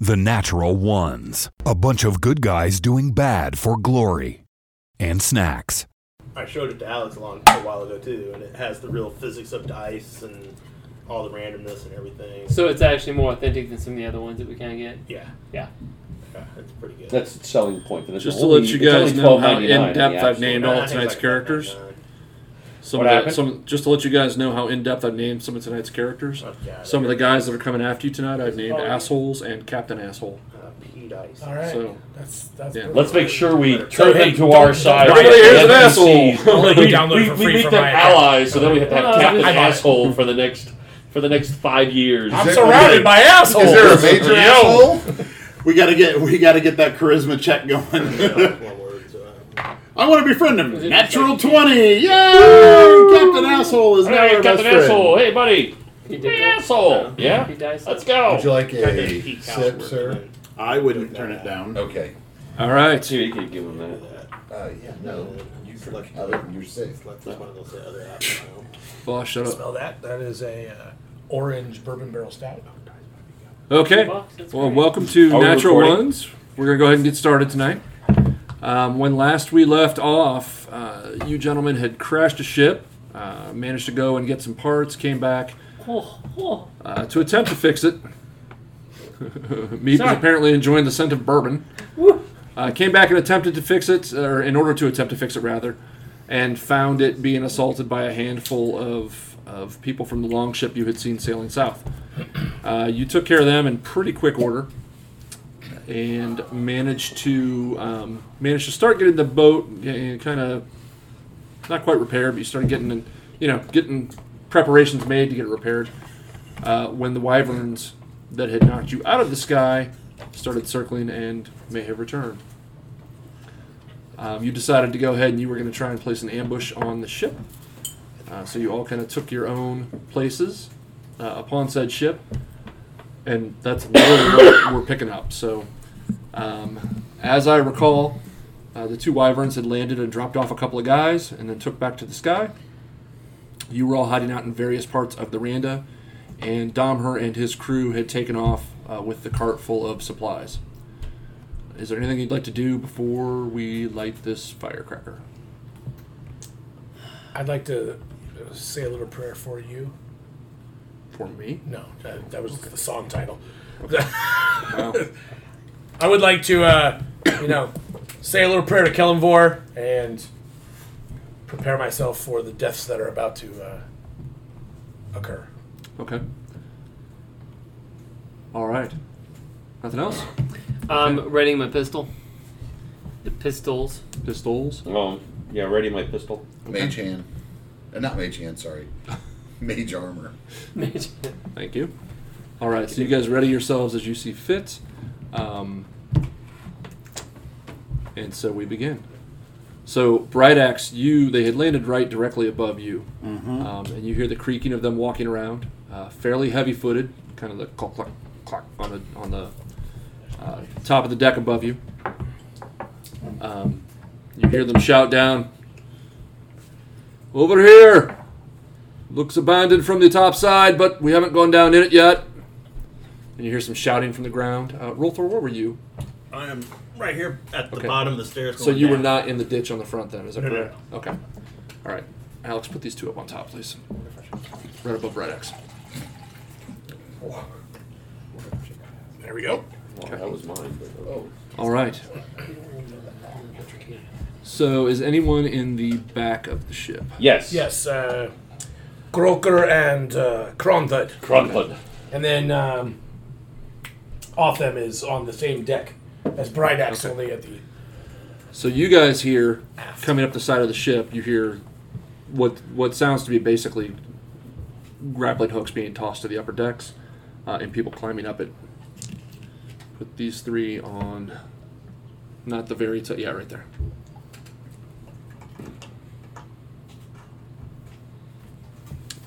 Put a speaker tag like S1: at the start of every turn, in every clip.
S1: The Natural Ones. A bunch of good guys doing bad for glory. And snacks.
S2: I showed it to Alex a, long, a while ago too, and it has the real physics of dice and all the randomness and everything.
S3: So it's actually more authentic than some of the other ones that we kind of get.
S2: yeah,
S3: Yeah.
S2: yeah, it's pretty good.
S4: That's a selling point. That it's
S5: Just to
S4: only,
S5: let you
S4: it's only
S5: guys know how
S4: $12.99
S5: in depth
S4: the
S5: I've
S4: actual-
S5: named all tonight's characters. Some
S4: What
S5: of the,
S4: happened?
S5: some just to let you guys know how in depth I've named some of tonight's characters. Some of the guys that are coming after you tonight I've named assholes and Captain Asshole.
S2: P uh, dice.
S6: All right.
S5: So-
S6: that's that's.
S5: Yeah.
S6: perfect.
S4: Let's make sure we turn
S2: So,
S4: them to our side.
S5: Right here's an asshole.
S6: I'll let you
S4: we
S6: download it
S4: we,
S6: for
S4: we
S6: free
S4: make
S6: from
S4: them
S6: my account.
S4: allies, so then we have to have
S3: No,
S4: Captain
S3: I-
S4: Asshole for the next for the next five years.
S6: I'm surrounded by assholes.
S7: Is there a major
S4: Yo.
S7: asshole? We gotta get we gotta get that charisma check going.
S2: one word, so, uh,
S7: I want to befriend him. Natural twenty, yay! Captain asshole is now
S4: Hey,
S7: our
S4: Captain
S7: best friend.
S4: Asshole. Hey, buddy.
S3: He did
S4: Hey,
S3: that.
S4: asshole. Yeah.
S3: He dies.
S4: Let's go.
S7: Would you like
S2: I think Pete
S7: a
S2: House
S7: sip,
S2: worked
S7: sir?
S2: in
S7: I wouldn't turn it down.
S8: Okay.
S5: All right.
S4: Dude, you can give him that.
S8: Uh, yeah, no. You can look at it and you're safe.
S2: it. That's one of those other apps, I don't know.
S5: Boss, shut up.
S6: Smell that? That is a uh, orange bourbon barrel stout.
S5: Okay.
S3: Box, that's
S5: Well,
S3: great.
S5: welcome to
S4: Are we
S5: Natural
S4: recording?
S5: Ones. We're going to go ahead and get started tonight. Um, when last we left off, uh, you gentlemen had crashed a ship, uh, managed to go and get some parts, came back
S3: Oh, oh.
S5: uh, to attempt to fix it. Mead was
S3: Sorry.
S5: apparently enjoying the scent of bourbon.
S3: Woo.
S5: Uh, came back and attempted to fix it, or in order to attempt to fix it, rather, and found it being assaulted by a handful of, of people from the longship you had seen sailing south. Uh, you took care of them in pretty quick order, and managed to um, managed to start getting the boat kind of not quite repaired, but you started getting you know getting preparations made to get it repaired uh, when the wyverns that had knocked you out of the sky started circling and may have returned. Um, you decided to go ahead and you were going to try and place an ambush on the ship. Uh, so you all kind of took your own places uh, upon said ship, and that's literally what we're picking up. So, um, as I recall, uh, the two wyverns had landed and dropped off a couple of guys and then took back to the sky. You were all hiding out in various parts of the Randa, and Domher and his crew had taken off uh, with the cart full of supplies. Is there anything you'd like to do before we light this firecracker?
S6: I'd like to uh, say a little prayer for you.
S5: For me?
S6: No, that, that was the song title.
S5: Wow.
S6: I would like to, uh, you know, say a little prayer to Kellenvor and prepare myself for the deaths that are about to uh, occur.
S5: Okay. All right. Nothing else?
S3: I'm readying my pistol. The pistols.
S5: Pistols?
S4: Um, yeah, ready my pistol.
S8: Mage hand. Uh, not mage hand, sorry. Mage armor.
S5: Thank you. All right, so you guys ready yourselves as you see fit. Um, and so we begin. So, Bright Axe, you, they had landed right directly above you. Um, and you hear the creaking of them walking around, uh, fairly heavy footed, kind of the clock, clock, clock on the, on the uh, top of the deck above you. Um, you hear them shout down, Over here! Looks abandoned from the top side, but we haven't gone down in it yet. And you hear some shouting from the ground. Uh, Rolthor, where were you?
S2: I am right here at the
S5: Okay.
S2: bottom of the stairs.
S5: So
S2: going
S5: you were
S2: down.
S5: not in the ditch on the front then, is that
S2: No, no,
S5: correct? Okay. All right. Alex, put these two up on top, please. Right above Red X.
S6: There we go.
S4: Well, that was mine. But, oh.
S5: All right. So is anyone in the back of the ship?
S4: Yes.
S6: Yes, uh, Croker and uh, Kronthud.
S4: Crumpled.
S6: And then um, off them is on the same deck as Bright Axe, only at the.
S5: So you guys here coming up the side of the ship, you hear what what sounds to be basically grappling hooks being tossed to the upper decks, uh, and people climbing up it. Put these three on, not the very top. Yeah, right there.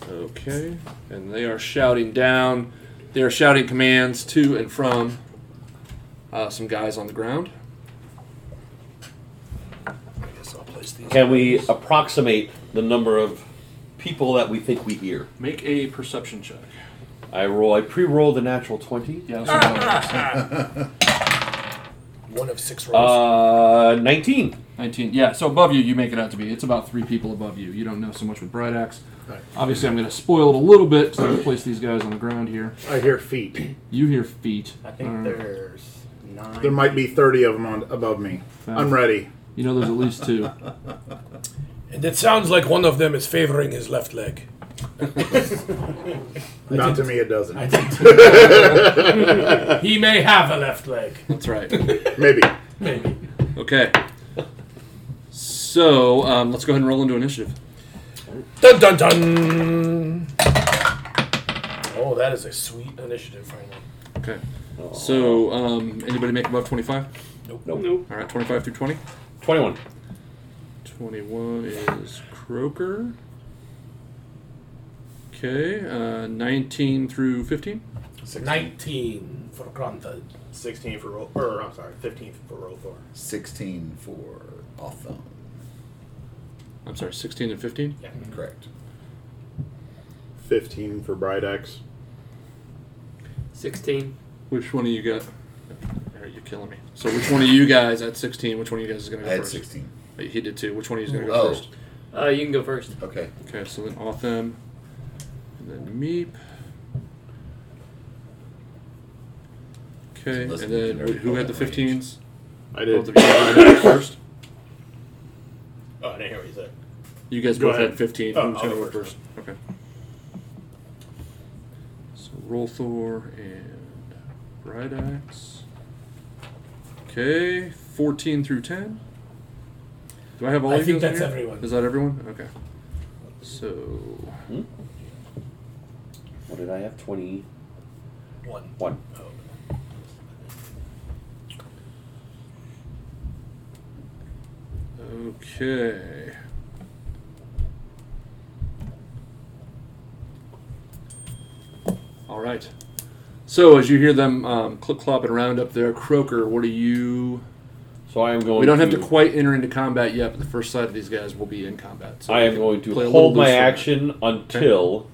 S5: Okay, and they are shouting down. They are shouting commands to and from uh, some guys on the ground.
S6: I guess I'll place these.
S4: Can we approximate the number of people that we think we hear?
S5: Make a perception check.
S4: I roll. I pre-rolled a natural twenty.
S5: Yeah, that's what I was-
S6: One of six rolls.
S4: Uh, nineteen.
S5: 19. Yeah, so above you, you make it out to be. It's about three people above you. You don't know so much with Bright Axe. Obviously, I'm going to spoil it a little bit because I'm going to place these guys on the ground here.
S7: I hear feet.
S5: You hear feet.
S2: I think
S5: Uh,
S2: there's nine.
S7: There might be 30 of them on, above me. I'm ready.
S5: You know there's at least two.
S6: and it sounds like one of them is favoring his left leg.
S7: Not to me, it doesn't.
S6: He may have a left leg.
S5: That's right.
S7: Maybe.
S6: Maybe.
S5: Okay. So um, let's go ahead and roll into initiative.
S6: Dun dun dun. Oh, that is a sweet initiative, finally.
S5: Okay. So um, anybody make above 25?
S4: Nope. Nope.
S5: All right, 25 through 20.
S4: Twenty-one.
S5: 21 is Croker. Okay, uh, 19 through 15.
S6: 19 for Granta.
S2: 16 for roll, or I'm sorry, 15 for roll four.
S8: 16 for off thumb.
S5: I'm sorry, 16 and 15.
S8: Correct.
S7: 15 for Bright Axe.
S3: 16.
S5: Which one of you got? All right, you're killing me. So which one of you guys at 16? Which one of you guys is going to go
S8: I had
S5: first?
S8: 16.
S5: Wait, He did too. Which one of you is going to go
S8: Oh.
S5: first?
S3: Uh, you can go first.
S8: Okay.
S5: Okay, so then Autumn, and then Meep. Okay,
S8: Let's
S5: and
S8: look
S5: then
S8: at our
S5: who had the
S8: opponent
S5: 15s?
S7: I
S5: Both
S7: did.
S5: of you guys went first.
S2: Oh, I didn't hear what you said.
S5: You guys
S7: Go
S5: both
S7: ahead.
S5: had 15.
S2: Oh,
S5: Who's
S2: I'll
S5: gonna
S2: go
S5: go first? Okay. So roll Thor and Bright Axe. Okay, 14 through 10. Do I have all
S6: I
S5: of
S6: think
S5: you guys in
S6: that's
S5: here?
S6: everyone.
S5: Is that everyone? Okay. So
S4: What did I have? Twenty-one.
S6: One. Oh.
S5: okay. All right. So as you hear them um, clip clopping around up there, Croaker, what are you
S4: So I am going.
S5: We don't have to quite enter into combat yet, but the first side of these guys will be in combat. So
S4: I am going to
S5: play a little
S4: hold my
S5: looser.
S4: action until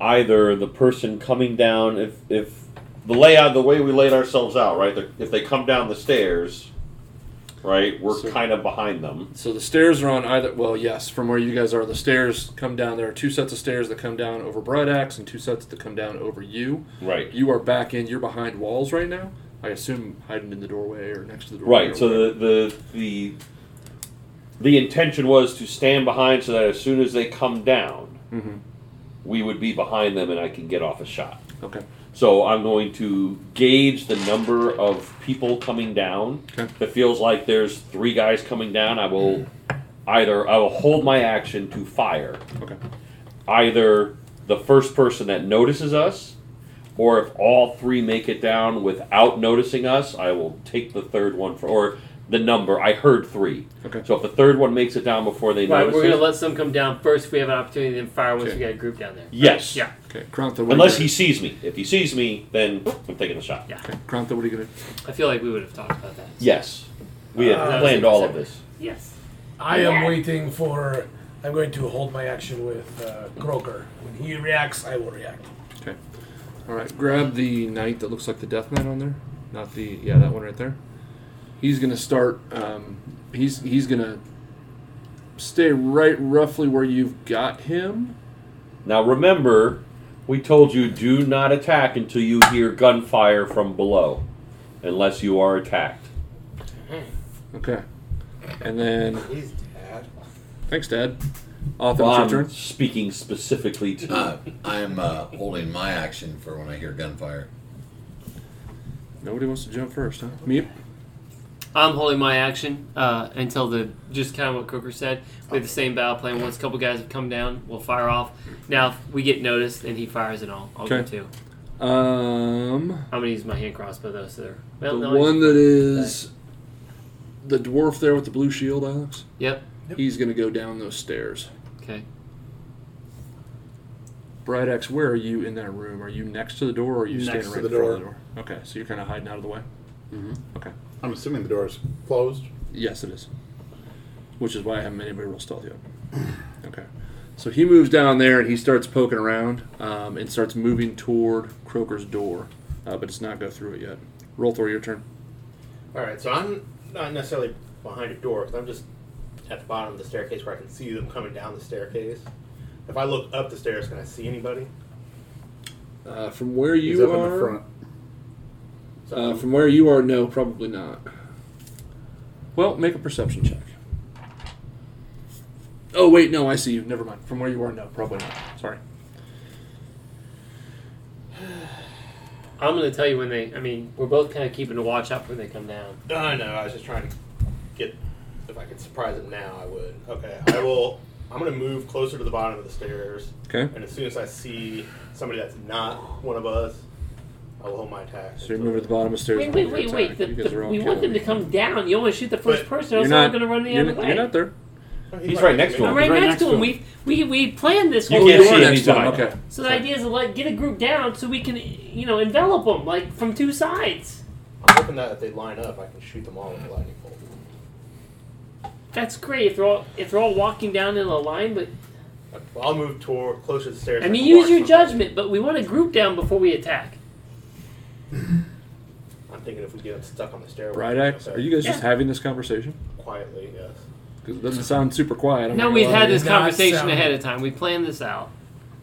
S4: either the person coming down, if if the layout, the way we laid ourselves out, right? the- If they come down the stairs, right, we're
S5: So-
S4: kind of behind them.
S5: So the stairs are on either. Well, yes, from where you guys are, the stairs come down. There are two sets of stairs that come down over Bright Axe and two sets that come down over you.
S4: Right.
S5: You are back in. You're behind walls right now. I assume hiding in the doorway or next to the doorway.
S4: Right. So the the the the intention was to stand behind so that as soon as they come down,
S5: Mm-hmm.
S4: we would be behind them and I can get off a shot.
S5: okay.
S4: So I'm going to gauge the number of people coming down.
S5: Okay.
S4: If it feels like there's three guys coming down, I will either I will hold my action to fire
S5: Okay.
S4: either the first person that notices us, or if all three make it down without noticing us, I will take the third one for or the number. I heard three.
S5: Okay.
S4: So if the third one makes it down before they
S3: Right,
S4: notice
S3: we're
S4: us,
S3: going to let some come down first if we have an opportunity, then fire once
S5: Okay.
S3: we got a group down there.
S4: yes.
S3: Yeah.
S5: Okay. Krantha, what
S4: Unless
S5: are
S4: he
S5: you
S4: sees me. If he sees me, then I'm taking a shot.
S3: Yeah.
S5: gonna, okay. Krantha, what are you gonna?
S3: I feel like we would have talked about that.
S4: Yes. We had
S6: Uh,
S4: planned all of this.
S3: Yes.
S6: I am waiting for. I'm going to hold my action with uh, Croker. When he reacts, I will react.
S5: Okay. All right. Grab the knight that looks like the death knight on there. Not the yeah, that one right there. He's gonna start. Um, he's he's gonna stay right roughly where you've got him.
S4: Now remember, we told you do not attack until you hear gunfire from below, unless you are attacked.
S5: Okay. And then
S2: He's dad.
S5: thanks, Dad. Off
S4: Well,
S5: your
S4: I'm
S5: turn. Ah.
S4: speaking specifically to
S8: Uh, I'm uh, holding my action for when I hear gunfire.
S5: Nobody wants to jump first, huh? Meep.
S3: I'm holding my action uh, until the just kind of what Cooker said. We have the same battle plan. Once a couple guys have come down, we'll fire off. Now if we get noticed and he fires and all. I'll go
S5: Okay.
S3: too.
S5: Um,
S3: I'm gonna use my hand crossbow though, so they're well,
S5: the
S3: no, I-
S5: one that is the dwarf there with the blue shield, Alex.
S3: Yep.
S5: He's gonna go down those stairs.
S3: Okay.
S5: Bright X, where are you in that room? Are you next to the door or are you
S7: Next
S5: standing
S7: to
S5: right
S7: the
S5: in front
S7: door.
S5: of the door? Okay, so you're kind of hiding out of the way? Mm-hmm. Okay.
S7: I'm assuming the door is closed.
S5: Yes, it is. Which is why I haven't made anybody roll stealth yet. Okay. So he moves down there and he starts poking around um, and starts moving toward Croker's door, uh, but does not go through it yet. Roll through your turn.
S2: All right, so I'm not necessarily behind a door. 'cause I'm just at the bottom of the staircase where I can see them coming down the staircase. If I look up the stairs, can I see anybody?
S5: Uh, from where
S7: He's
S5: you
S7: up
S5: are,
S7: in the front.
S2: So
S5: Uh,
S2: I'm-
S5: from where you are, no, probably not. Well, make a perception check. Oh wait, no, I see you. Never mind. From where you are, no, probably not. Sorry.
S3: I'm going to tell you when they. I mean, we're both kind of keeping a watch out when they come down.
S2: No, no, Uh, I was just trying to get. If I could surprise him now, I would. Okay, I will. I'm gonna move closer to the bottom of the stairs,
S5: Okay.
S2: and as soon as I see somebody that's not one of us, I will hold my attack.
S5: So you're moving to the bottom of the stairs.
S3: Wait,
S5: and
S3: wait,
S5: you're
S3: wait, wait.
S5: attacked.
S3: The,
S5: You guys
S3: the,
S5: are all
S3: we want them
S5: killing
S3: to
S5: me.
S3: come down. You only shoot the first
S2: But
S3: person,
S5: You're
S3: else they're
S5: not
S3: going to run the
S5: you're,
S3: other
S5: not-
S3: way.
S5: you're not there.
S4: He's right next to
S3: I'm
S4: him.
S3: right,
S7: He's right
S3: next,
S7: next
S3: to
S7: to
S3: him.
S7: him.
S3: We, we we planned this.
S4: You
S3: whole
S4: can't
S5: You
S4: see
S5: are
S4: him,
S5: next
S4: he's
S5: to him,
S4: behind him.
S5: Okay.
S3: So the idea is to like get a group down so we can you know envelop them like from two sides.
S2: I'm hoping that if they line up, I can shoot them all with a lightning bolt.
S3: That's great if they're all if they're all walking down in a line. But
S2: Well, I'll move toward closer to the stairs.
S3: I
S2: so
S3: mean,
S2: can
S3: use
S2: watch
S3: your
S2: them.
S3: judgment. But we want a group down before we attack.
S2: I'm thinking if we get them stuck on the stairway.
S5: Bright Axe, are you guys just having this conversation?
S2: quietly? Yes.
S5: Because it doesn't sound super quiet. I'm
S3: No,
S5: not
S3: we've
S5: gonna
S3: had
S5: lie.
S3: this
S6: Not
S3: conversation
S6: sound.
S3: ahead of time. We planned this out.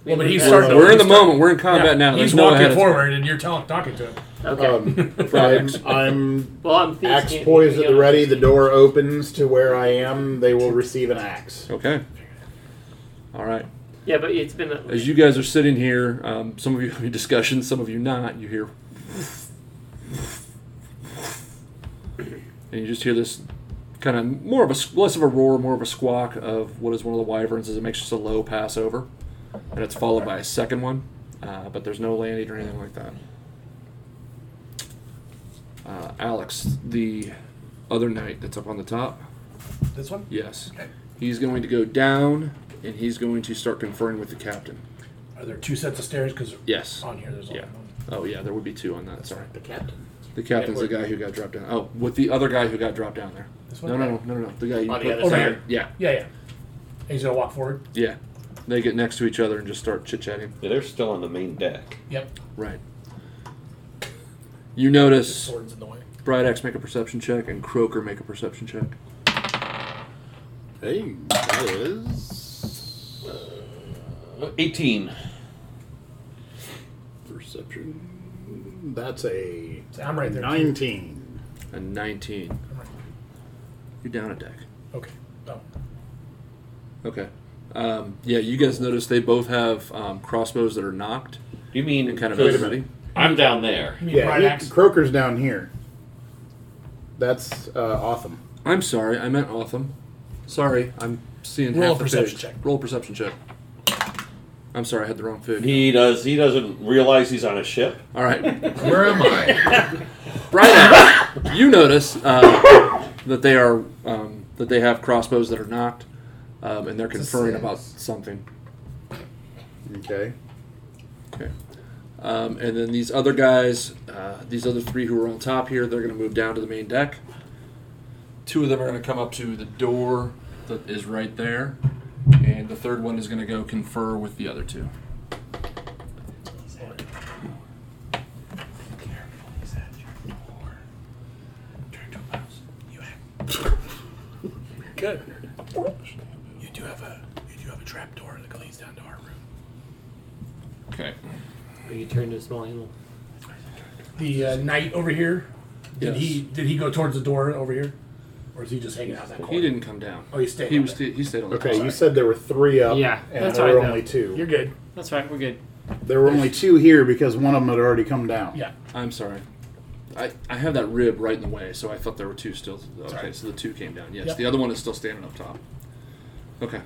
S3: We
S6: Well, but he's
S3: had-
S6: starting to-
S5: We're in the
S6: He's done.
S5: moment. We're in combat now.
S6: He's
S5: There's no
S6: walking
S5: ahead of-
S6: forward, and you're telling, talking to him.
S3: Okay.
S7: Um, I'm, I'm
S3: well, I'm thieves
S7: axe
S3: can't-
S7: poised at
S3: you
S7: the
S3: know.
S7: ready. The door opens to where I am. They will receive an axe.
S5: Okay. All right.
S3: Yeah, but it's been. A,
S5: As you guys are sitting here, um, some of you having discussions, some of you not. You hear, and you just hear this kind of more of a s- less of a roar, more of a squawk of what is one of the wyverns as it makes just a low pass over, and it's followed by a second one, uh, but there's no landing or anything like that. Uh, Alex, the other knight that's up on the top.
S6: This one?
S5: Yes.
S8: Okay.
S5: He's going to go down, and he's going to start conferring with the captain.
S6: Are there two sets of stairs? Because
S5: Yes.
S6: on here there's only
S5: Yeah.
S6: one.
S5: Oh yeah, there would be two on that. Sorry.
S2: The captain.
S5: The captain's the guy who got dropped down. Oh, with the other guy who got dropped down there.
S6: This one?
S5: No, no, no, no, no. no. The guy you
S2: On Oh, the
S5: put-
S2: other
S6: Over
S2: side.
S6: here.
S5: Yeah,
S6: Yeah, yeah. He's gonna walk forward.
S5: yeah. They get next to each other and just start chit chatting.
S4: Yeah, they're still on the main deck.
S6: Yep.
S5: Right. You notice
S6: Swords in the way.
S5: Bright Axe make a perception check and Croaker make a perception check.
S7: Hey, that is
S4: Uh, 18.
S7: perception. That's a
S6: So I'm right there. too.
S7: nineteen.
S5: A 19. You're down a deck.
S6: Okay. Oh. No.
S5: Okay. Um, yeah, you guys notice they both have um, crossbows that are knocked
S4: You mean
S5: and kind of
S4: because
S5: ready.
S4: I'm down there.
S6: You mean
S7: Yeah,
S6: right
S7: he-
S6: axe?
S7: Croker's down here. That's uh, awesome.
S5: I'm sorry, I meant Otham. Sorry, I'm seeing
S6: Roll
S5: half
S6: a
S5: the
S6: perception
S5: page.
S6: check.
S5: Roll a perception check. I'm sorry, I had the wrong food.
S4: He does. He doesn't realize he's on a ship.
S5: All right,
S8: Where am I?
S5: right now, you notice uh, that they are um, that they have crossbows that are knocked, um, and they're
S8: a
S5: conferring
S8: six.
S5: about something.
S7: Okay.
S5: Okay. Um, and then these other guys, uh, these other three who are on top here, they're going to move down to the main deck. Two of them are going to come up to the door that is right there, and the third one is going to go confer with the other two.
S6: Good. You do have a you do have a trap door that leads down to our room.
S5: Okay.
S3: Or you turn into a small animal.
S6: The uh, knight over here. Did
S5: Yes.
S6: he did he go towards the door over here, or is he just hanging out in that corner?
S5: He didn't come down.
S6: Oh, he stayed.
S5: He
S6: up
S5: was
S6: there.
S5: he stayed on. the
S7: Okay,
S5: top.
S7: you said there were three up,
S3: Yeah,
S7: and
S3: that's
S7: there
S3: right,
S7: were
S3: though.
S7: only two.
S6: You're good.
S3: That's right. We're good.
S7: There were only two here because one of them had already come down.
S6: Yeah.
S5: I'm sorry. I, I have that rib right in the way, so I thought there were two still. Okay,
S6: Sorry.
S5: so the two came down. Yes,
S6: Yep.
S5: the other one is still standing up top. Okay.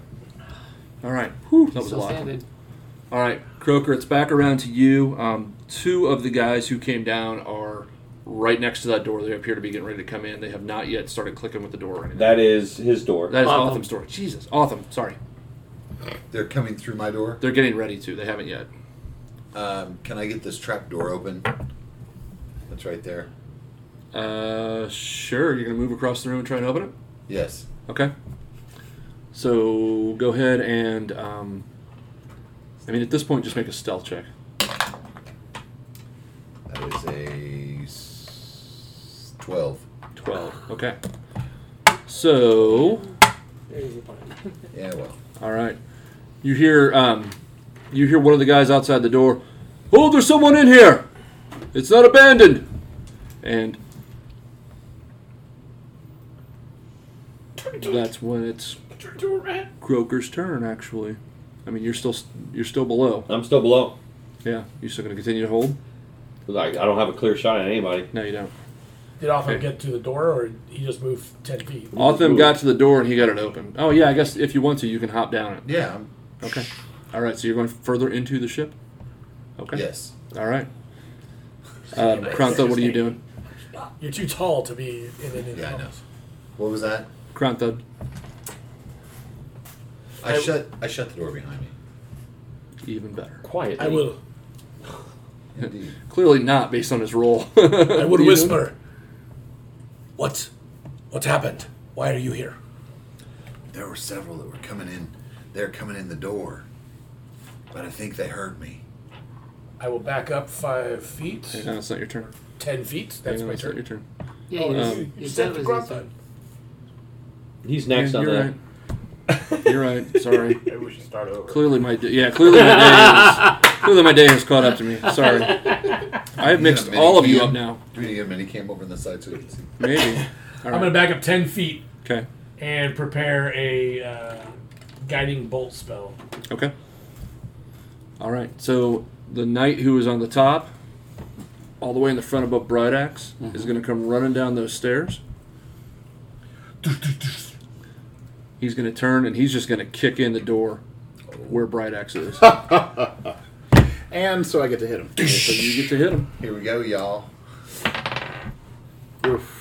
S5: All right. Whew, that was a
S3: Still
S5: lot.
S3: standing.
S5: All right, Croker, it's back around to you. Um, two of the guys who came down are right next to that door. They appear to be getting ready to come in. They have not yet started clicking with the door or anything.
S4: That is his door.
S5: that is
S3: Otham.
S5: Otham's door. Jesus, Otham. Sorry,
S8: They're coming through my door.
S5: they're getting ready to. They haven't yet.
S8: Um, can I get this trap door open? That's right there.
S5: Uh, sure. You're gonna move across the room and try and open it.
S8: Yes.
S5: Okay. So go ahead and, um, I mean, at this point, just make a stealth check.
S8: That is a s- twelve.
S5: 12. Okay. So,
S8: Yeah, well,
S5: all right. You hear, um, you hear one of the guys outside the door. Oh, there's someone in here. It's not abandoned. And that's when it's Croker's turn. Actually, I mean, you're still you're still below.
S4: I'm still below.
S5: Yeah, you still gonna continue to hold?
S4: 'Cause I, I don't have a clear shot at anybody.
S5: No, you don't.
S9: Did Otham
S5: Okay.
S9: get to the door, or he just moved ten feet?
S5: Otham got to the door and he got it open. Oh yeah, I guess if you want to, you can hop down it.
S8: yeah. I'm,
S5: Okay. All right. So you're going further into the ship. Okay.
S8: Yes.
S5: All right. Uh, Kranta, what are you doing?
S9: You're too tall to be in an
S8: Yeah, I know.
S9: house.
S8: What was that?
S5: Kranta,
S8: I
S9: I-
S8: shut. I shut the door behind me.
S5: even better.
S4: Quiet.
S9: I will.
S8: Indeed.
S5: Clearly not based on his role.
S9: I would whisper. What? What happened? Why are you here?
S8: There were several that were coming in. They're coming in the door, but I think they heard me.
S9: I will back up five feet,
S5: No, it's not your turn.
S9: ten feet.
S5: Hang
S9: That's
S5: on,
S9: my
S5: it's not your
S9: turn.
S5: turn.
S3: Yeah,
S5: Um,
S9: Oh,
S3: you-
S9: it's-
S3: you-
S9: you
S3: that
S9: said
S3: was
S9: the
S3: his
S9: grunt
S3: turn.
S4: He's next
S5: Yeah,
S4: on
S5: you're
S4: the.
S5: right. You're right. Sorry.
S2: Maybe we should start over.
S5: Clearly my day, yeah. Clearly my day. Has, clearly my day has caught up to me. Sorry. I have mixed
S8: Yeah,
S5: all of you
S8: minicam.
S5: up now.
S8: Do we need to get a mini cam over on the side so we can see?
S5: Maybe. All
S9: I'm going
S5: right.
S9: to back up ten feet
S5: Okay.
S9: and prepare a uh, guiding bolt spell.
S5: Okay. All right. So the knight who is on the top, all the way in the front above Bright Axe, is going to come running down those stairs. He's going to turn and he's just going to kick in the door where Bright Axe is.
S7: And so I get to hit him.
S5: so you get to hit him.
S8: Here we go, y'all.
S7: Oof.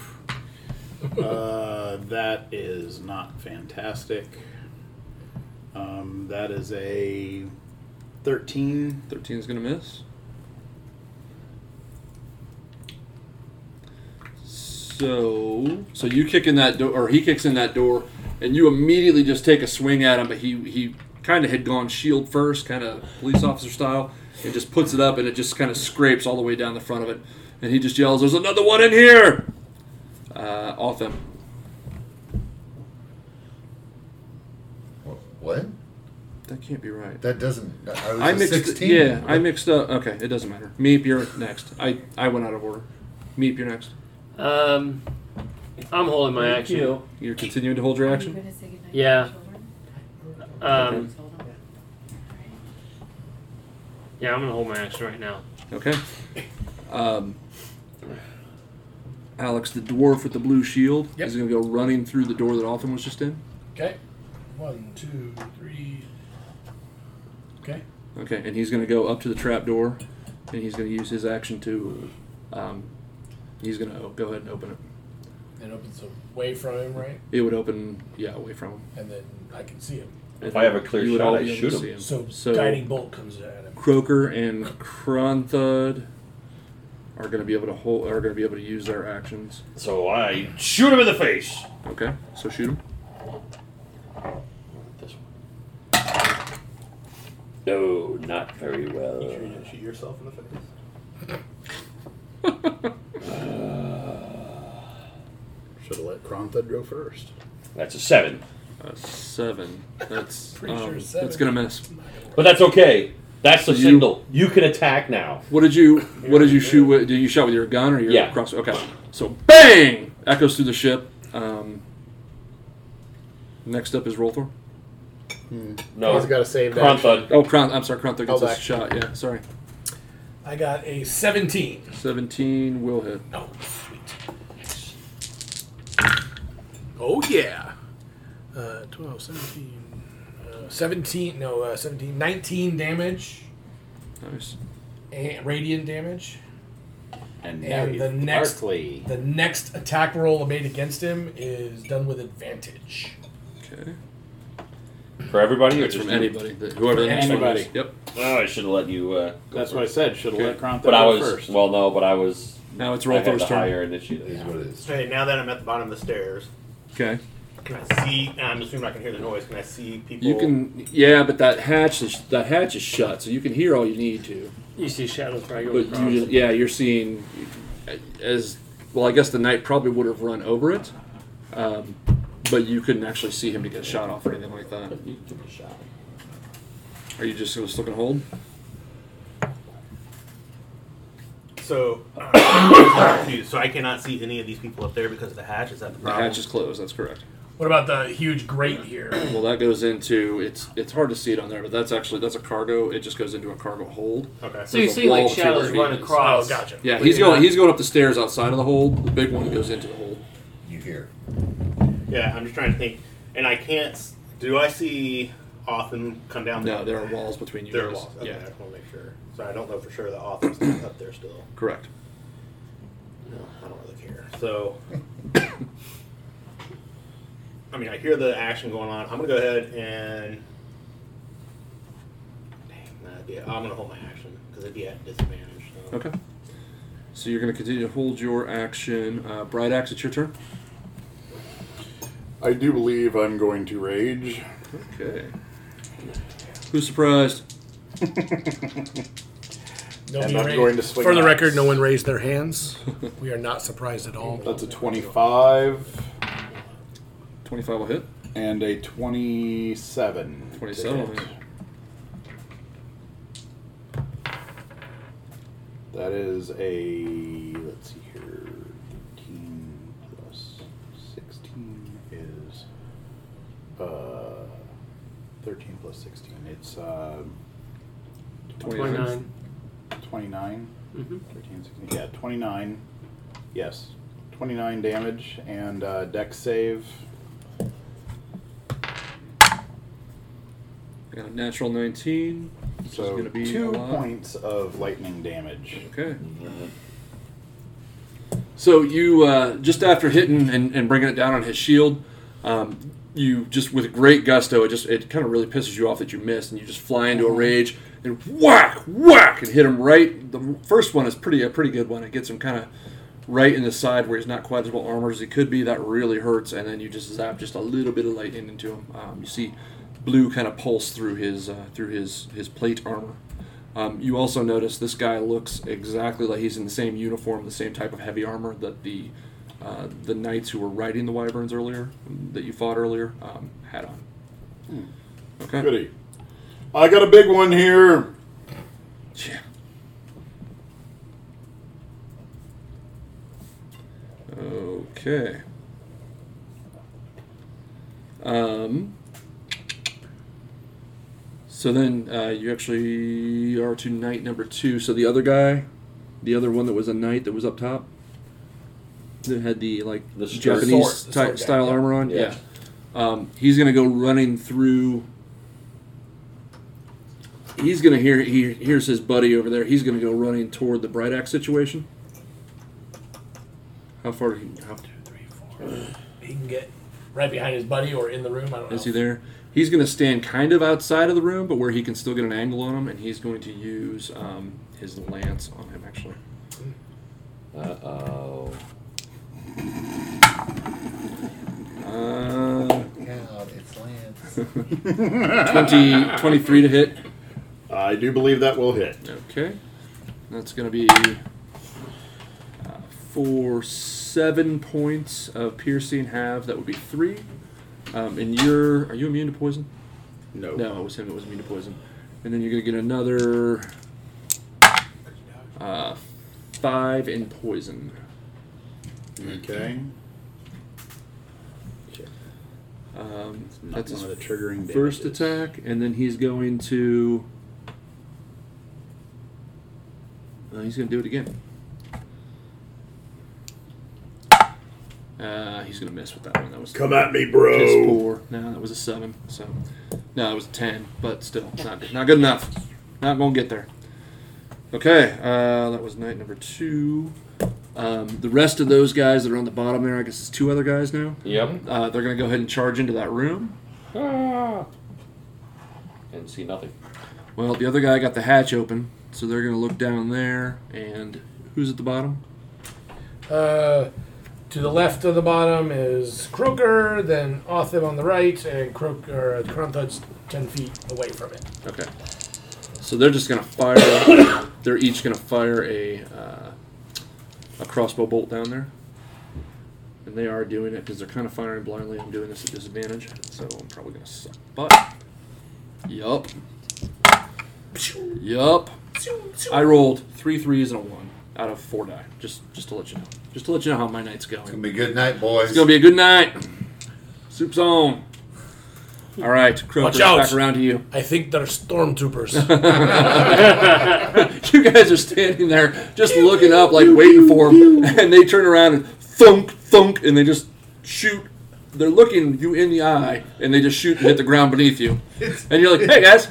S7: Uh, that is not fantastic. Um, that is a 13.
S5: 13 is going to miss. So, so you kick in that door, or he kicks in that door, and you immediately just take a swing at him. But he he kind of had gone shield first, kind of police officer style, and just puts it up, and it just kind of scrapes all the way down the front of it. And he just yells, "There's another one in here!" Uh, off them.
S8: Wh- What?
S5: That can't be right.
S8: That doesn't. I was
S5: I
S8: a
S5: mixed.
S8: 16.
S5: Yeah, I mixed up. Okay, it doesn't matter. Meep, you're next. I I went out of order. Meep, you're next.
S3: Um, I'm holding my action.
S5: You're continuing to hold your action.
S3: Yeah. Um,
S10: Um,
S3: yeah, I'm gonna hold my action right now.
S5: Okay. Um, Alex, the dwarf with the blue shield,
S9: Yep.
S5: is going to go running through the door that Otham was just in.
S9: Okay. One, two, three. Okay.
S5: Okay, and he's going to go up to the trap door, and he's going to use his action to. Um, he's going to go ahead and open it.
S9: And opens away from him, right?
S5: It would open, yeah, away from him.
S9: And then I can see him.
S4: If I have a clear
S5: You would
S4: shot,
S5: all
S4: I
S5: be able
S4: shoot
S5: to
S4: him.
S5: see
S9: So,
S5: So-
S9: guiding bolt comes at him.
S5: Croker and Kronthud are going to be able to hold. Are going to be able to use their actions.
S4: So I shoot him in the face.
S5: Okay, so shoot him.
S4: This one. No, not very well.
S2: You sure you didn't shoot yourself in the face?
S7: Should have Uh, let Krontha go first.
S4: That's a seven,
S5: A seven. That's
S9: Pretty sure
S5: um,
S9: it's seven.
S5: That's gonna miss.
S4: but that's okay. That's the
S5: So you-
S4: signal. You can attack now.
S5: What did you What did you shoot with? Did you shot with your gun or your
S4: Yeah.
S5: cross? Okay, so bang echoes through the ship. Um, next up is Rolthor.
S4: No,
S7: He's got to save that.
S4: Kronthud.
S5: Oh, Crown. I'm sorry, Crown gets
S7: Hold
S5: a
S7: back.
S5: shot. Yeah, sorry.
S9: I got a 17.
S5: Seventeen will hit.
S9: Oh, sweet.
S7: Oh, yeah.
S9: Uh, 12, 17. Uh, 17, no, uh, 17. 19 damage,
S5: Nice.
S6: eh,
S9: and radiant damage.
S7: And,
S9: And the next-
S7: Barkley.
S9: The next attack roll made against him is done with advantage.
S5: Okay.
S4: For everybody, or
S5: That's
S4: just
S5: from
S4: you?
S5: anybody. that- Whoever the next
S7: Anybody.
S5: one is. Yep.
S4: Oh, I should have let you. Uh, go
S7: That's
S4: first.
S7: what I said. Should have let Krontha
S4: But I
S7: go
S4: was
S7: first.
S4: well, no, but I was.
S5: Now it's
S4: I had
S5: Rolthor's
S4: the
S5: turn.
S4: higher
S8: It
S4: initiative.
S8: is what it is.
S2: Hey, now that I'm at the bottom of the stairs,
S5: Okay.
S2: Can I see? I'm assuming I can hear the noise. Can I see people?
S5: You can, yeah, but that hatch is that hatch is shut, so you can hear all you need to.
S3: You see shadows probably
S5: But
S3: going
S5: you, just,
S3: across.
S5: yeah, you're seeing as well. I guess the knight probably would have run over it, um, but you couldn't actually see him to get a shot off or anything like that.
S9: You took a shot.
S5: Are you just gonna still gonna hold?
S2: So, uh, so I cannot see any of these people up there because of the hatch. Is that the
S5: The
S2: problem?
S5: hatch is closed. That's correct.
S6: What about the huge grate here?
S5: Well, that goes into it's. It's hard to see it on there, but that's actually that's a cargo. It just goes into a cargo hold.
S2: okay.
S3: So you
S5: There's a
S3: see like
S5: wall to
S3: shadows
S5: where he
S3: run
S5: is.
S6: Oh,
S3: across.
S6: gotcha.
S5: Yeah, he's
S3: you're
S5: going.
S3: not-
S5: He's going up the stairs outside of the hold. The big one goes into the hold.
S8: You hear?
S2: yeah, I'm just trying to think. And I can't. s- Do I see Otham come down?
S5: No, there are walls between you.
S2: There are
S5: guys.
S2: walls. Okay, I
S5: Yeah,
S2: just want to make sure. So I don't know for sure that Otham's not up there still.
S5: correct.
S2: No, I don't really care. So, I mean, I hear the action going on. I'm gonna go ahead and. Dang, that'd be- I'm gonna hold my action because it'd be at disadvantage. So.
S5: Okay. So you're going to continue to hold your action. Uh, Bright Axe, it's your turn.
S7: I do believe I'm going to rage.
S5: Okay. Who's surprised?
S6: No
S7: And
S6: one
S7: I'm
S6: raised-
S7: going to swing
S6: For the
S7: an axe.
S6: record, no one raised their hands. We are not surprised at all.
S7: That's a 25
S5: 25 will hit.
S7: and a 27. to
S5: 27 will
S7: hit.
S5: hit.
S7: That is a, let's see here, 13 plus 16 is uh, 13 plus 16. It's uh,
S3: 29.
S7: 29.
S3: Mhm.
S7: 13, 16. Yeah, 29. Yes. 29 damage and uh, deck save.
S5: I got a natural 19. This is
S7: So
S5: going to be a
S7: two
S5: lot.
S7: points of lightning damage.
S5: Okay. So you uh, just after hitting and, and bringing it down on his shield, um, you just with great gusto. It just it kind of really pisses you off that you missed, and you just fly into a rage and whack, whack, and hit him right. The first one is pretty a pretty good one. It gets him kind of right in the side where he's not quite as well armored as he could be. That really hurts, and then you just zap just a little bit of lightning into him. Um, you see blue kind of pulse through his uh, through his his plate armor. Um, you also notice this guy looks exactly like he's in the same uniform, the same type of heavy armor that the uh, the knights who were riding the wyverns earlier, that you fought earlier, um, had on. Okay.
S7: Goody. I got a big one here.
S5: Yeah. Okay. Um. So then uh, you actually are to knight number two. So the other guy, the other one that was a knight that was up top, that had the like
S4: The stern-
S5: Japanese
S6: Sword, the
S5: ty-
S6: sword guy,
S5: style
S6: yeah.
S5: armor on.
S4: Yeah.
S5: Yeah. Um, he's gonna go running through. He's gonna hear he hears his buddy over there. He's gonna go running toward the bright axe situation. How far? He, how,
S6: He can get right behind his buddy or in the room. I don't know.
S5: is he there? He's going to stand kind of outside of the room, but where he can still get an angle on him, and he's going to use um, his lance on him. Actually,
S4: Uh oh.
S5: uh,
S8: God, it's Lance.
S5: 20, 23 Uh, to hit.
S7: I do believe that will hit.
S5: Okay, that's going to be uh, for seven points of piercing half. That would be three. Um, and you're are you immune to poison?
S7: No.
S5: No, it was him that was immune to poison. And then you're going to get another uh, five in poison.
S7: Okay.
S5: Um,
S7: Not
S5: that's
S7: one
S5: his
S7: of the triggering
S5: first
S7: damages.
S5: attack, and then he's going to. Uh, he's going to do it again. Uh, he's going to miss with that one. That was
S7: Come at me,
S5: piss
S7: bro.
S5: poor. No, that was a seven. So, no, that was a ten, but still not good. Not good enough. Not gonna get there. Okay, uh, that was night number two. Um, the rest of those guys that are on the bottom there, I guess it's two other guys now.
S4: Yep.
S5: Uh, they're gonna go ahead and charge into that room.
S4: Ah. And see nothing.
S5: Well, the other guy got the hatch open, so they're gonna look down there. And who's at the bottom?
S6: Uh, to the left of the bottom is Croker, then Othim on the right, and Croker uh, Kronthud's ten feet away from it.
S5: Okay. So they're just gonna fire. they're each gonna fire a uh, a crossbow bolt down there, and they are doing it because they're kind of firing blindly. I'm doing this at disadvantage, so I'm probably gonna suck butt. Yup. Yup. I rolled three threes and a one out of four die. Just just to let you know. Just to let you know how my night's going.
S8: Gonna be good night, boys.
S5: It's gonna be a good night. Soup's on. All right, Croker's
S6: out.
S5: back around to you.
S6: I think they're stormtroopers.
S5: you guys are standing there just looking up, like waiting for them, and they turn around and thunk, thunk, and they just shoot. They're looking you in the eye, and they just shoot and hit the ground beneath you. And you're like, "Hey guys,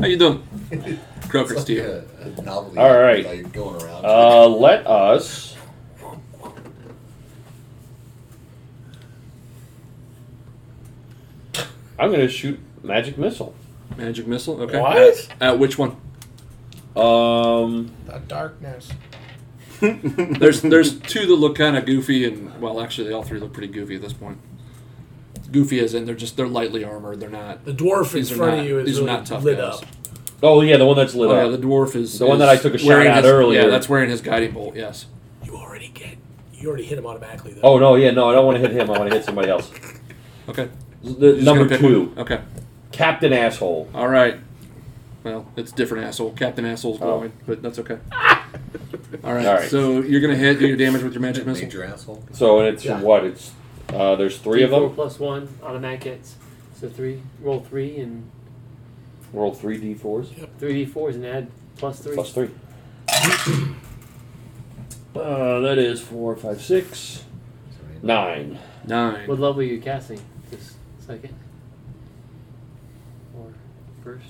S5: how you doing?" Croker
S8: It's like
S5: Steve.
S8: a, a novelty.
S4: All right.
S8: Like going around.
S4: Uh, let us. I'm gonna shoot magic missile.
S5: Magic missile. Okay.
S6: What?
S5: At, at which one?
S4: Um,
S6: the darkness.
S5: There's there's two that look kind of goofy, and well, actually, they all three look pretty goofy at this point. Goofy as in they're just they're lightly armored. They're not.
S6: The dwarf in
S5: These are
S6: front
S5: not-
S6: of you is
S5: these are
S6: really
S5: not tough
S6: lit
S5: guys.
S6: up.
S4: oh yeah, the one that's lit
S5: Oh yeah,
S4: up.
S5: the dwarf is
S4: The one
S5: is
S4: that I took a shot
S5: wearing
S4: at
S5: his-
S4: earlier.
S5: Yeah, that's wearing his guiding bolt. Yes.
S6: You already get. You already hit him automatically though.
S4: oh no, yeah, no, I don't want to hit him. I want to hit somebody else.
S5: Okay.
S4: The,
S5: Just
S4: number
S5: gonna pick
S4: two,
S5: one. Okay.
S4: Captain Asshole.
S5: All right. Well, it's different asshole. Captain asshole's glowing, but that's okay. All right.
S4: All right.
S5: So you're gonna hit do your damage with your magic missile.
S8: Major asshole.
S4: So and it's
S3: Yeah.
S4: what? It's uh, there's three of
S3: Four
S4: them.
S3: plus one automatic hits. So three, roll three and
S4: Roll three d4s
S3: three d4s and add plus three.
S4: plus three. Uh, that is four, five, six, nine.
S5: Nine.
S3: What level are you casting? Just second or first?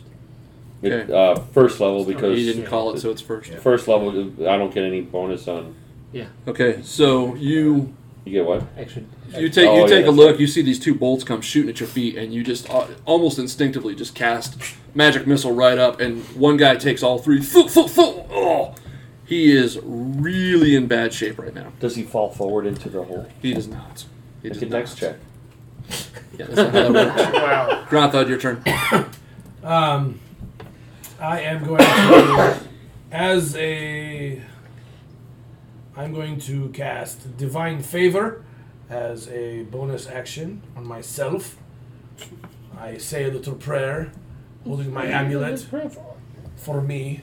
S4: It, uh, first level because
S5: he didn't call it, so it's first.
S4: First level, I don't get any bonus on.
S5: Okay. So you
S4: You get what?
S3: Actually,
S5: you take
S4: Oh,
S5: you
S4: yeah,
S5: take a
S4: that's
S5: look. You see these two bolts come shooting at your feet, and you just uh, almost instinctively just cast magic missile right up, and one guy takes all three. Fu- fu- fu- Oh, he is really in bad shape right now.
S4: Does he fall forward into the hole?
S5: He does not. He
S4: Make
S5: does
S4: a dex
S5: not.
S4: check.
S5: Yeah, that's not how that works.
S6: Wow.
S5: Granthod, your turn.
S6: Um, I am going to, as a, I'm going to cast Divine Favor as a bonus action on myself. I say a little prayer, holding my amulet for me,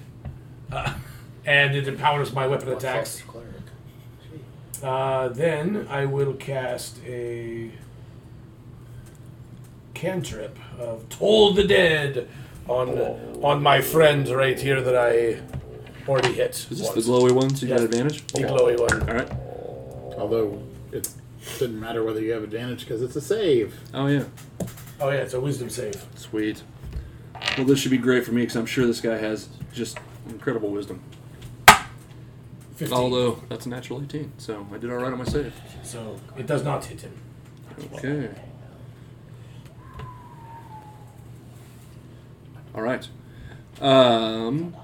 S6: uh, and it empowers my weapon attacks. Uh, then I will cast a cantrip of Toll the Dead on on my friend right here that I already hit.
S5: Is this the
S6: once.
S5: glowy one? So you got
S6: Yeah.
S5: advantage.
S6: The glowy one.
S5: All right.
S7: Although it doesn't matter whether you have advantage because it's a save.
S5: Oh yeah.
S6: Oh yeah, it's a wisdom save.
S5: Sweet. Well, this should be great for me because I'm sure this guy has just incredible wisdom.
S6: 15.
S5: Although that's a natural 18, so I did all right on my save.
S6: So it does not hit him.
S5: Okay. All right. Um,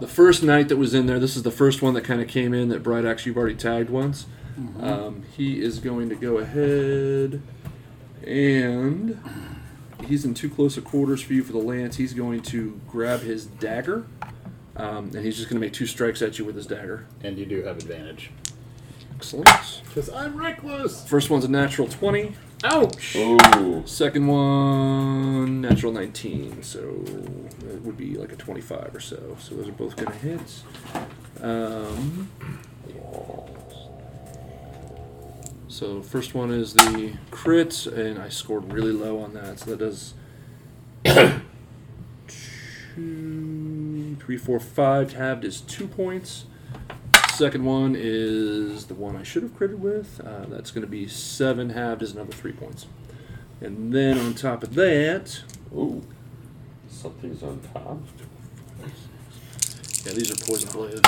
S5: the first knight that was in there, this is the first one that kind of came in that Bright Axe you've already tagged once.
S7: Mm-hmm.
S5: Um, he is going to go ahead and he's in too close of quarters for you for the lance. He's going to grab his dagger um, and he's just going to make two strikes at you with his dagger.
S7: And you do have advantage.
S5: Excellent.
S7: Because I'm reckless!
S5: First one's a natural 20.
S3: Oh,
S5: Ouch!
S4: Ooh.
S5: Second one, natural 19, so it would be like a 25 or so. So those are both going to hit. Um, so first one is the crit, and I scored really low on that, so that does two, three, four, five. Halved is two points. Second one is the one I should have critted with. Uh, that's going to be seven. Halved is another three points. And then on top of that,
S4: Ooh. Something's on top.
S5: yeah, these are poison related.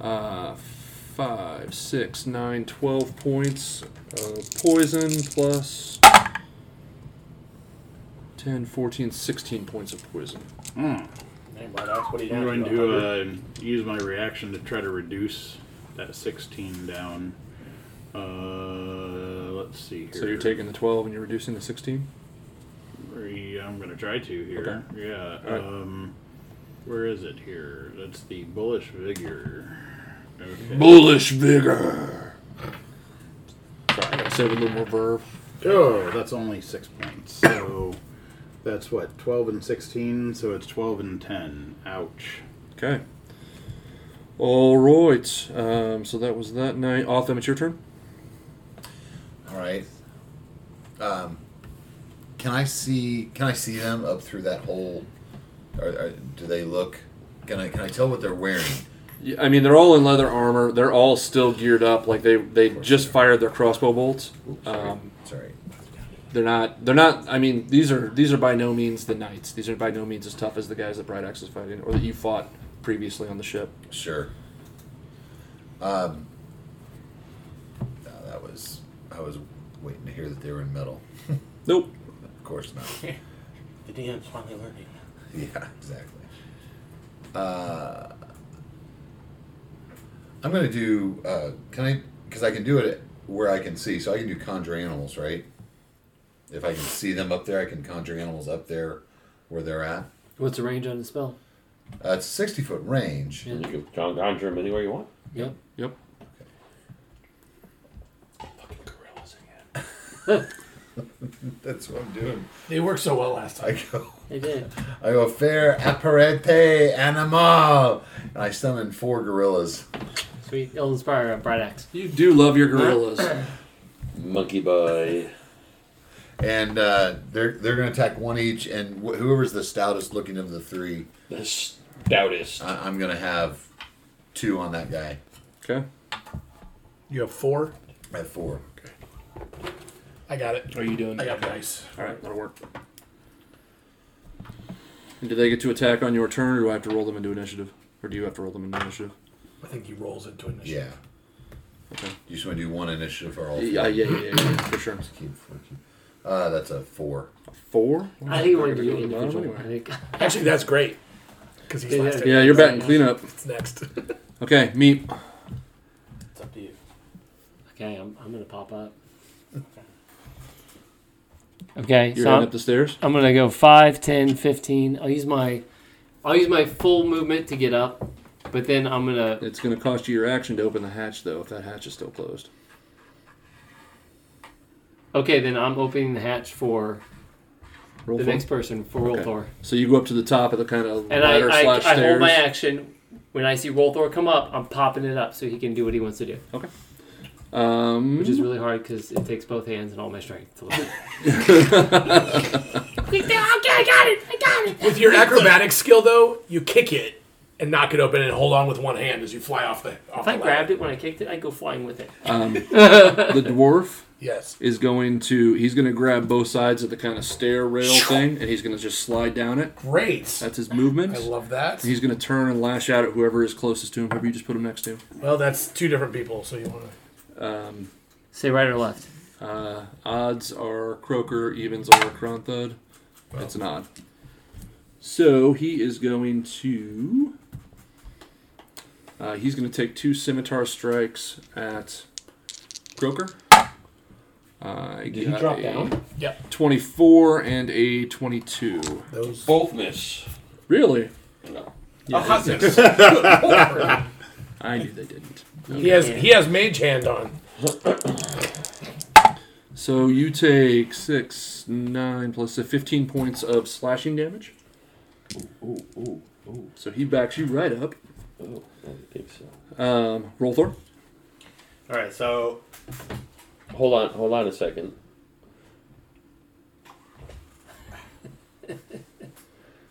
S5: Uh, five, six, nine, twelve points of poison plus 10, 14, 16 points of poison.
S7: Hmm.
S2: what are you
S7: I'm
S2: down
S7: going to uh, use my reaction to try to reduce that 16 down. Uh, Let's see here.
S5: So you're taking the 12 and you're reducing the 16?
S7: Re- I'm going to try to here. Yeah.
S5: All right.
S7: Um, where is it here? That's the bullish vigor. Okay.
S5: Bullish vigor. Sorry, I gotta say it with a little more verve.
S7: oh, that's only six points. So that's what twelve and sixteen. So it's twelve and ten. Ouch.
S5: Okay. All right. Um, so that was that night. Off them, it's your turn.
S8: All right. Um, can I see? Can I see them up through that hole? Or, or do they look? Can I? Can I tell what they're wearing?
S5: Yeah, I mean, they're all in leather armor. They're all still geared up. Like they they just fired their crossbow bolts. Um,
S8: Sorry.
S5: they're not. They're not. I mean, these are these are by no means the knights. These are by no means as tough as the guys that Bright Axe is fighting or that you fought previously on the ship.
S8: Sure. Um. No, that was. I was waiting to hear that they were in metal.
S5: Nope.
S8: Of course not.
S2: The DM's finally learning.
S8: Yeah, exactly. Uh, I'm gonna do. Uh, can I? Because I can do it where I can see, so I can do conjure animals, right? If I can see them up there, I can conjure animals up there where they're at.
S3: What's the range on the spell?
S8: Uh, it's sixty foot range.
S3: Yeah.
S4: You can con- conjure them anywhere you want.
S3: Yep.
S5: Yep.
S4: Fucking gorillas again.
S8: That's what I'm doing.
S6: They worked so well last time.
S8: I go.
S3: They did.
S8: I go fair apparete animal, and I summon four gorillas.
S3: Sweet. It'll inspire a bright axe.
S5: You do love your gorillas.
S4: Monkey boy.
S8: and uh, they're they're going to attack one each, and wh- whoever's the stoutest looking of the three,
S4: The stoutest.
S8: I- I'm going to have two on that guy.
S5: okay.
S6: You have four.
S8: I have four.
S6: I got it.
S5: What are you doing?
S6: I got dice.
S5: All right, that'll work. And do they get to attack on your turn, or do I have to roll them into initiative, or do you have to roll them into initiative?
S6: I think he rolls into initiative.
S8: Yeah.
S5: Okay.
S8: You just want to do one initiative for all.
S5: Yeah, yeah, yeah, yeah, yeah, for sure.
S8: Keep- keep- Uh, that's a four.
S5: Four.
S3: I think we're going to do
S5: Go to the bottom
S3: individual. I
S5: anyway.
S3: think.
S6: Actually, that's great. Because he's
S3: Yeah,
S6: last.
S3: yeah.
S6: in.
S5: Yeah, you're batting cleanup.
S6: It's next.
S5: Okay, meep.
S2: It's up to you.
S3: Okay, I'm, I'm going to pop up. Okay, so
S5: You're heading
S3: I'm,
S5: up the stairs.
S3: I'm going to go 5, 10, 15. I'll use my I'll use my full movement to get up, but then I'm going to
S5: It's going to cost you your action to open the hatch, though, if that hatch is still closed.
S3: Okay, then I'm opening the hatch for
S5: Roll
S3: the
S5: for
S3: next person for Rolthor.
S5: Okay. So you go up to the top of the kind of
S3: And
S5: ladder
S3: I, I,
S5: slash
S3: I
S5: stairs.
S3: hold my action. When I see Rolthor come up, I'm popping it up so he can do what he wants to do,
S5: um,
S3: which is really hard because it takes both hands and all my strength to lift it.
S6: With your acrobatic skill, though, you kick it and knock it open and hold on with one hand as you fly off the. Off
S3: If I grabbed it when I kicked it, I'd go flying with it.
S5: the dwarf
S6: Yes.
S5: is going to he's going to grab both sides of the kind of stair rail thing, and he's going to just slide down it.
S6: Great.
S5: That's his movement.
S6: I love that.
S5: He's going to turn and lash out at whoever is closest to him, whoever you just put him next to.
S6: Well, that's two different people, so you want to.
S5: Um,
S3: Say right or left.
S5: uh, odds are Croker, evens are Kronthud. That's an odd. So he is going to. Uh, he's going to take two scimitar strikes at Croker. Uh, Did
S2: he drop down?
S6: Yep.
S5: 24 and a 22.
S6: Those.
S4: Both miss.
S5: Really?
S4: No.
S5: I knew they didn't.
S6: He has he has mage hand on.
S5: So you take 6, 9, plus the 15 points of slashing damage.
S4: Ooh, ooh, ooh.
S5: So he backs you right up.
S4: Oh, I think so.
S5: Um, roll Thor.
S2: All right, so
S4: Hold on, hold on a second.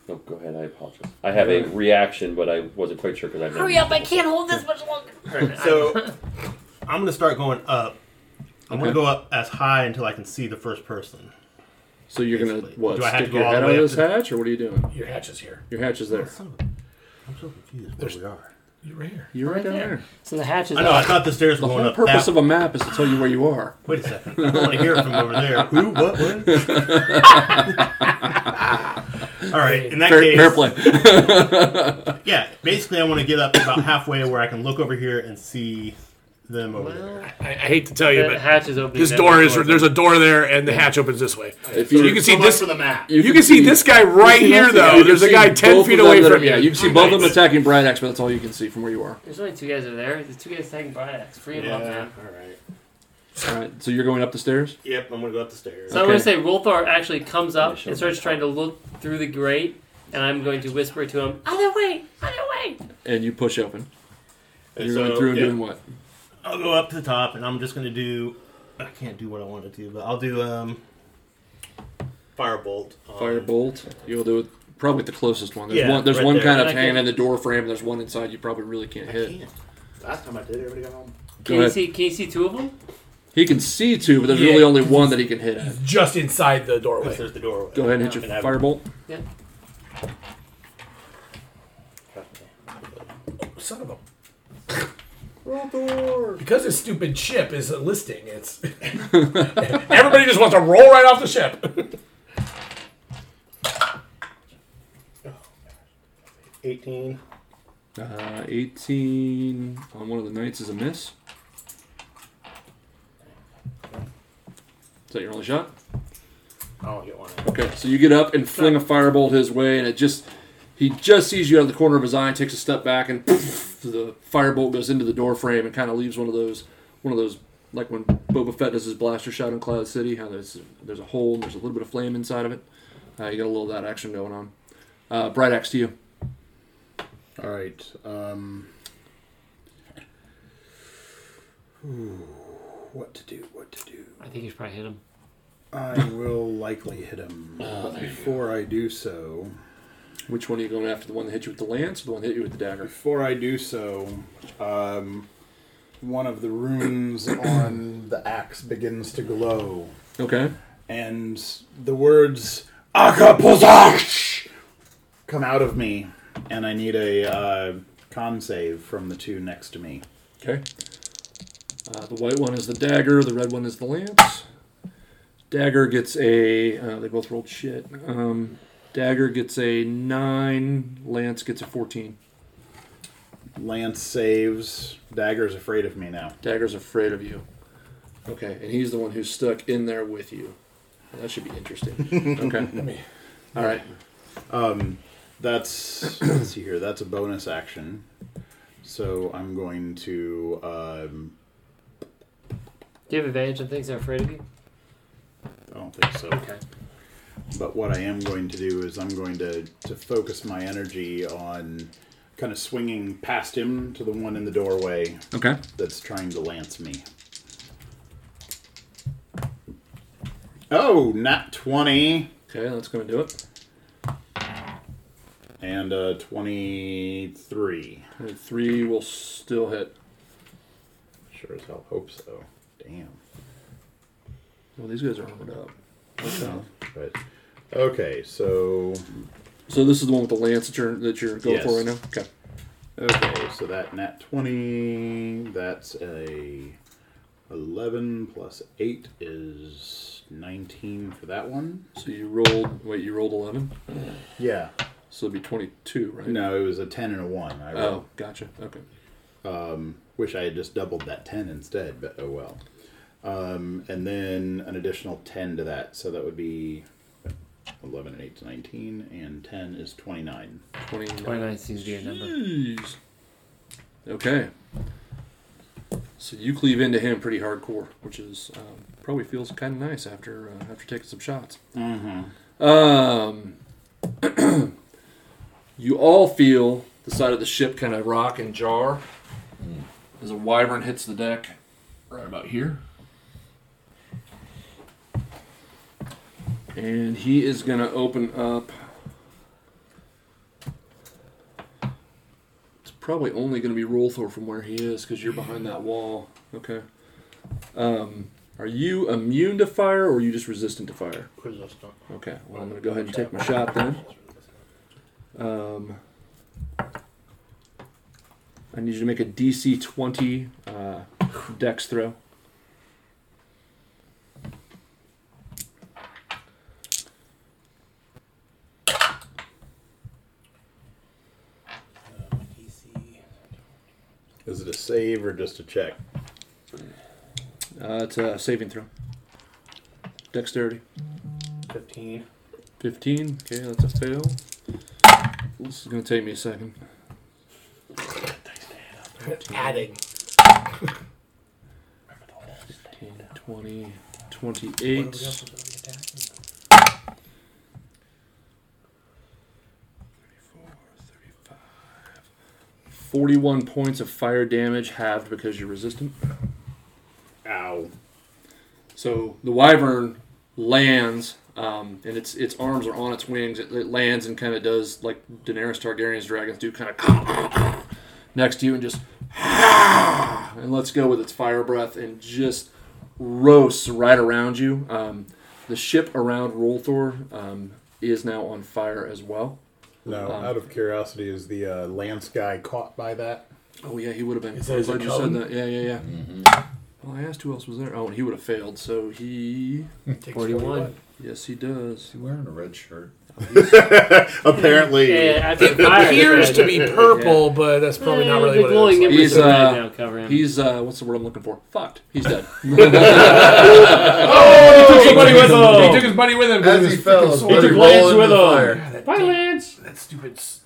S4: No, go ahead. I apologize. I have a reaction, but I wasn't quite sure because I. Hurry up!
S2: all right, so I'm gonna start going up. I'm gonna
S5: Okay.
S2: go up as high until I can see the first person.
S5: So you're going to,
S2: Basically.
S5: what,
S2: Do I have
S5: stick
S2: to go
S5: your
S2: all
S5: head
S2: the
S5: out
S2: way
S5: of
S2: up
S5: this
S2: to the-
S5: hatch, or what are you doing?
S6: Your hatch is here.
S5: Your hatch is there.
S2: Son of a- I'm so confused where we are.
S6: You're right here.
S5: You're right down there.
S3: So the hatch is
S2: I know. I
S3: up.
S2: thought the stairs were
S5: The
S2: going
S5: whole
S2: up.
S5: purpose
S2: that-
S5: of a map is to tell you where you are.
S2: Wait a second. I want to hear it from over there. Who? What? What? All right. In that
S5: Fair,
S2: case,
S5: fair play.
S2: yeah. Basically, I want to get up about halfway where I can look over here and see
S7: them over there.
S9: I, I hate to tell you,
S3: The
S9: but
S3: hatch is open.
S9: his door is there's a door there, and the hatch opens this way.
S5: If
S9: So you can see
S2: So much
S9: this.
S2: for the map.
S5: You
S9: You can see this guy right here, though. There's a guy ten feet away from you.
S5: Yeah, you can see both of them attacking Bradax, but that's all you can see from where you are.
S3: There's only two guys over there. The two guys taking Brian axe. Free him up,
S2: Yeah.
S3: man.
S2: All right.
S5: All right, so you're going up the stairs.
S2: Yep. I'm gonna go up the stairs.
S3: So I'm going
S5: Okay.
S3: to say Rolthar actually comes up
S5: Sure.
S3: and starts trying to look through the grate, and I'm going to whisper to him, Other way! Other way!
S5: and you push open.
S2: And
S5: And you're
S2: so,
S5: going through and
S2: yeah,
S5: doing what?
S2: I'll go up to the top, and I'm just gonna do. I can't do what I want to do, but I'll do um. Firebolt. On,
S5: Firebolt. You'll do it probably the closest one. There's
S2: Yeah,
S5: one. There's
S2: right
S5: one
S2: there.
S5: kind
S3: And
S5: of
S3: I can-
S5: hanging in the door frame. and There's one inside. You probably really can't
S2: I
S5: hit.
S2: can't. Last time I did, everybody got home.
S5: Go
S3: Can you,
S5: ahead.
S3: see, can you see two of them?
S5: He can see two, but there's
S6: Yeah.
S5: really only one that he can hit at.
S9: Just inside the
S2: Because
S9: doorway.
S2: there's the doorway.
S5: Go ahead and hit
S2: And
S5: your
S2: I've-
S5: firebolt.
S3: Yeah.
S9: Son of a.
S2: Rolthor.
S9: Because this stupid ship is a listing, it's everybody just wants to roll right off the ship.
S2: 18.
S5: Uh, 18 on one of the knights is a miss. Is that your only shot?
S2: I don't get one.
S5: Okay, so you get up and fling a firebolt his way, and it just. He just sees you out of the corner of his eye, takes a step back, and the firebolt goes into the door frame and kind of leaves one of those, one of those, like when Boba Fett does his blaster shot in Cloud City, how there's there's a hole and there's a little bit of flame inside of it. Uh, you got a little of that action going on. Uh, Bright axe to you.
S7: All right. Um, ooh, what to do? What to do?
S3: I think you should probably hit him.
S7: I will likely hit him.
S2: Oh,
S7: but before I do so,
S5: Which one are you going after? The one that hit you with the lance, or the one that hit you with the dagger?
S7: before I do so, um, one of the runes on the axe begins to glow,
S5: Okay.
S7: and the words "Akapozash" come out of me, and I need a uh, con save from the two next to me.
S5: Okay. Uh, the white one is the dagger. The red one is the lance. Dagger gets a. Uh, they both rolled shit. Um, dagger gets a nine. Lance gets a fourteen.
S7: Lance saves. Dagger's afraid of me now.
S5: Dagger's afraid of you. Okay, and he's the one who's stuck in there with you. Well, that should be interesting. Okay. All right.
S7: That's let's see here. That's a bonus action. So I'm going to. Um,
S3: Do you have advantage on things that are afraid of you?
S7: I don't think so.
S3: Okay.
S7: But what I am going to do is I'm going to to focus my energy on kind of swinging past him to the one in the doorway
S5: Okay.
S7: that's trying to lance me. Oh, not twenty
S5: Okay, that's gonna do it.
S7: and uh, twenty-three.
S5: And Three will still hit.
S7: Sure as hell hope so. Damn.
S5: Well, these guys are armored up.
S7: No, but okay, so
S5: So this is the one with the lance that you're that you're going for
S7: Yes.
S5: right now. Okay.
S7: okay, Oh, so that nat twenty, that's a eleven plus eight is nineteen for that one.
S5: So you rolled. Wait, you rolled eleven.
S7: Yeah.
S5: So it'd be 22, right?
S7: No, it was a ten and a one. I
S5: Oh,
S7: rolled.
S5: gotcha. Okay.
S7: wish I had just doubled that ten instead, but oh well. Um, and then an additional ten to that, so that would be eleven and eight to nineteen, and ten is twenty-nine.
S5: 29.
S3: 29 seems to be a number.
S5: Jeez. Okay. So you cleave into him pretty hardcore, which is um, probably feels kind of nice after uh, after taking some shots. Mm-hmm. Um, you all feel the side of the ship kind of rock and jar as a wyvern hits the deck right about here. And he is going to open up. It's probably only going to be Rolthor from where he is because you're behind that wall. Okay. Um, are you immune to fire or are you just resistant to fire?
S2: Resistant.
S5: Okay. Well, I'm going to go ahead and take my shot then. Um, I need you to make a DC 20 uh, dex throw.
S7: Is it a save or just a check?
S5: Uh, it's a saving throw. Dexterity.
S2: 15.
S5: 15. Okay, that's a fail. This is going to take me a second.
S9: Adding.
S5: 15, 20, 28, 41 points of fire damage halved because you're resistant.
S7: Ow.
S5: So the wyvern lands, um, and its its arms are on its wings. It, it lands and kind of does like Daenerys Targaryen's dragons do, kind of next to you, and just and lets go with its fire breath, and just roasts right around you. Um, the ship around Rolthor um, is now on fire as well.
S7: No, out of curiosity, is the uh, Lance guy caught by that?
S5: Oh yeah, he would have been.
S6: that- Mm-hmm. is
S5: I'm glad
S6: it
S5: you said
S6: Cullen?
S5: that. Yeah, yeah, yeah. Well, I asked who else was there. Oh, and he would have failed. So he,
S3: Forty-one.
S5: yes, he does.
S8: He's wearing a red shirt.
S7: Apparently.
S3: Yeah, I think fire
S9: Appears
S3: red.
S9: to be purple, but that's probably not
S3: Eh,
S9: really
S3: the
S9: what it
S3: glowing
S9: is.
S3: embers
S5: He's,
S3: of red
S5: uh,
S3: now cover him.
S5: He's uh, what's the word I'm looking for? Fucked. He's dead.
S6: He took his buddy with
S4: Oh.
S6: him. He took his buddy with him. 'cause
S8: As
S6: of
S8: he
S6: his
S8: fell,
S6: freaking
S8: his
S6: sword.
S8: blood
S4: Peter
S8: rolled
S4: Glenn's
S8: into
S4: with
S8: the
S4: him.
S8: fire.
S6: That,
S4: Bye, Lance.
S6: that stupid s-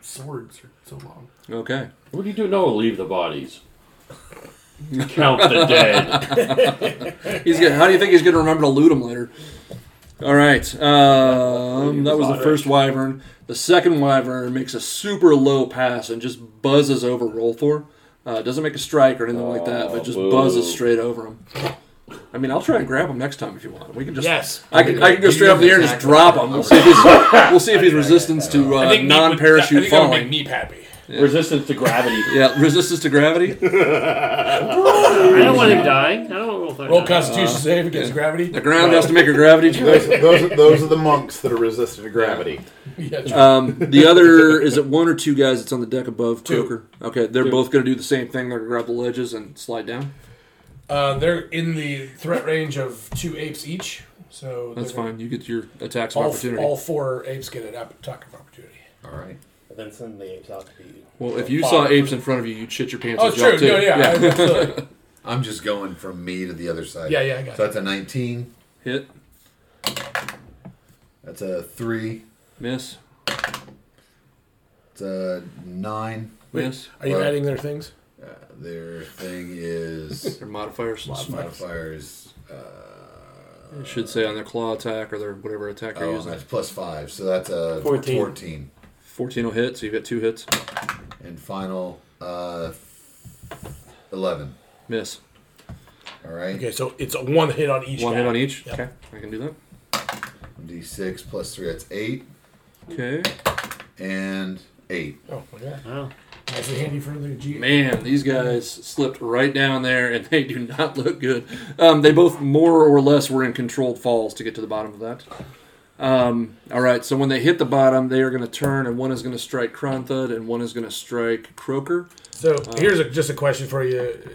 S6: swords are so long.
S5: okay.
S4: What do you do? No, leave the bodies. Count the dead.
S5: He's gonna, how do you think he's gonna remember to loot him later? All right. Um, that was the first wyvern. The second wyvern makes a super low pass and just buzzes over Rolthor. Uh, doesn't make a strike or anything like that, but just
S4: Oh, boo.
S5: buzzes straight over him. I mean, I'll try and grab him next time if you want. We can just
S9: Yes.
S5: I can, I can go straight up in the air and just drop him. We'll see if he's, we'll see if he's resistance to
S9: I
S5: uh,
S9: think Neep would- I
S5: non-parachute
S9: think that would make
S5: falling.
S9: Neep happy.
S4: Resistance to gravity.
S5: Yeah, resistance to gravity.
S3: I don't want him dying. I don't want Rolthor
S9: Roll
S3: dying.
S9: Constitution save against gravity.
S5: The ground has to make a gravity check.
S7: Those, those, are- those are the monks that are resistant to gravity.
S5: Um, the other is it one or two guys that's on the deck above Toker. Okay, they're both going to do the same thing. They're going to grab the ledges and slide down.
S9: Uh, they're in the threat range of two apes each, so
S5: That's
S9: they're gonna-
S5: fine. You get your attacks of
S9: All,
S5: opportunity.
S9: all four apes get an app- attack of opportunity.
S8: All right.
S2: And then send the apes out to be you.
S5: well, if you saw apes in front of you, you'd shit your pants.
S9: Oh,
S5: and
S9: it's
S5: jump
S9: true.
S5: too.
S9: No, yeah, I- absolutely.
S8: I'm just going from me to the other side.
S9: Yeah, yeah, I got
S8: So that's a 19.
S5: hit,
S8: That's a 3.
S5: miss,
S8: It's a 9.
S5: miss.
S9: Are you
S8: Well-
S9: adding their things?
S8: Uh, their thing is.
S5: Their modifiers.
S8: modifiers. Uh,
S5: It should say on their claw attack or their whatever attack they're
S8: oh, and
S5: using.
S8: that's plus 5. So that's uh, a
S3: 14.
S8: 14.
S5: Fourteen will hit, so you've got two hits.
S8: And final, uh, 11.
S5: Miss.
S8: All right.
S9: Okay, so it's a one hit on each.
S5: One
S9: guy.
S5: hit on each.
S9: Yep.
S5: Okay, I can do that.
S8: D6 plus 3, that's 8.
S5: Okay.
S8: And 8.
S9: Oh my god,
S3: Wow.
S9: that's handy for the G.
S5: Man, these guys slipped right down there, and they do not look good. Um, they both more or less were in controlled falls to get to the bottom of that. Um, all right, so when they hit the bottom, they are going to turn, and one is going to strike Kronthud, and one is going to strike Croaker.
S9: So here's a, just a question for you: uh,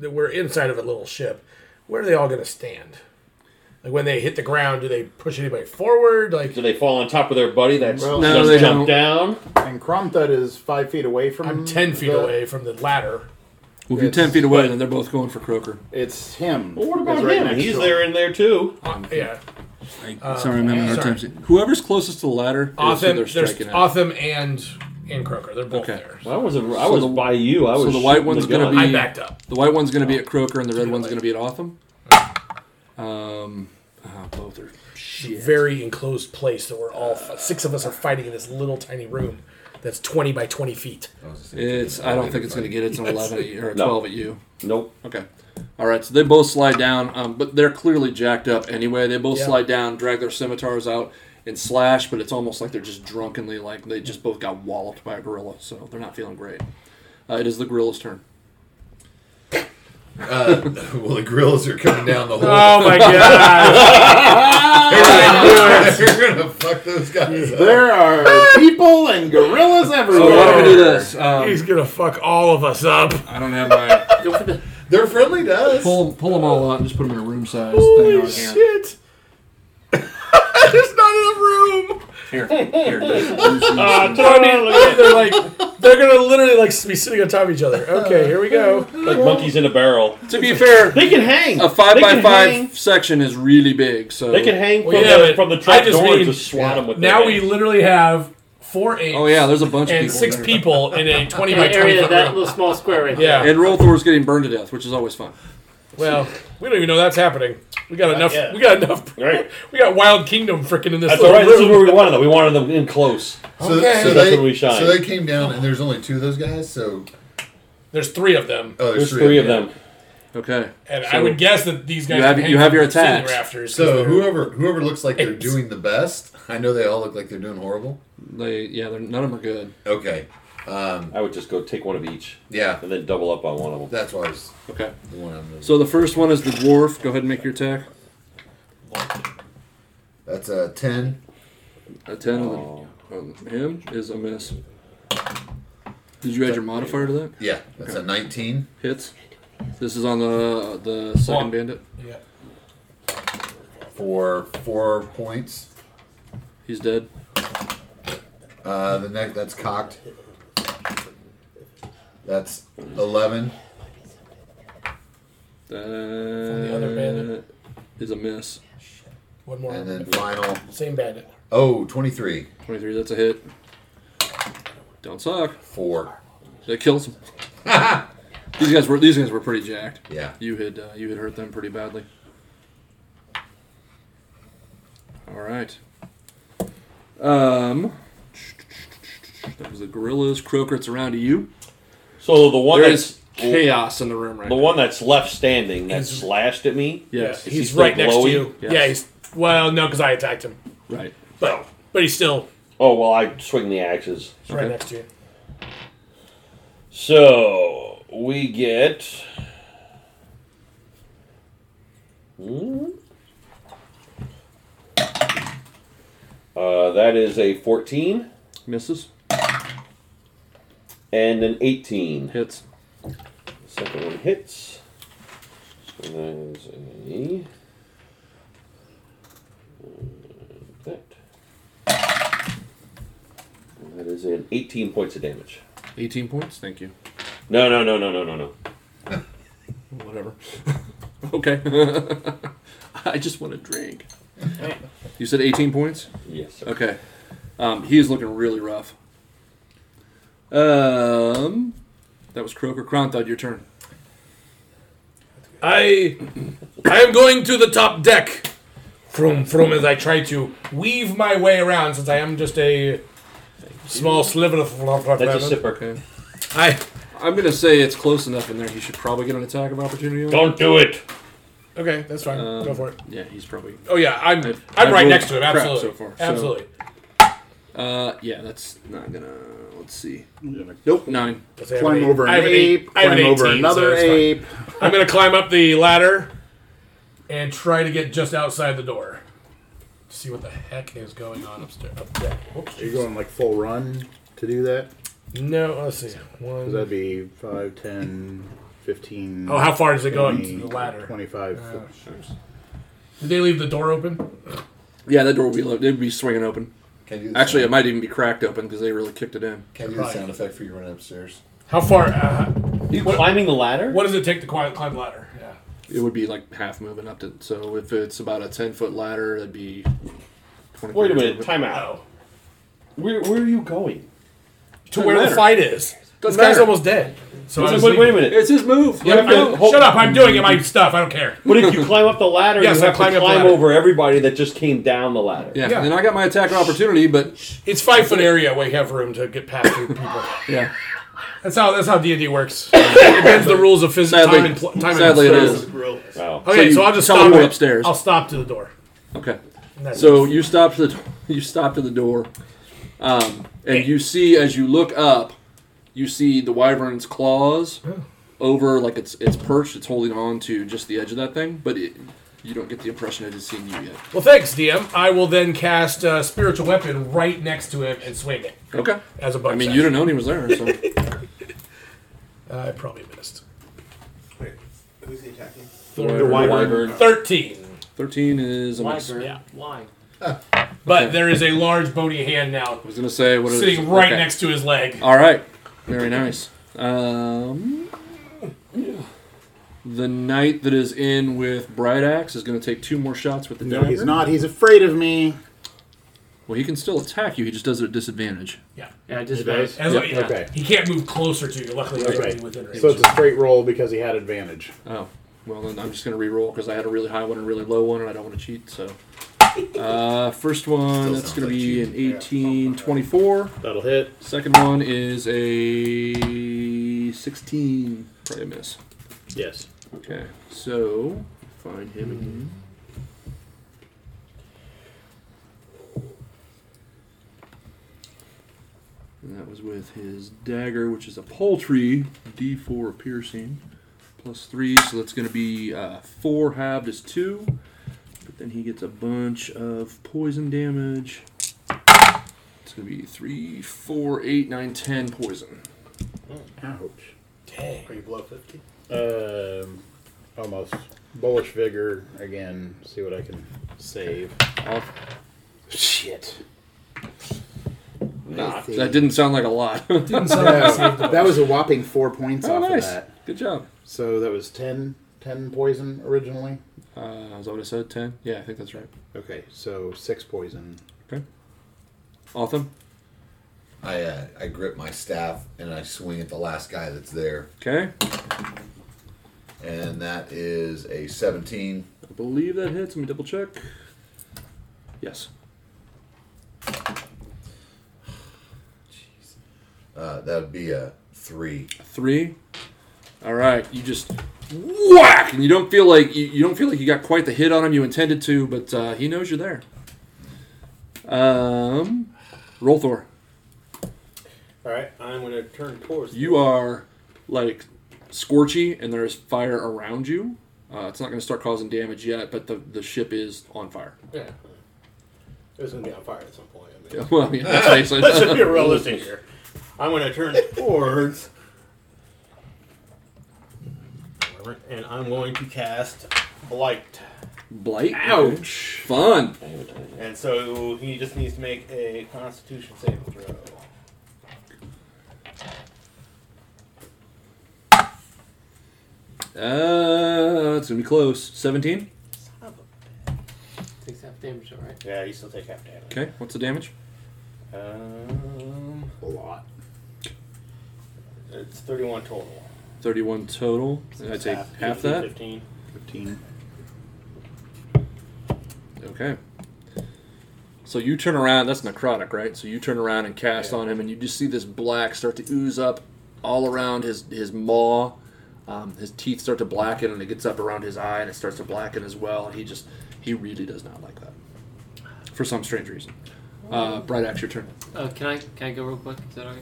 S9: that We're inside of a little ship. Where are they all going to stand? Like when they hit the ground, do they push anybody forward? Like
S4: Do they fall on top of their buddy that
S7: Well,
S5: No,
S4: just
S5: they
S4: jumped
S5: don't.
S4: down?
S7: And Kromthud is five feet away from
S9: I'm ten feet
S7: Mm, the-
S9: away from the ladder.
S5: Well, if you're ten
S7: Yes.
S5: feet away, then they're both going for Croaker.
S7: It's him.
S9: Oh,
S4: Well, what about
S7: It's right
S4: him?
S7: next
S4: He's
S7: to
S4: there in there too.
S9: Uh, yeah,
S5: sorry, I'm having a hard
S9: sorry.
S5: time. seeing- Whoever's closest to the ladder is who
S9: Otham,
S5: they're
S9: there's
S5: striking at.
S9: Otham and and Croker. They're both
S5: Okay.
S9: there.
S4: I was I was
S5: the-
S4: by you. I was.
S5: so the white
S4: shooting
S5: one's
S4: gun.
S5: gonna be-
S9: I backed up.
S5: The white one's going to be at Croaker, and the red one's going to be at Otham. Um, ah, both are
S9: It's a very enclosed place that we're all f- six of us are fighting in this little tiny room that's 20 by 20 feet.
S5: It's. I don't think it's going to get it. It's an eleven at you, or a
S4: No.
S5: twelve at you.
S4: Nope.
S5: Okay. All right. So they both slide down, um, but they're clearly jacked up anyway. They both
S9: Yeah.
S5: slide down, drag their scimitars out, and slash. But it's almost like they're just drunkenly like they just both got walloped by a gorilla, so they're not feeling great. Uh, it is the gorilla's turn.
S8: well, the grills are coming down the hole.
S7: Ah,
S3: my god.
S8: You're gonna fuck those guys
S7: him.
S8: up.
S7: There are people and gorillas everywhere.
S5: why don't we do this? Um,
S9: He's gonna fuck all of us up.
S5: I don't have my
S8: They're friendly to us.
S5: pull. Pull them all out and just put them in a room size thing on here.
S9: Shit! There's not enough room.
S4: Here, here. listen.
S9: Ah, they're like they're gonna literally like be sitting on top of each other. Okay, here we go.
S4: like monkeys in a barrel.
S5: To be fair,
S4: They can hang.
S5: a five
S4: they
S5: by
S4: can
S5: five
S4: hang.
S5: section is really big. So
S4: They can hang from,
S6: Well, yeah,
S4: the,
S6: but
S4: from the
S6: I
S4: trap
S6: just
S4: door
S6: mean-
S4: and just swat them with
S6: Now
S4: their
S6: we
S4: hands.
S6: literally have four apes.
S5: Oh yeah, there's a bunch of
S6: and
S5: people
S6: six
S5: there.
S6: people in a twenty by
S3: That
S6: twenty
S3: area,
S6: foot
S3: that
S6: room.
S3: little small square right there.
S9: Yeah.
S5: And Rolthor's getting burned to death, which is always fun.
S9: Well, we don't even know that's happening. We got enough.
S2: yet.
S9: We got enough.
S4: Right.
S9: We got Wild Kingdom freaking in this.
S4: That's all
S9: little
S4: right. This is
S9: room.
S4: where we wanted them. We wanted them in close.
S8: So,
S9: Okay.
S8: so,
S4: So that's
S8: they,
S4: when we shine.
S8: so they came down, and there's only two of those guys. So
S9: There's three of them,
S8: oh,
S4: There's three of them.
S5: Okay.
S9: and I would guess that these guys
S5: You have-
S9: can hang
S5: you have your
S9: from the ceiling
S5: attacks.
S9: Rafters.
S8: So whoever whoever looks like they're
S9: Apes.
S8: doing the best, I know they all look like they're doing horrible.
S5: They yeah, they're, none of them are good.
S8: Okay,
S4: I would just go take one of each
S8: yeah,
S4: and then double up on one of them.
S8: that's why I was
S5: Okay.
S8: the one I'm.
S5: So the first one is the dwarf. Go ahead and make your attack.
S8: That's a ten.
S5: A ten on, the, on him is a miss. Did you add your modifier to that?
S8: Yeah, that's a nineteen.
S5: Hits. This is on the the second
S6: One.
S5: bandit.
S6: Yeah.
S8: for four points.
S5: He's dead.
S8: Uh, the next that's cocked. That's eleven.
S5: That
S9: other bandit.
S5: is a miss.
S9: One more.
S8: And then final
S9: Same bandit.
S8: oh, 23.
S5: Twenty-three. That's a hit. Don't suck.
S8: Four.
S5: That kills him. these guys were these guys were pretty jacked.
S8: Yeah.
S5: You had uh, you had hurt them pretty badly. All right. Um, that was the gorillas. Croaker, it's around to you.
S4: So the one
S5: There
S4: that's
S5: is chaos in the room right
S4: the
S5: now.
S4: one that's left standing that
S9: Is-
S4: slashed at me.
S5: Yes.
S4: Is he
S9: he's
S4: still
S9: right next to
S4: glowy?
S9: you.
S5: Yes.
S9: Yeah, he's well, no, because I attacked him,
S5: Right.
S9: but but he's still
S4: Oh well, I swing the axes.
S9: he's right next to you.
S4: So we get. Mm. Uh, that is a 14
S5: Misses.
S4: and an 18.
S5: Hits.
S4: Second one hits. So that is a. That. That is an 18 points of damage.
S5: 18 points. Thank you.
S4: No, no, no, no, no, no, no.
S5: Whatever. okay. I just want a drink. You said 18 points.
S4: Yes, sir.
S5: Okay. Um, he is looking really rough. Um, that was Croaker Kronthod, your turn.
S9: I I am going to the top deck. From from as I try to weave my way around since I am just a small sliver of
S4: That's a sipper.
S5: Okay.
S9: I
S5: I'm gonna say it's close enough in there. He should probably get an attack of opportunity. On. it.
S4: Don't do it.
S9: okay, that's fine. Go for it.
S5: Yeah, he's probably.
S9: Oh yeah, I'm I'm
S5: I've- I've
S9: right
S5: rolled
S9: next to him.
S5: crap
S9: Absolutely,
S5: so far, so-
S9: absolutely.
S5: Uh, yeah, that's not gonna. Let's see. Nope, nine.
S9: Let's say I have
S7: Climb
S9: an eight-
S7: over an
S9: I have an
S7: ape,
S9: eight- I have an
S7: climb over
S9: 18, so
S7: another
S9: it's fine.
S7: ape.
S9: I'm gonna climb up the ladder and try to get just outside the door. to See what the heck is going on upstairs. Up there. Oops.
S7: Are you going like full run to do that?
S9: No, let's see. One.
S7: Because that'd be 5, 10, 15.
S9: Oh, how far does it go up
S7: 20,
S9: to the ladder?
S7: 25.
S9: Did they leave the door open?
S5: Yeah, that door would be lo- it'd be swinging open.
S8: Can I do the
S5: Actually, it
S8: sound,
S5: might even be cracked open because they really kicked it in.
S8: can I do the sound effect for you running upstairs?
S9: How far? Uh,
S4: You climbing the ladder?
S9: what does it take to climb, climb the ladder? Yeah.
S5: It would be like half moving up to. So if it's about a ten foot ladder, that'd be. 20
S4: Wait a
S5: feet.
S4: minute. Time out.
S9: Oh.
S4: Where, where are you going?
S9: To where the
S5: matter.
S9: fight is. This
S5: Doesn't
S9: guy's
S5: matter.
S9: almost dead. So I
S4: Wait,
S9: was
S4: wait, wait a
S9: thinking-
S4: minute.
S5: It's his move.
S4: You have to hold-
S9: Shut up! I'm doing it. My stuff. I don't care.
S4: But if you climb up the ladder,
S9: Yes,
S4: you
S9: I
S4: have
S9: climb
S4: to
S9: up the
S4: climb
S9: ladder.
S4: over everybody that just came down the ladder.
S5: Yeah,
S9: Yeah.
S5: and then I got my attack of opportunity, but
S9: It's five foot area where you have room to get past through people.
S5: yeah,
S9: That's how that's how D and D works. it bends the rules of physics.
S5: Sadly-
S9: time and pl- time
S5: sadly it
S9: and
S5: is.
S9: space.
S2: Real.
S4: Wow.
S5: So
S9: Okay,
S5: you
S9: so, I'll just
S5: teleport
S9: stop it.
S5: upstairs.
S9: I'll stop to the door.
S5: okay.
S9: And that's
S5: So
S9: it.
S5: you stop to the you stop to the door, um, and you see as you look up, you see the wyvern's claws over like it's it's perched. It's holding on to just the edge of that thing, but it, you don't get the impression it has seen you yet.
S9: well, thanks, DM. I will then cast uh, spiritual weapon right next to him and swing it
S5: Okay.
S9: as a bonus.
S5: I mean, you didn't know he was there, so
S9: I probably missed.
S2: Wait, who's he attacking?
S4: The wyvern.
S9: Thirteen.
S5: thirteen is a
S3: Why,
S5: miss.
S3: Bert?
S9: Yeah.
S3: Why?
S6: But there is a large bony hand now
S5: I was gonna say what is
S6: sitting right
S5: okay.
S6: next to his leg.
S5: All right, very nice. Um, the knight that is in with Bright Axe is gonna take two more shots with the
S7: No,
S5: dagger.
S7: he's not. He's afraid of me.
S5: Well, he can still attack you. He just does it at disadvantage.
S3: Yeah, just
S2: does?
S6: As-
S5: Yep,
S6: yeah,
S7: okay.
S6: He can't move closer to you. Luckily, you're
S7: Okay.
S6: within range.
S7: So it's a straight roll because he had advantage.
S5: Oh, well then I'm just gonna re-roll because I had a really high one and a really low one, and I don't want to cheat. So, uh, first one
S8: Still
S5: that's
S8: sounds
S5: gonna
S8: like
S5: be an 18, 24.
S2: That'll hit.
S5: Second one is a 16. Probably a miss.
S2: Yes.
S5: Okay, so find him again. And that was with his dagger, which is a paltry d4 piercing, plus three, so that's going to be uh, four halved is two. But then he gets a bunch of poison damage. It's going to be three, four, eight, nine, ten poison.
S7: Ouch.
S2: Are you below 50?
S7: Um, almost bullish vigor again. See what I can save.
S5: Off-
S7: Shit.
S4: Not.
S5: That didn't sound like a lot. oh,
S6: Didn't sound like
S7: Yeah, that was a whopping four points off
S5: nice.
S7: of that.
S5: Good job.
S7: So that was 10, 10 poison originally.
S5: Uh, is that what I said? Ten? Yeah, I think that's right.
S7: Okay, so six poison.
S5: Awesome.
S8: I uh, I grip my staff and I swing at the last guy that's there,
S5: Okay.
S8: and that is a 17.
S5: I believe that hits. Let me double check. Yes.
S8: Uh, that would be a three.
S5: Three. All right. You just whack, and you don't feel like you, you don't feel like you got quite the hit on him you intended to, but uh, he knows you're there. Um, Rolthor,
S2: All right, I'm going to turn towards
S5: you are like scorchy, and there is fire around you. Uh, it's not going to start causing damage yet, but the, the ship is on fire.
S2: Yeah. It was going to be on fire at some point. I mean,
S5: well, yeah, that's basically-
S2: Let's just be realistic here. I'm going to turn towards. And I'm going to cast Blight.
S5: Blight.
S2: Ouch.
S5: Fun.
S2: And so he just needs to make a Constitution saving throw.
S5: Uh, it's gonna be close. Seventeen.
S3: takes half damage, all right?
S2: Yeah, you still take half damage.
S5: Okay. What's the damage?
S2: Um,
S7: A lot.
S2: it's 31 total.
S5: Thirty-one total. And I'd say half,
S2: 15,
S5: that.
S2: 15.
S7: 15.
S5: Okay. So you turn around. That's necrotic, right? So you turn around and cast on him, and you just see this black start to ooze up all around his his maw. Um, his teeth start to blacken, and it gets up around his eye, and it starts to blacken as well. And he just he really does not like that for some strange reason. Uh, Bright axe, your turn.
S3: Uh, can I can I go real quick? Is that all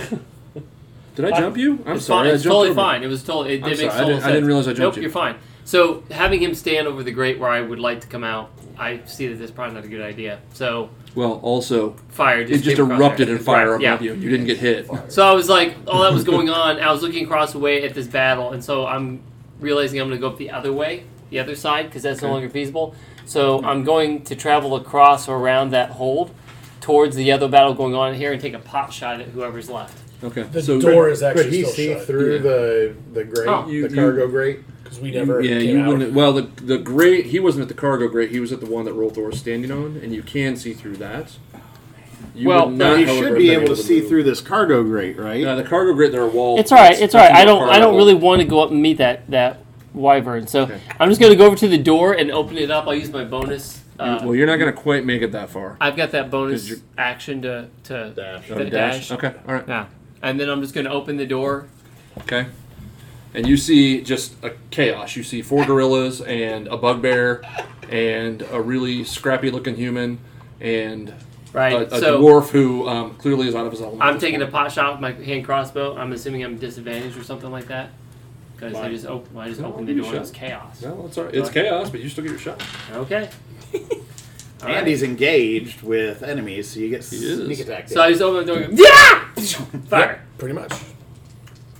S3: right?
S5: Did I jump you? I'm
S3: it's
S5: sorry.
S3: Fine.
S5: I
S3: It's
S5: jumped
S3: totally
S5: over.
S3: fine. It was totally. It,
S5: I'm
S3: it makes
S5: sorry, I
S3: total
S5: didn't- I
S3: sense.
S5: didn't realize I
S3: nope,
S5: jumped you.
S3: are fine. So having him stand over the grate where I would like to come out, I see that that's probably not a good idea. So
S5: Well, also
S3: fire
S5: it
S3: just
S5: just
S3: came across
S5: erupted
S3: there.
S5: in fire
S3: Right,
S5: above
S3: yeah.
S5: you. You didn't get hit.
S3: So I was like, all that was going on. I was looking across the way at this battle, and so I'm realizing I'm going to go up the other way, the other side, because that's no longer feasible. So I'm going to travel across or around that hold towards the other battle going on here and take a pot shot at whoever's left.
S5: Okay.
S9: The
S5: so
S9: door is actually
S7: Could he
S9: still
S7: see
S9: shut
S7: through
S5: Yeah.
S7: the the grate,
S3: Oh.
S5: You-
S7: the cargo
S5: you-
S7: grate?
S9: because we never.
S5: yeah,
S9: came
S5: you
S9: out.
S5: wouldn't. Well, the the grate he wasn't at the cargo grate. He was at the one that Rolthor was standing on, and you can see through that. You
S3: Well,
S5: would
S3: no,
S5: not,
S7: He
S5: however,
S7: should
S5: have
S7: be
S5: been
S7: able to see
S5: move.
S7: through this cargo grate, right?
S5: Yeah, the cargo grate. There are walls.
S3: It's all right. It's all right. I
S5: nothing but
S3: don't. I don't
S5: firewall.
S3: really want to go up and meet that that wyvern. So
S5: Okay.
S3: I'm just going to go over to the door and open it up. I'll use my bonus. Uh,
S5: well, you're not going to quite make it that far.
S3: I've got that bonus
S5: Did you-
S3: action to to
S2: Dash.
S3: the
S5: Oh,
S3: dash.
S5: Okay. All right.
S3: Yeah, and then I'm just going to open the door.
S5: Okay. And you see just a chaos. You see four gorillas and a bugbear and a really scrappy looking human and
S3: Right.
S5: a, a
S3: so
S5: dwarf who um, clearly is out of his element.
S3: I'm taking a pot shot with my hand crossbow. I'm assuming I'm disadvantaged or something like that. Because I
S5: Why?
S3: just op- I just
S5: No,
S3: opened
S5: you
S3: the door and
S5: shot.
S3: it was chaos.
S5: No, it's all right. It's chaos, but you still get your shot.
S3: Okay. All
S7: and
S3: right.
S7: he's engaged with enemies, so you get
S5: is.
S7: sneak attack.
S3: So I just opened the door. And go, yeah. Fire.
S9: Pretty much.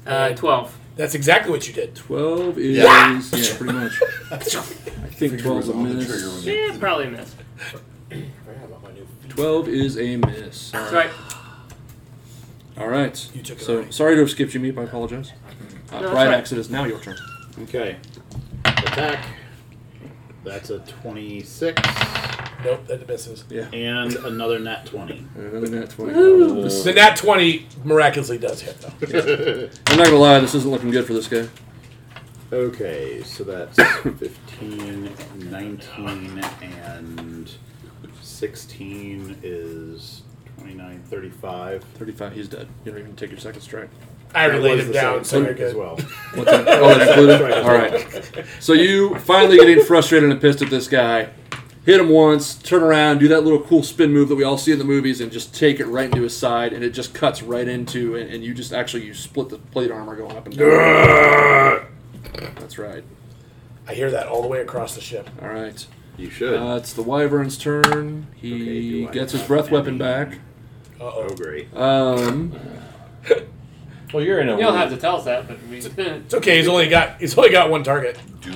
S3: Uh, Twelve.
S9: That's exactly what you did.
S5: 12 is.
S8: Yeah.
S5: Yeah, pretty much. I think 12 is a miss.
S3: Yeah, probably a miss.
S2: I forgot about my new feet.
S5: 12 is a miss.
S3: That's right.
S5: All right.
S9: You took it
S5: so,
S9: away.
S5: sorry to have skipped you, Meep. I apologize. Uh,
S3: that's
S5: Brian
S3: right.
S5: Axe, it is now your turn.
S7: Okay. Attack. That's a 26.
S9: Nope, that misses.
S5: Yeah.
S7: And another nat 20.
S5: Another nat 20.
S9: The nat twenty miraculously does hit though.
S5: I'm not gonna lie, this isn't looking good for this guy.
S7: Okay, so that's 15, 19, and 16 is 29, 35.
S5: 35, he's dead. You don't even take your second strike.
S9: I
S7: That
S9: already laid
S7: was
S9: him
S7: the
S9: down, so
S7: second
S9: you're
S7: as
S9: good.
S7: well.
S5: What's that? Oh, that's included?
S7: Right, that's
S5: All right. So you finally getting frustrated and pissed at this guy. Hit him once, turn around, do that little cool spin move that we all see in the movies, and just take it right into his side, and it just cuts right into, and, and you just actually you split the plate armor going up and down. That's right.
S9: I hear that all the way across the ship.
S5: All right.
S7: You should.
S5: Uh, it's the Wyvern's turn.
S7: Okay,
S5: He
S7: do I
S5: gets his
S7: have
S5: breath weapon
S7: any-
S5: back.
S9: Uh
S7: oh,
S9: oh.
S7: great.
S5: Um,
S4: Well, you're in a.
S3: You'll have to tell us that, but we,
S9: It's okay. He's only got he's only got one target,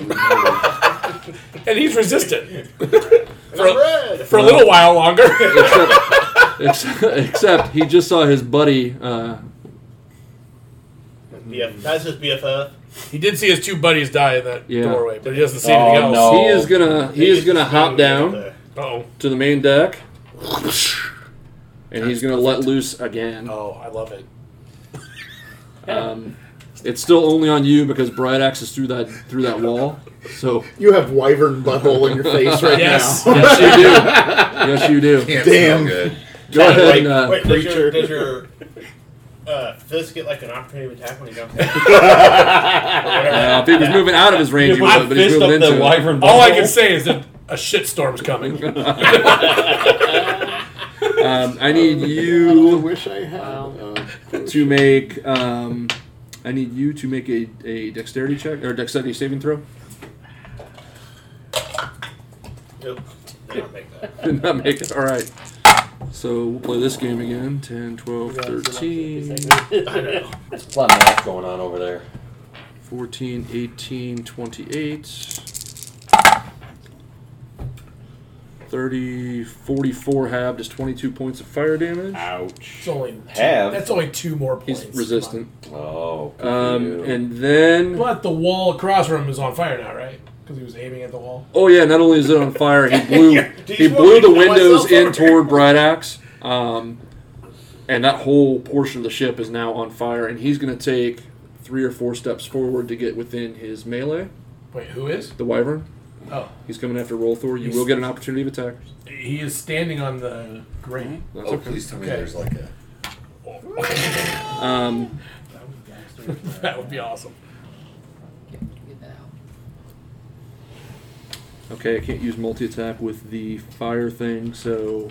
S9: and he's resistant for, a- for a little while longer.
S5: except, except he just saw his buddy uh,
S2: BF, that's his BFF.
S9: he did see his two buddies die in that
S5: Yeah.
S9: doorway, but he doesn't see
S4: Oh,
S9: anything
S4: no.
S9: else.
S5: He is gonna he is
S2: He's
S5: gonna
S2: just
S5: hop down
S2: there.
S9: Oh,
S5: to the main deck, and he's gonna let loose again.
S9: oh, I love it.
S5: Um, it's still only on you because Bright Axe is through that through that wall. So
S11: You have wyvern butthole in your face right
S9: Yes.
S11: now.
S5: yes, you do. Yes, you do.
S8: Damn.
S11: Damn.
S8: Good.
S5: Go ahead. And, uh,
S2: Wait, does your, does your uh, fist get like an opportunity of attack when he jumps in?
S5: uh, if he was moving out of his range, he
S4: Put
S5: would,
S4: a
S5: but he's
S4: fist up
S5: moving
S4: the
S5: into it.
S4: wyvern.
S9: All I
S4: butthole.
S9: can say is that a shitstorm's coming.
S5: Um, I need
S11: I
S5: you
S11: wish I had.
S3: Wow.
S11: Uh,
S5: to make. Um, I need you to make a, a dexterity check or dexterity saving throw.
S2: Nope. They don't make that.
S5: Did not make it. All right. So we'll play this game again. 10, 12, 13,
S2: I know.
S4: There's a lot of math going on over there.
S5: 14, 18, 28, 30, 44 halved is 22 points of fire damage.
S9: It's only two,
S4: Have.
S9: That's only two more points.
S5: He's resistant.
S4: Oh. good for
S5: Um,
S4: you.
S5: and then,
S9: But the wall across from him is on fire now, right? Because he was aiming at the wall.
S5: oh yeah, not only is it on fire, he blew he
S2: you want
S5: blew the
S2: me to kill
S5: windows
S2: myself
S5: in
S2: over here?
S5: toward Bright Axe, um, and that whole portion of the ship is now on fire. And he's going to take three or four steps forward to get within his melee.
S9: Wait, who is?
S5: The Wyvern.
S9: Oh,
S5: He's coming after Rolthor. You will get an opportunity of attack.
S9: he is standing on the grate.
S5: That's
S8: Oh,
S5: okay.
S8: please tell me
S9: Okay.
S8: there's like a.
S5: Um,
S9: That would be awesome.
S5: okay, I can't use multi attack with the fire thing, so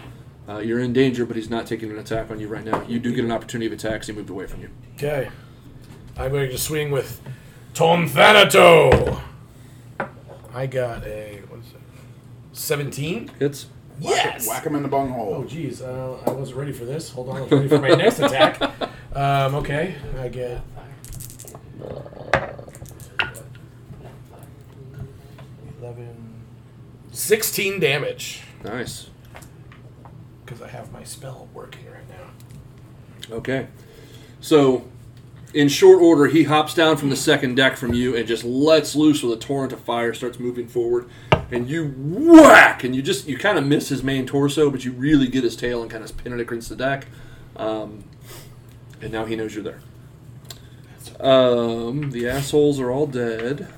S5: uh, you're in danger, but he's not taking an attack on you right now. You do get an opportunity of attack 'cause he moved away from you.
S9: Okay, I'm going to swing with Tom Thanato. I got a what is it? Seventeen.
S5: Hits.
S9: Yes.
S7: Whack him in the
S9: Oh,
S7: bunghole.
S9: geez, uh, I wasn't ready for this. Hold on, I was ready for my next attack. Um, okay, I get. Eleven. Sixteen damage
S5: Nice.
S9: because I have my spell working right now.
S5: Okay. So, in short order, he hops down from the second deck from you and just lets loose with a torrent of fire, starts moving forward, and you whack! And you just, you kind of miss his main torso, but you really get his tail and kind of pin it against the deck. Um, and now he knows you're there. Um, the assholes are all dead,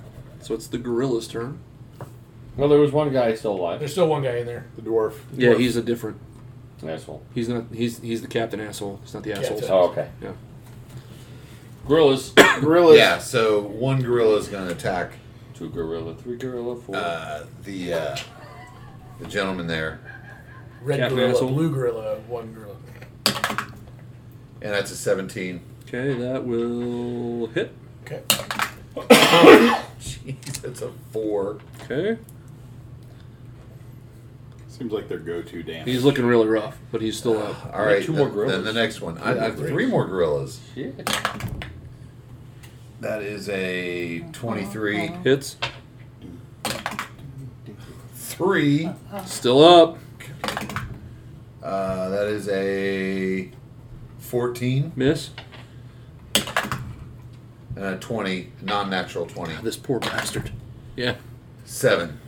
S5: so it's the gorilla's turn.
S4: well, there was one guy still alive.
S9: There's still one guy in there.
S7: The dwarf.
S5: Yeah, he's a different.
S4: Asshole.
S5: He's not. He's he's the captain asshole. He's not the assholes.
S9: Captain.
S4: Oh, okay.
S5: Yeah.
S4: Gorillas.
S7: Gorillas.
S8: Yeah. So one gorilla is going to attack
S4: Two gorilla, three gorilla, four.
S8: uh, the uh, the gentleman there,
S9: Red
S5: Captain
S9: gorilla,
S5: Asshole.
S9: blue gorilla, one gorilla.
S8: and that's a 17.
S5: Okay, that will hit.
S9: Okay.
S8: Jeez, that's a four.
S5: Okay.
S7: Seems like their go-to damage.
S5: He's looking really rough, but he's still up.
S8: All right.
S4: two
S8: then,
S4: more gorillas.
S8: Then the next one. I, I have three more gorillas.
S4: Yeah.
S8: That is a 23.
S5: Hits.
S8: Three.
S5: Still up.
S8: Uh, that is a 14
S5: Miss.
S8: and a 20, non natural 20.
S5: This poor bastard. Yeah.
S8: Seven.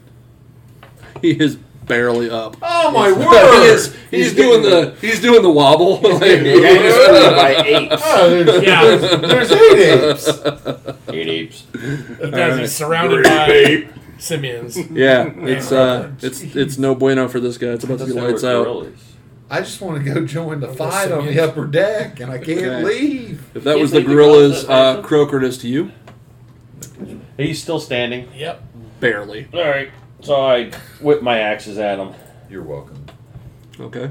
S5: He is barely up.
S8: Oh my
S5: he is, he's, doing the he's doing the wobble.
S3: by eight.
S9: Yeah,
S8: There's eight apes.
S4: Eight apes.
S9: guys, he's surrounded by simians.
S5: yeah, it's uh it's it's no bueno for this guy. It's about to be
S4: That's
S5: lights
S4: how
S5: out.
S4: it gorillas.
S8: I just want to go join the fight on the
S9: simians.
S8: upper deck, and I can't
S5: Okay.
S8: leave.
S5: If that
S3: Can't
S5: was the
S3: leave the girls
S5: gorilla's
S3: that
S5: uh,
S3: fashion.
S5: croakerness to you,
S4: He's still standing.
S9: Yep.
S5: barely.
S4: All right. So I whip my axes at him.
S8: You're welcome.
S5: Okay,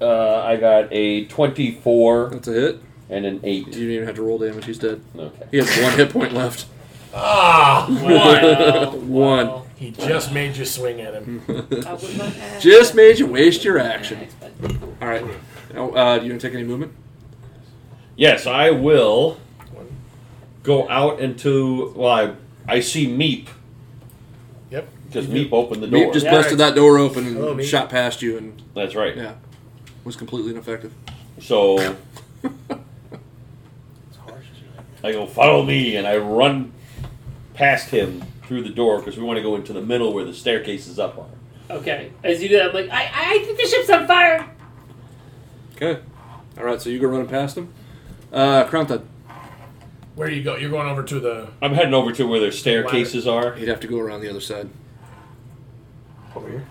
S4: Uh, I got a 24
S5: that's a hit.
S4: and an
S5: You
S4: 8.
S5: didn't even have to roll damage. He's dead.
S4: Okay.
S5: He has one hit point left.
S3: Wow.
S5: One.
S3: Wow.
S9: Ah, He just made you swing at
S5: Hmm.
S9: him.
S3: I would not have
S5: Just made you waste your action.
S3: expected.
S5: All right. Oh, uh, do you want to take any movement?
S4: Yes, I will go out into. Well, I, I see Meep
S9: Yep.
S4: because Meep opened the
S5: Meep
S4: door.
S5: just
S3: Yeah.
S5: busted that door open and
S9: Hello, Meep.
S5: shot past you, and
S4: That's right.
S5: yeah, was completely ineffective.
S4: So I go, follow me, and I run past him through the door because we want to go into the middle where the staircases up are.
S3: Okay. As you do that, I'm like, I, I think the ship's on fire.
S5: Okay. All right. So you go running past him. Uh, Kronta,
S9: Where you go? You're going over to the.
S4: I'm heading over to where their staircases are
S5: he'd have to go around the other side.
S9: Over here.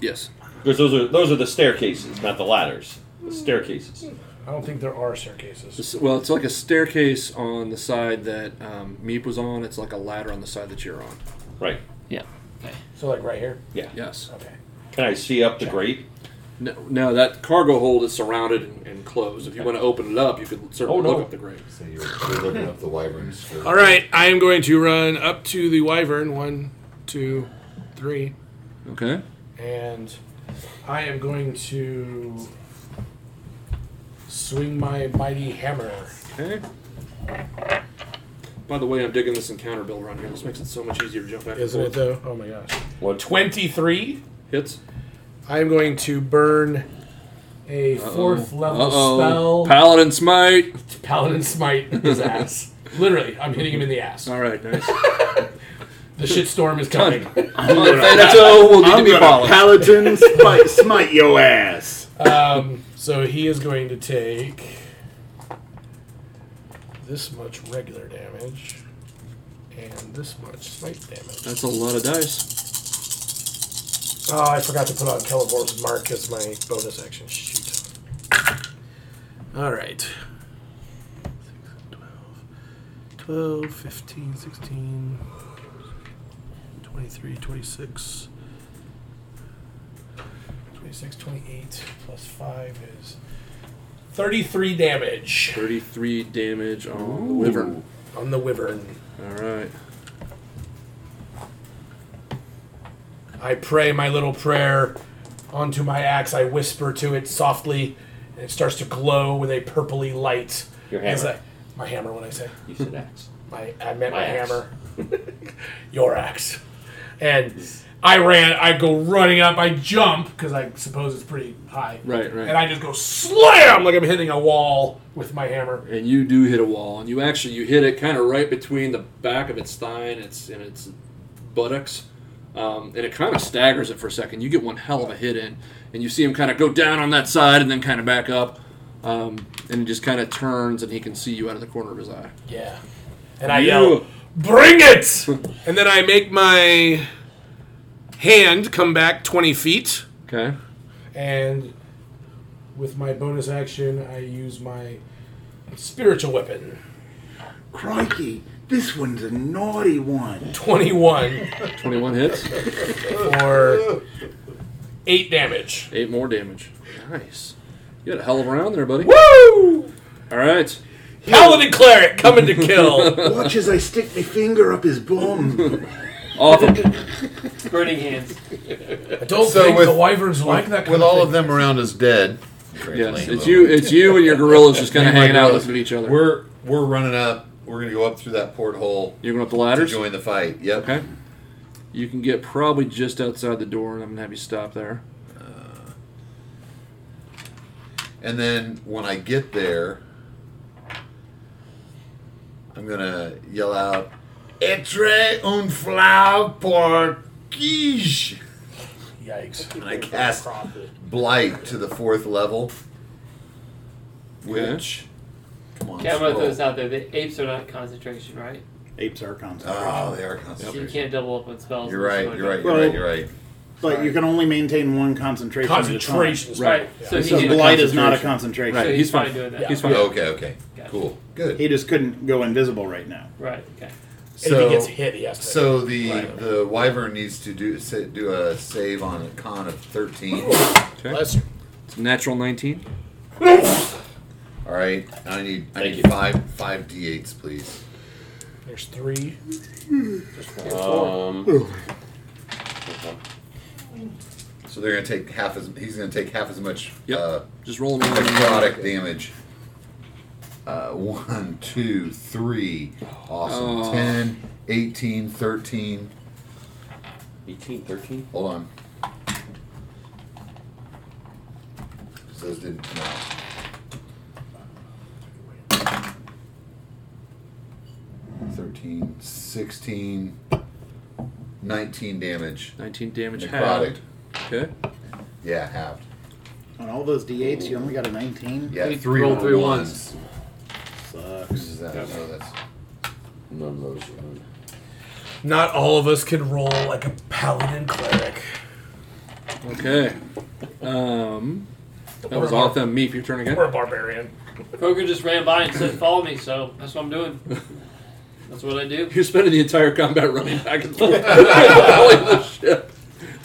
S5: Yes.
S4: because those are those are the staircases, not the ladders. The staircases.
S9: I don't think there are staircases.
S5: This- Well, it's like a staircase on the side that um, Meep was on. It's like a ladder on the side that you're on.
S4: Right.
S9: So like right here.
S5: Yes.
S9: Okay.
S4: Can I see up the grate?
S5: No, no, that cargo hold is surrounded and, and closed. If you want to open it up, you could certainly
S4: Oh, no.
S5: look up the grave.
S8: So you're, you're looking up the wyverns. For,
S9: All right. I am going to run up to the wyvern. One, two, three,
S5: Okay.
S9: and I am going to swing my mighty hammer.
S5: Okay. By the way, I'm digging this encounter bill around here. This makes it so much easier to jump back. and
S9: Isn't
S5: forth.
S9: it though? Oh my gosh.
S4: What?
S9: Twenty-three.
S5: Hits.
S9: I am going to burn a 4th level
S5: Uh-oh.
S9: spell.
S5: Paladin smite.
S9: Paladin smite his ass. Literally, I'm hitting him in the ass.
S5: All right, nice.
S9: The shitstorm is coming.
S5: Thanato will need to be polished.
S11: Paladin smite, smite your ass.
S9: Um, so he is going to take this much regular damage and this much smite damage.
S5: That's a lot of dice.
S9: Oh, I forgot to put on Teleport's mark as my bonus action. Shoot. All right. 12, 15, 16, 23, 26, 26, 28, plus 5 is 33 damage.
S5: 33 damage on the wyvern.
S9: On the wyvern.
S5: All right.
S9: I pray my little prayer onto my axe. I whisper to it softly, and it starts to glow with a purpley light.
S4: Your
S9: As
S4: hammer.
S9: I- my hammer, when I say
S4: You said axe.
S9: my, I meant my,
S4: My axe.
S9: hammer. Your axe. And I ran. I go running up. I jump because I suppose it's pretty high.
S5: Right, right.
S9: And I just go slam like I'm hitting a wall with my hammer.
S5: and you do hit a wall, and you actually you hit it kind of right between the back of its thigh and its and its buttocks, um, and it kind of staggers it for a second. You get one hell of a hit in, and you see him kind of go down on that side and then kind of back up, um, and he just kind of turns, and he can see you out of the corner of his eye.
S9: Yeah. And I
S5: You-
S9: yell, "Bring it!" and then I make my hand come back 20 feet.
S5: Okay.
S9: and with my bonus action, I use my spiritual weapon,
S11: Crikey, this one's a naughty one.
S9: 21,
S5: Twenty-one hits,
S9: for 8 damage.
S5: eight more damage. Nice. You had a hell of a round there, buddy.
S9: Woo!
S5: All right.
S9: Paladin Cleric coming to kill.
S11: Watch as I stick my finger up his bum.
S5: Off him.
S3: Burning hands.
S9: I don't
S8: So
S9: think
S8: with-
S9: the wyverns like that kind of
S8: with all
S9: thing.
S8: of them around us dead.
S5: Yes. It's you. It's you and your gorillas just kind of hanging out, looking at each other.
S4: We're
S8: we're running up. We're gonna go up through that porthole
S5: You're going up the
S8: to
S5: ladders.
S8: join the fight. Yep.
S5: Okay. You can get probably just outside the door, and I'm gonna have you stop there.
S8: And then when I get there, I'm gonna yell out, "Etre un flau porquish!"
S9: Yikes.
S8: And I cast blight to the fourth level, which come on,
S3: Okay, I'm gonna throw
S8: scroll.
S3: this out there. The apes are not concentration, right?
S7: Apes are concentrated.
S8: Oh, they are
S3: So you
S8: concentration.
S3: can't double up on spells.
S8: You're right. You're right. You're
S7: Well-
S8: right. You're right.
S7: but you can only maintain one concentration. at a time.
S9: Concentration. is-
S5: Right.
S3: So, he
S7: So
S3: did-
S7: blight is not a
S5: concentration.
S7: concentration.
S5: Right.
S3: so
S5: he's
S3: he's
S5: fine.
S3: fine doing that.
S5: He's fine.
S8: Okay. Okay.
S3: Gotcha.
S8: Cool. Good.
S7: He just couldn't go invisible right now.
S3: Right. Okay.
S9: And if
S8: So-
S9: he gets hit, he has to.
S8: So the the wyvern needs to do sa- do a save on a con of thirteen.
S9: Bless you.
S5: It's a natural 19.
S8: All right, I need I
S4: Thank
S8: need
S4: you.
S8: five five d8s, please.
S9: There's three.
S4: Um,
S8: So they're gonna take half as he's gonna take half as much
S5: Yep.
S8: uh,
S5: Just roll them.
S8: necrotic damage. Uh, one, two, three, awesome.
S5: Oh.
S8: Ten, eighteen, thirteen.
S4: 18, 13?
S8: Hold on. 'Cause Those didn't come out. Thirteen, sixteen, nineteen damage.
S5: 19 damage.
S8: Necrotic.
S5: Halved. Okay.
S8: Yeah, halved.
S7: On all those d8s, you only got a 19.
S8: Yeah,
S3: We
S8: three
S3: rolled three
S8: three
S3: ones.
S8: ones.
S7: Sucks.
S8: Is that- no, that's-
S4: None of those. are on.
S9: Not all of us can roll like a paladin cleric.
S5: Okay. Um, that was
S9: We're
S5: off them. Meep, your turn again.
S9: We're a barbarian.
S3: Kroger just ran by and said, "Follow me." So that's what I'm doing. That's what I do.
S5: You're spending the entire combat running back and forth. Holy the shit.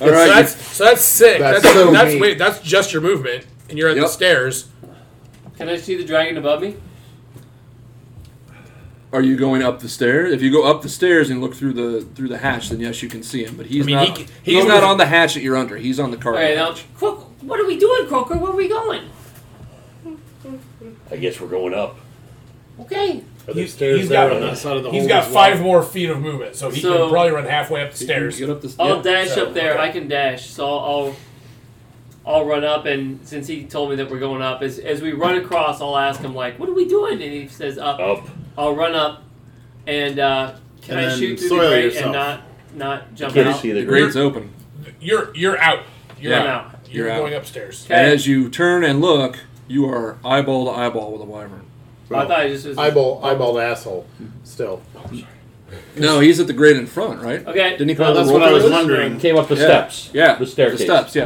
S5: All
S9: so,
S5: right.
S9: that's,
S5: you-
S9: so that's sick.
S7: That's
S9: That's,
S7: so
S9: that's
S7: neat.
S9: wait, that's just your movement, and you're at
S5: Yep.
S9: the stairs.
S3: Can I see the dragon above me?
S5: Are you going up the stairs? If you go up the stairs and look through the through the hatch, then yes, you can see him. But he's
S9: I mean,
S5: not.
S9: he- he
S5: he's
S9: goes-
S5: not on the hatch that you're under. He's on the
S3: All
S5: carpet.
S3: right. Now, Crook, what are we doing, Croker? Where are we going?
S4: I guess we're going up.
S3: Okay.
S2: Are
S9: He-
S2: there stairs
S9: he's
S2: there
S9: got-
S2: on that side of the
S9: He's
S2: hole
S9: got
S2: as
S9: five
S2: well?
S9: more feet of movement, so he
S3: So-
S9: can probably run halfway up the
S5: You can
S9: stairs.
S5: Get up the
S3: I'll
S5: yep.
S3: dash
S9: so,
S3: up there.
S9: okay.
S3: I can dash. So I'll, I'll I'll run up, and since he told me that we're going up, as as we run across, I'll ask him like, "What are we doing?" And he says, "Up."
S4: Up.
S3: I'll run up, and uh, can
S7: Oh. And
S3: I
S7: then
S3: shoot through the
S7: soil
S3: grate
S7: yourself.
S3: and not not jump
S4: Can't
S3: out?
S4: see
S5: The
S4: the
S5: grate's open.
S9: You're you're out. You're
S5: Yeah.
S3: I'm
S9: out.
S3: out.
S9: You're,
S5: You're out.
S9: going upstairs.
S3: Okay.
S5: And as you turn and look, you are eyeball to eyeball with a wyvern.
S3: I thought it just was
S2: Eyeball, eyeball asshole. Still.
S5: No, he's at the grate in front, right?
S3: Okay.
S5: Didn't he
S7: Well,
S5: call
S7: that's what I was wondering.
S4: Came up the
S5: Yeah.
S4: steps.
S5: Yeah,
S4: The staircase.
S5: The steps, yeah.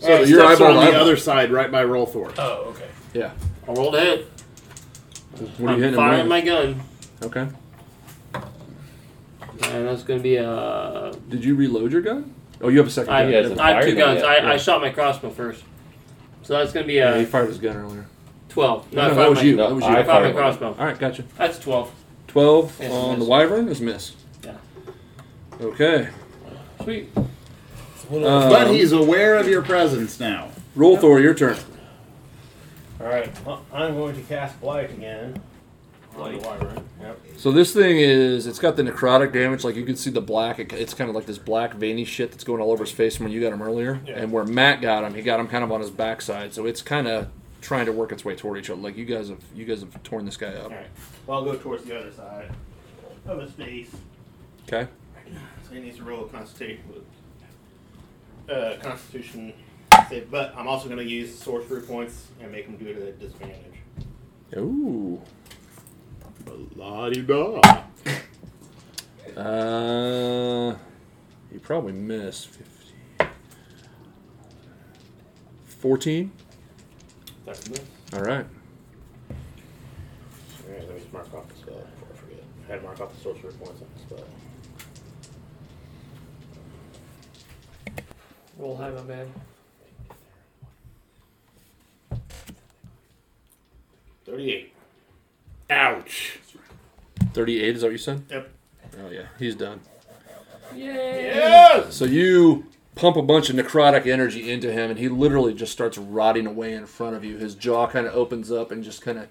S7: So
S5: Alright,
S7: your
S5: steps are
S7: eyeball
S5: on
S7: on
S5: the
S7: the
S5: other
S7: other side, right by roll Thor.
S9: Oh, okay.
S5: Yeah.
S3: I rolled ahead.
S5: What are you
S3: I'm
S5: hitting him
S3: firing
S5: with?
S3: my gun,
S5: Okay.
S3: and that's gonna be a.
S5: Did you reload your gun? Oh, you have a second
S3: I,
S5: gun.
S4: he hasn't
S3: I have two
S4: fired
S3: guns.
S4: yet,
S3: I,
S4: yeah.
S3: I shot my crossbow first, so that's gonna be
S5: Yeah, he
S3: a
S5: fired his gun earlier.
S3: twelve. No,
S5: No,
S3: I
S5: that
S3: fired
S5: was
S3: my-
S5: you.
S4: No,
S5: that was you.
S4: I
S3: I fired my
S4: fired one.
S3: crossbow.
S5: All right, gotcha.
S3: That's twelve.
S5: 12
S3: Yes,
S5: on the
S3: miss.
S5: wyvern is miss.
S3: Yeah.
S5: Okay.
S3: Sweet.
S7: But
S5: Um,
S7: he's aware of your presence now.
S5: roll Thor, your turn.
S2: Alright, well, I'm going to cast Blight again. On the Wyvern. Yep.
S5: So this thing is, it's got the necrotic damage. Like you can see the black. It, it's kind of like this black veiny shit that's going all over his face from when you got him earlier. And where Matt got him, he got him kind of on his backside. So it's kind of trying to work its way toward each other. Like you guys have, you guys have torn this guy up.
S2: Alright. Well, I'll go towards the other side of his face.
S5: Okay.
S2: So he needs to roll a constitution uh, constitution save. But I'm also going to use sorcery points and make him do it at a disadvantage.
S5: Ooh.
S7: La-di-da.
S5: Uh, you probably missed 50. 14?
S2: That's this.
S5: All right.
S2: Alright, let me just mark off the spell before I forget. I had to mark off the sorcery points on the spell.
S3: Roll high, my man.
S2: 38.
S9: Ouch.
S5: 38, is that what you said?
S2: Yep.
S5: Oh, yeah. He's done.
S3: Yay!
S5: So you pump a bunch of necrotic energy into him, and he literally just starts rotting away in front of you. His jaw kind of opens up and just kind of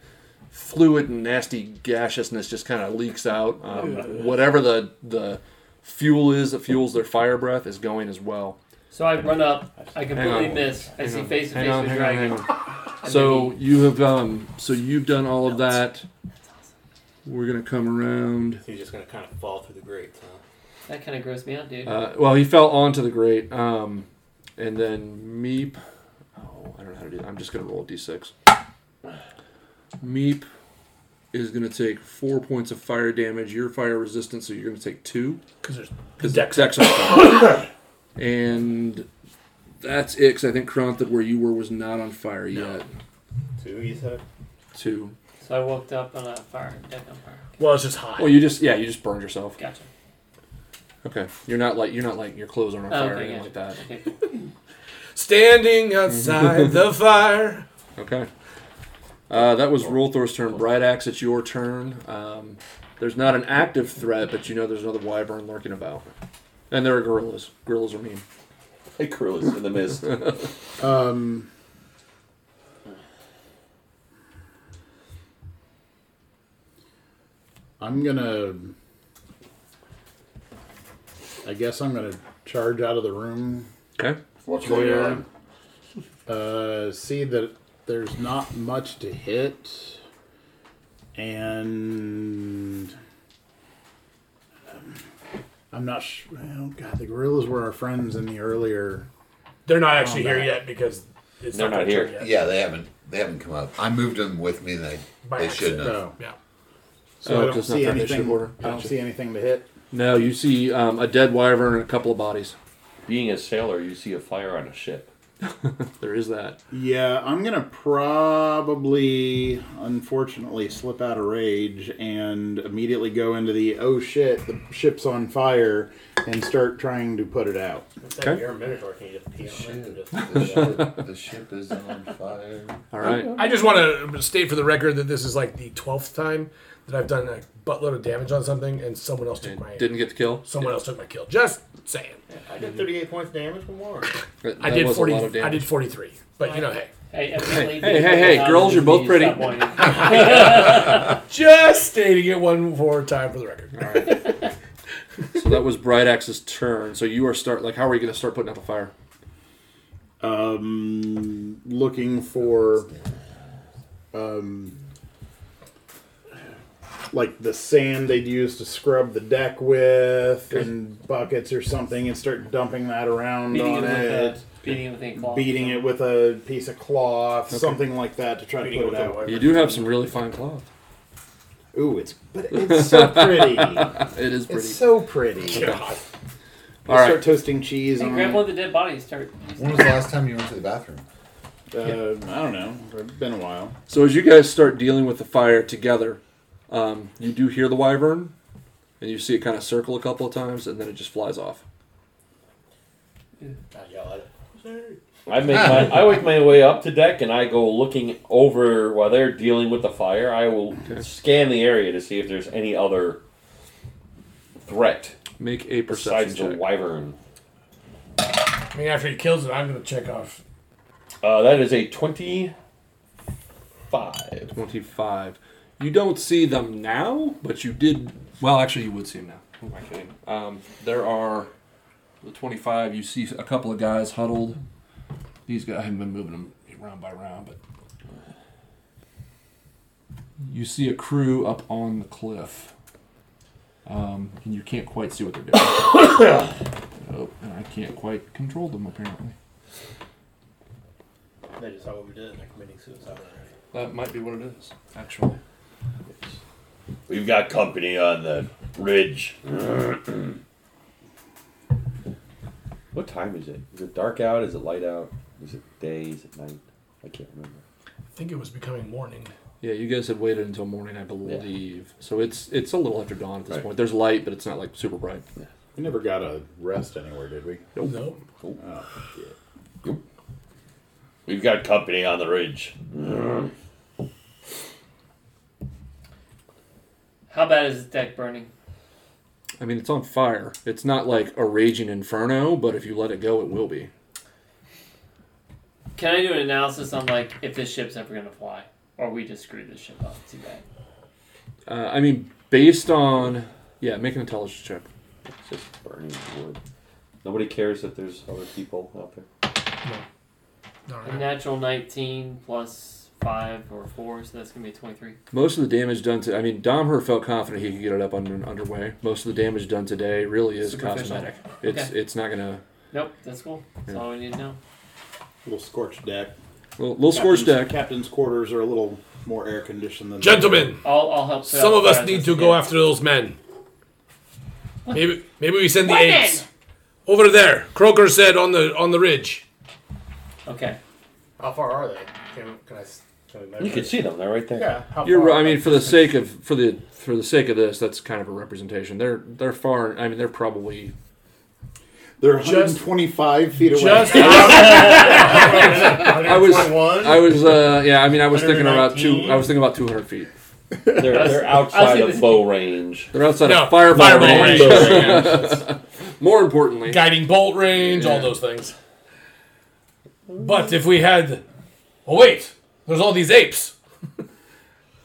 S5: fluid and nasty gaseousness just kind of leaks out. Um, Whatever the the fuel is that fuels their fire breath is going as well.
S3: So I run up. I completely
S5: on.
S3: miss. I see face to
S5: Hang
S3: face
S5: on,
S3: with
S5: hang
S3: dragon.
S5: on, hang on. So you have um, so you've done all of that. We're gonna come around.
S2: He's just gonna kind of fall through the grates. Huh?
S3: That kind of grossed me out, dude.
S5: Uh, well, he fell onto the grate, um, and then Meep. Oh, I don't know how to do that. I'm just gonna roll a d6. Meep is gonna take four points of fire damage. You're fire resistant, so you're gonna take two
S9: Because there's
S5: because Dex. Dex on fire. and that's it. Because I think Kronthid, where you were, was not on fire yet.
S2: Two, you said.
S5: Two.
S3: so I walked up on a fire. Deck on fire.
S9: well, it's just hot.
S5: Well, you just yeah, you just burned yourself.
S3: Gotcha.
S5: Okay, you're not like you're not like your clothes aren't on
S3: Oh,
S5: fire or
S3: okay,
S5: anything
S3: gotcha.
S5: like that.
S3: Okay.
S9: Standing outside the fire.
S5: Okay. Uh, that was Rolthor's turn. Bright Axe, it's your turn. Um, there's not an active threat, but you know there's another wyvern lurking about. And there are gorillas. Gorillas are mean.
S4: Hey, Kirill in the mist.
S7: Um. I'm gonna. I guess I'm gonna charge out of the room.
S5: Okay.
S8: What's going on?
S7: Uh, see that there's not much to hit, and um, I'm not. Sh- well, God, the gorillas were our friends in the earlier.
S9: They're not
S5: Oh,
S9: actually here
S7: Combat.
S9: yet because it's
S4: They're not
S9: gonna
S4: here.
S9: turn yet.
S8: Yeah, they haven't. They haven't come up. I moved them with me. They
S9: By
S8: they
S9: accident.
S8: shouldn't have.
S7: So,
S9: Yeah.
S7: so
S5: Oh,
S7: I don't
S5: just not
S7: see
S5: that initiative
S7: anything.
S5: order.
S7: I don't
S5: Gotcha.
S7: see anything to hit.
S5: No, you see um, a dead wyvern and a couple of bodies.
S4: Being a sailor, you see a fire on a ship.
S5: There is that.
S7: Yeah, I'm gonna probably, unfortunately, slip out of rage and immediately go into the oh shit, the ship's on fire, and start trying to put it out.
S2: Instead
S5: Okay.
S2: you're a minotaur, can you just pee on it and just?
S8: Oh, The ship, the ship is on fire.
S5: All right.
S9: I just want to state for the record that this is like the twelfth time that I've done a buttload of damage on something, and someone else took my
S5: Didn't get the kill.
S9: someone else took my kill. Just saying,
S2: I did 38 points of damage from Warren.
S5: That-
S9: I
S5: that
S9: did
S5: was a
S9: forty.
S5: lot of
S9: I did
S5: damage.
S9: forty three, but you know, hey,
S3: Hey, evidently
S5: hey,
S3: these
S5: hey, hey,
S3: fucking
S5: girls, you're both
S3: zombies
S5: pretty.
S3: Um, stop wanting-
S9: just stating it one more time for the record.
S5: So that was Bright Axe's turn. So you are start like how are you going to start putting out the fire?
S7: Um, looking for, um, like the sand they'd use to scrub the deck with, and buckets or something, and start dumping that around
S3: Beating it
S7: on
S3: with
S7: it,
S3: a beating it with a claw.
S7: beating it with a piece of cloth, something like that, to try to put it out.
S5: You do have some really fine cloth.
S7: Ooh, it's but it's so pretty.
S5: It is pretty.
S7: it's so pretty.
S5: All
S7: Start
S5: right.
S7: toasting cheese
S3: Hey,
S7: on.
S3: grab
S7: it.
S3: one of the dead bodies. Start.
S8: When was the last time you went to the bathroom?
S7: Uh, I don't know. It's been a while.
S5: So as you guys start dealing with the fire together, um, you do hear the wyvern, and you see it kind of circle a couple of times, and then it just flies off.
S2: I yell at it.
S4: I make my I make my way up to deck and I go looking over while they're dealing with the fire. I will scan the area to see if there's any other threat
S5: Make a perception
S4: besides the
S5: check.
S4: wyvern.
S9: I mean, after he kills it, I'm gonna check off.
S4: Uh, that is a twenty-five.
S5: Twenty-five. You don't see them now, but you did. Well, actually, you would see them now. Who am I kidding? Oh, Um, there are the twenty-five. You see a couple of guys huddled. These guys. I haven't been moving them round by round, but you see a crew up on the cliff, um, and you can't quite see what they're doing. oh, and I can't quite control them apparently.
S2: They just saw what we did and they're committing suicide already.
S5: That might be what it is, actually.
S4: We've got company on the ridge. what time is it? Is it dark out? Is it light out? Is it day? Is it night? I can't remember.
S9: I think it was becoming morning.
S5: Yeah, you guys had waited until morning, I believe. So it's it's a little after dawn at this
S4: Right.
S5: point. There's light, but it's not like super bright.
S7: We never got a rest anywhere, did we?
S9: Nope.
S7: Oh shit.
S4: We've got company on the ridge.
S3: How bad is this deck burning?
S5: I mean, it's on fire. It's not like a raging inferno, but if you let it go, it will be.
S3: Can I do an analysis on like if this ship's ever gonna fly, or we just screwed this ship up too bad.
S5: Uh, I mean, based on yeah, make an intelligence check.
S4: It's just burning wood. Nobody cares that there's other people out there.
S9: All
S3: A
S9: right.
S3: natural 19 plus 5 or 4, so that's going to be 23.
S5: Most of the damage done to I mean, Domher felt confident he could get it up under, underway. Most of the damage done today really is
S9: Superficial.
S5: cosmetic. It's
S3: Okay.
S5: it's not gonna
S3: Nope, that's cool. That's all we need to know.
S7: Little scorched deck.
S5: little, little scorch
S7: Captain's-
S5: deck.
S7: Captain's quarters are a little more air conditioned than
S9: Gentlemen,
S3: I'll, I'll help. set up
S9: some of
S3: the
S9: us
S3: rest
S9: need
S3: this
S9: to go
S3: again.
S9: after those men. Maybe maybe we send the
S3: Women!
S9: apes over there. Croker said on the on the ridge.
S3: Okay.
S2: How far are they? Can, can I? s- Can we measure?
S4: You can see them. They're right there.
S2: Yeah. How
S5: You're
S2: far
S5: right. I
S2: are
S5: mean,
S2: they?
S5: for the sake of for the for the sake of this, that's kind of a representation. They're they're far. I mean, they're probably
S7: They're
S9: Just-
S7: 125 feet away.
S9: Just
S5: I was I was uh yeah. I mean, I was thinking about two.
S2: 119?
S5: I was thinking about 200 feet.
S4: They're, they're outside
S3: see
S4: of
S3: this-
S4: bow range.
S5: They're outside
S9: No,
S5: of fireball,
S9: fireball
S5: range.
S9: range.
S5: More importantly,
S9: guiding bolt range, all those things. But if we had, oh wait, there's all these apes.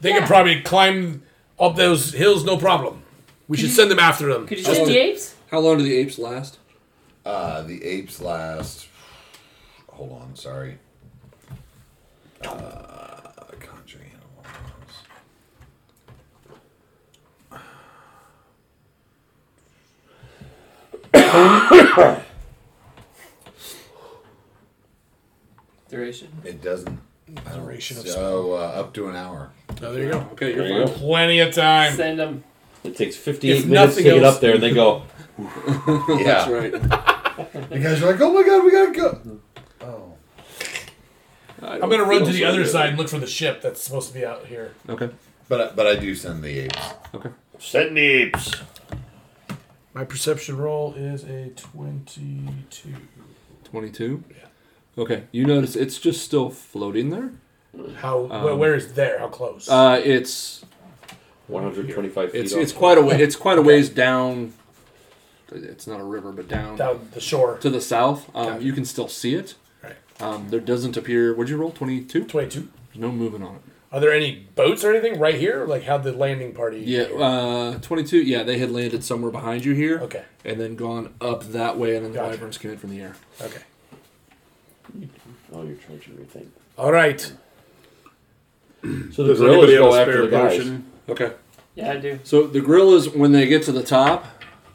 S9: They could probably climb up those hills no problem. We should send them after them.
S3: Could you send the apes?
S5: how long do the apes last?
S8: Uh, the apes last. Hold on, sorry. Uh, country animals.
S3: Duration.
S8: It doesn't. I don't-
S9: Duration of
S8: so uh, up to an hour.
S9: Oh, there you go.
S5: Okay,
S4: There
S5: you're
S4: you
S5: fine.
S4: go.
S9: Plenty of time.
S3: Send them.
S4: It takes 58
S9: If
S4: minutes to
S9: nothing
S4: get
S9: else-
S4: up there, and they go,
S8: Yeah,
S5: That's right.
S8: you guys are like, oh my god, we gotta go. Oh,
S9: I'm gonna run to the other side and look for the ship that's supposed to be out here.
S5: Okay.
S8: but I- but I do send the apes.
S4: Send the apes.
S9: My perception roll is a twenty-two.
S5: 22. Okay, you notice it's just still floating there.
S9: How? wh- where is there? How close?
S5: Um, Uh, it's
S4: 125 feet
S5: it's
S4: off.
S5: it's quite a way. It's quite a ways down. It's not a river, but down,
S9: Down the shore.
S5: to the south. Um, you can still see it.
S9: Right.
S5: Um, there doesn't appear. Would you roll 22? There's
S9: Twenty-two.
S5: no moving on it.
S9: Are there any boats or anything right here? Like how the landing party?
S5: Yeah, uh, 22. Yeah, they had landed somewhere behind you here.
S9: Okay.
S5: And then gone up that way, and then
S9: Gotcha.
S5: the wyverns came in from the air.
S9: Okay.
S4: Oh, you're charging your thing.
S9: All right.
S4: So the gorillas go after the guys.
S5: Okay.
S3: Yeah, I do.
S5: So the gorillas, when they get to the top,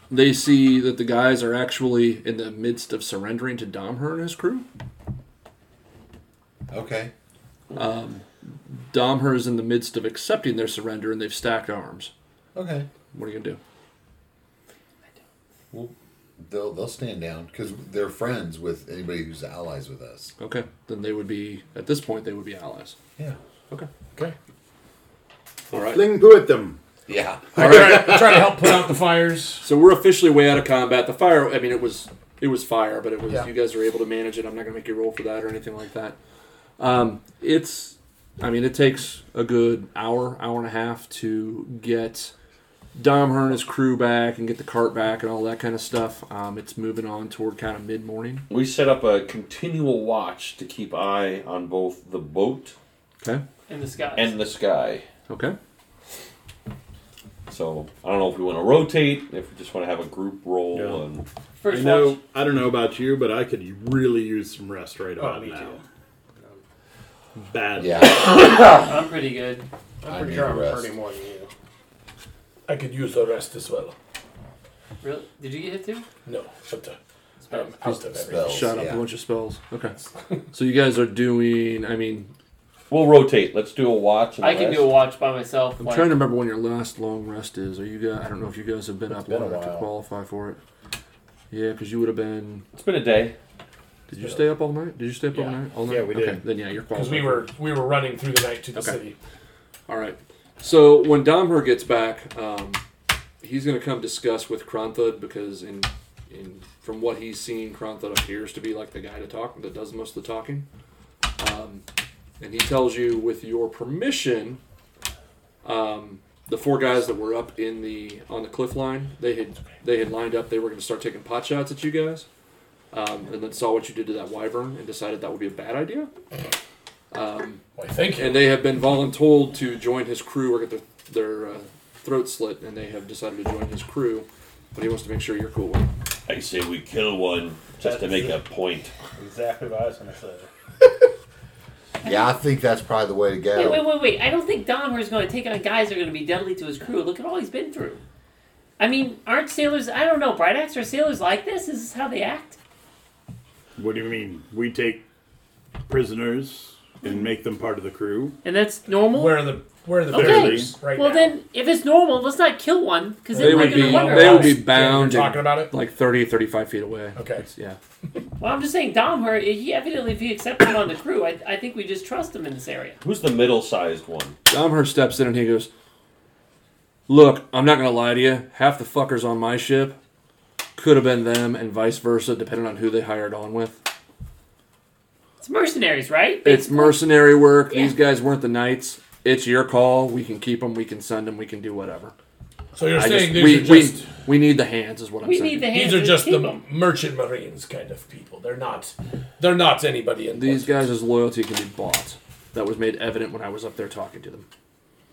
S5: they see that the guys are actually in the midst of surrendering to Domher and his crew.
S8: Okay.
S5: Domher is in the midst of accepting their surrender, and they've stacked arms.
S8: Okay.
S5: What are you gonna do?
S8: They'll they'll stand down because they're friends with anybody who's allies with us.
S5: Okay. Then they would be at this point they would be allies.
S8: Yeah.
S5: Okay.
S9: Okay.
S5: All right.
S7: Fling poo at them.
S8: Yeah.
S9: Try, try to help put out the fires.
S5: So we're officially way out of combat. The fire. I mean, it was it was fire, but it was
S9: Yeah.
S5: you guys were able to manage it. I'm not gonna make you roll for that or anything like that. Um, it's. I mean, it takes a good hour, hour and a half to get Domher and his crew back and get the cart back and all that kind of stuff. Um, it's moving on toward kind of mid morning.
S4: We set up a continual watch to keep eye on both the boat
S5: Okay.
S3: In the skies.
S4: and the sky.
S5: Okay.
S4: So I don't know if we want to rotate, if we just want to have a group roll, and
S7: I
S3: First
S7: know.
S3: watch.
S7: I don't know about you, but I could really use some rest right
S9: Oh,
S7: about
S2: me
S7: now. Bad.
S8: Yeah.
S3: I'm pretty good.
S2: I'm
S8: I
S2: pretty
S8: need
S2: sure
S8: to
S2: I'm
S8: rest.
S2: hurting more than you.
S9: I could use the rest as well.
S3: Really? Did you get hit too?
S9: No, but the, I'm out of everything.
S8: Spells.
S5: Shot up
S8: yeah.
S5: a bunch of spells. Okay. so you guys are doing. I mean,
S4: we'll rotate. Let's do a watch. And
S3: I can
S4: rest.
S3: do a watch by myself.
S5: I'm
S3: like-
S5: trying to remember when your last long rest is. Are you guys? I don't know if you guys have been up
S8: been
S5: long
S8: a
S5: enough to
S8: while.
S5: qualify for it. Yeah, because you would have been.
S4: It's been a day.
S5: Did you stay up all night? Did you stay up all
S9: Yeah.
S5: night? All night.
S2: Yeah, we
S5: okay,
S2: did.
S5: Then yeah, you're qualified.
S9: Because we
S5: for
S9: were
S5: it.
S9: we were running through the night to the
S5: Okay.
S9: city.
S5: All right. So when Domher gets back, um, he's going to come discuss with Kronthud because in in from what he's seen, Kronthud appears to be like the guy to talk that does most of the talking. Um, and he tells you, with your permission, um, the four guys that were up in the on the cliff line, they had they had lined up. They were going to start taking pot shots at you guys, um, and then saw what you did to that wyvern and decided that would be a bad idea.
S9: Why, thank you.
S5: and they have been voluntold to join his crew or get their, their uh, throat slit, and they have decided to join his crew. But he wants to make sure you're cool with it.
S4: I say we kill one just to make a point.
S2: Exactly what I was going to say.
S8: Yeah, I think that's probably the way to
S3: Wait,
S8: go.
S3: wait, wait, wait. I don't think Donner's going to take on guys that are going to be deadly to his crew. Look at all he's been through. I mean, aren't sailors, I don't know, Bright Axe, are sailors like this? Is this how they act?
S11: What do you mean? We take prisoners and make them part of the crew?
S3: And that's
S5: Oh.
S3: normal?
S9: Where are the where are the
S3: Okay.
S9: barriers right
S3: well,
S9: now?
S3: then, if it's normal, let's not kill one, because then
S5: They
S3: we're
S5: would
S3: going
S5: be
S3: to wonder.
S5: they
S3: about
S5: would
S3: it.
S5: be bound
S9: You're talking
S5: and
S9: about it.
S5: like 30, 35 feet away.
S9: Okay.
S5: It's- yeah.
S3: Well, I'm just saying, Domher, he evidently, if he accepts him on the crew, I, I think we just trust him in this area.
S4: Who's the middle-sized one?
S5: Domher steps in and he goes, "Look, I'm not gonna lie to you. Half the fuckers on my ship could have been them, and vice versa, depending on who they hired on with.
S3: It's mercenaries, right?
S5: It's mercenary work. These
S3: Yeah.
S5: guys weren't the knights. It's your call. We can keep them. We can send them. We can do whatever.
S9: So you're
S5: I just,
S9: saying these
S5: we,
S9: are just
S5: we we need the hands, is what I'm
S3: we
S5: saying.
S3: need the hands
S9: these are
S3: to
S9: just
S3: keep
S9: the
S3: 'em.
S9: merchant marines kind of people. They're not they're not anybody in
S5: These guys' loyalty can be bought. That was made evident when I was up there talking to them.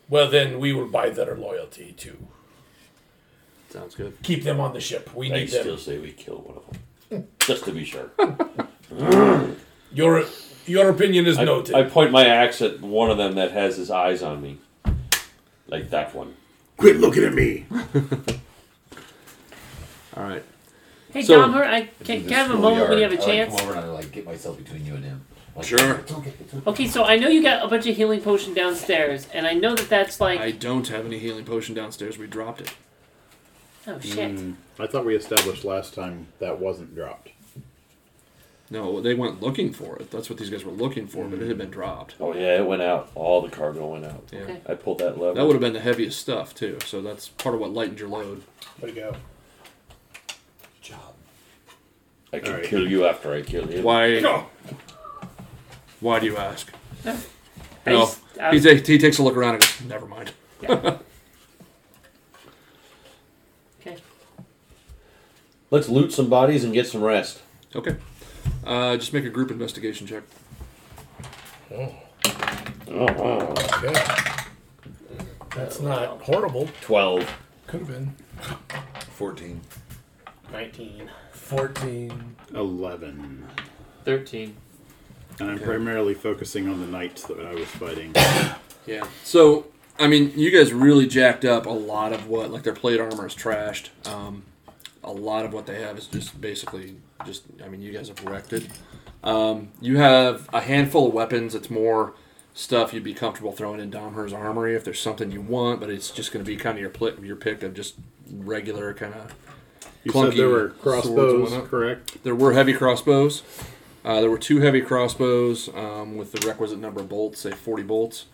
S9: Well, then we will buy their loyalty to
S5: Sounds good.
S9: keep them on the ship. We
S4: I
S9: need them.
S4: still say we kill one of them just to be sure.
S9: Your your opinion is
S4: I,
S9: noted.
S4: I point my axe at one of them that has his eyes on me, like that one.
S11: Quit looking at me.
S5: All right.
S3: Hey,
S5: So-
S3: Domher, I, can, can I have a moment when you have a chance?
S8: I like, Oh, come over and I like get myself between you and him. Like,
S5: Sure.
S8: It's okay. It's okay.
S3: Okay, so I know you got a bunch of healing potion downstairs, and I know that that's like
S5: I don't have any healing potion downstairs. We dropped it.
S3: oh shit.
S5: mm.
S7: Hmm. I thought we established last time that wasn't dropped.
S5: No, they went looking for it. That's what these guys were looking for, but it had been dropped.
S4: Oh yeah, it went out. All the cargo went out.
S5: Yeah.
S3: Okay.
S4: I pulled that lever.
S5: That would have been the heaviest stuff too. So that's part of what lightened your load.
S2: Way to go.
S8: Job.
S4: I can
S7: Alright.
S4: kill you after I kill him.
S5: Why? Why do you ask?
S3: I
S5: No.
S3: just- uh, I
S5: He,
S3: was-
S5: ta- he takes a look around and goes, "Never mind."
S3: okay.
S4: Let's loot some bodies and get some rest.
S5: Okay. Uh, just make a group investigation check.
S9: That's not horrible.
S4: Twelve.
S9: Could have been
S8: 14.
S3: 19.
S9: fourteen.
S7: 11.
S3: 13.
S7: And I'm primarily focusing on the knights that I was fighting.
S5: Yeah. So, I mean, you guys really jacked up a lot of what, like, their plate armor is trashed. Um, a lot of what they have is just basically just, I mean, you guys have wrecked it. Um, you have a handful of weapons. It's more stuff you'd be comfortable throwing in Domher's armory if there's something you want, but it's just going to be kind of your, pl- your pick of just regular kind of.
S7: You
S5: Clunky
S7: said there were
S5: swords and
S7: crossbows,
S5: whatnot.
S7: correct?
S5: There were heavy crossbows. Uh, there were two heavy crossbows um, with the requisite number of bolts, say 40 bolts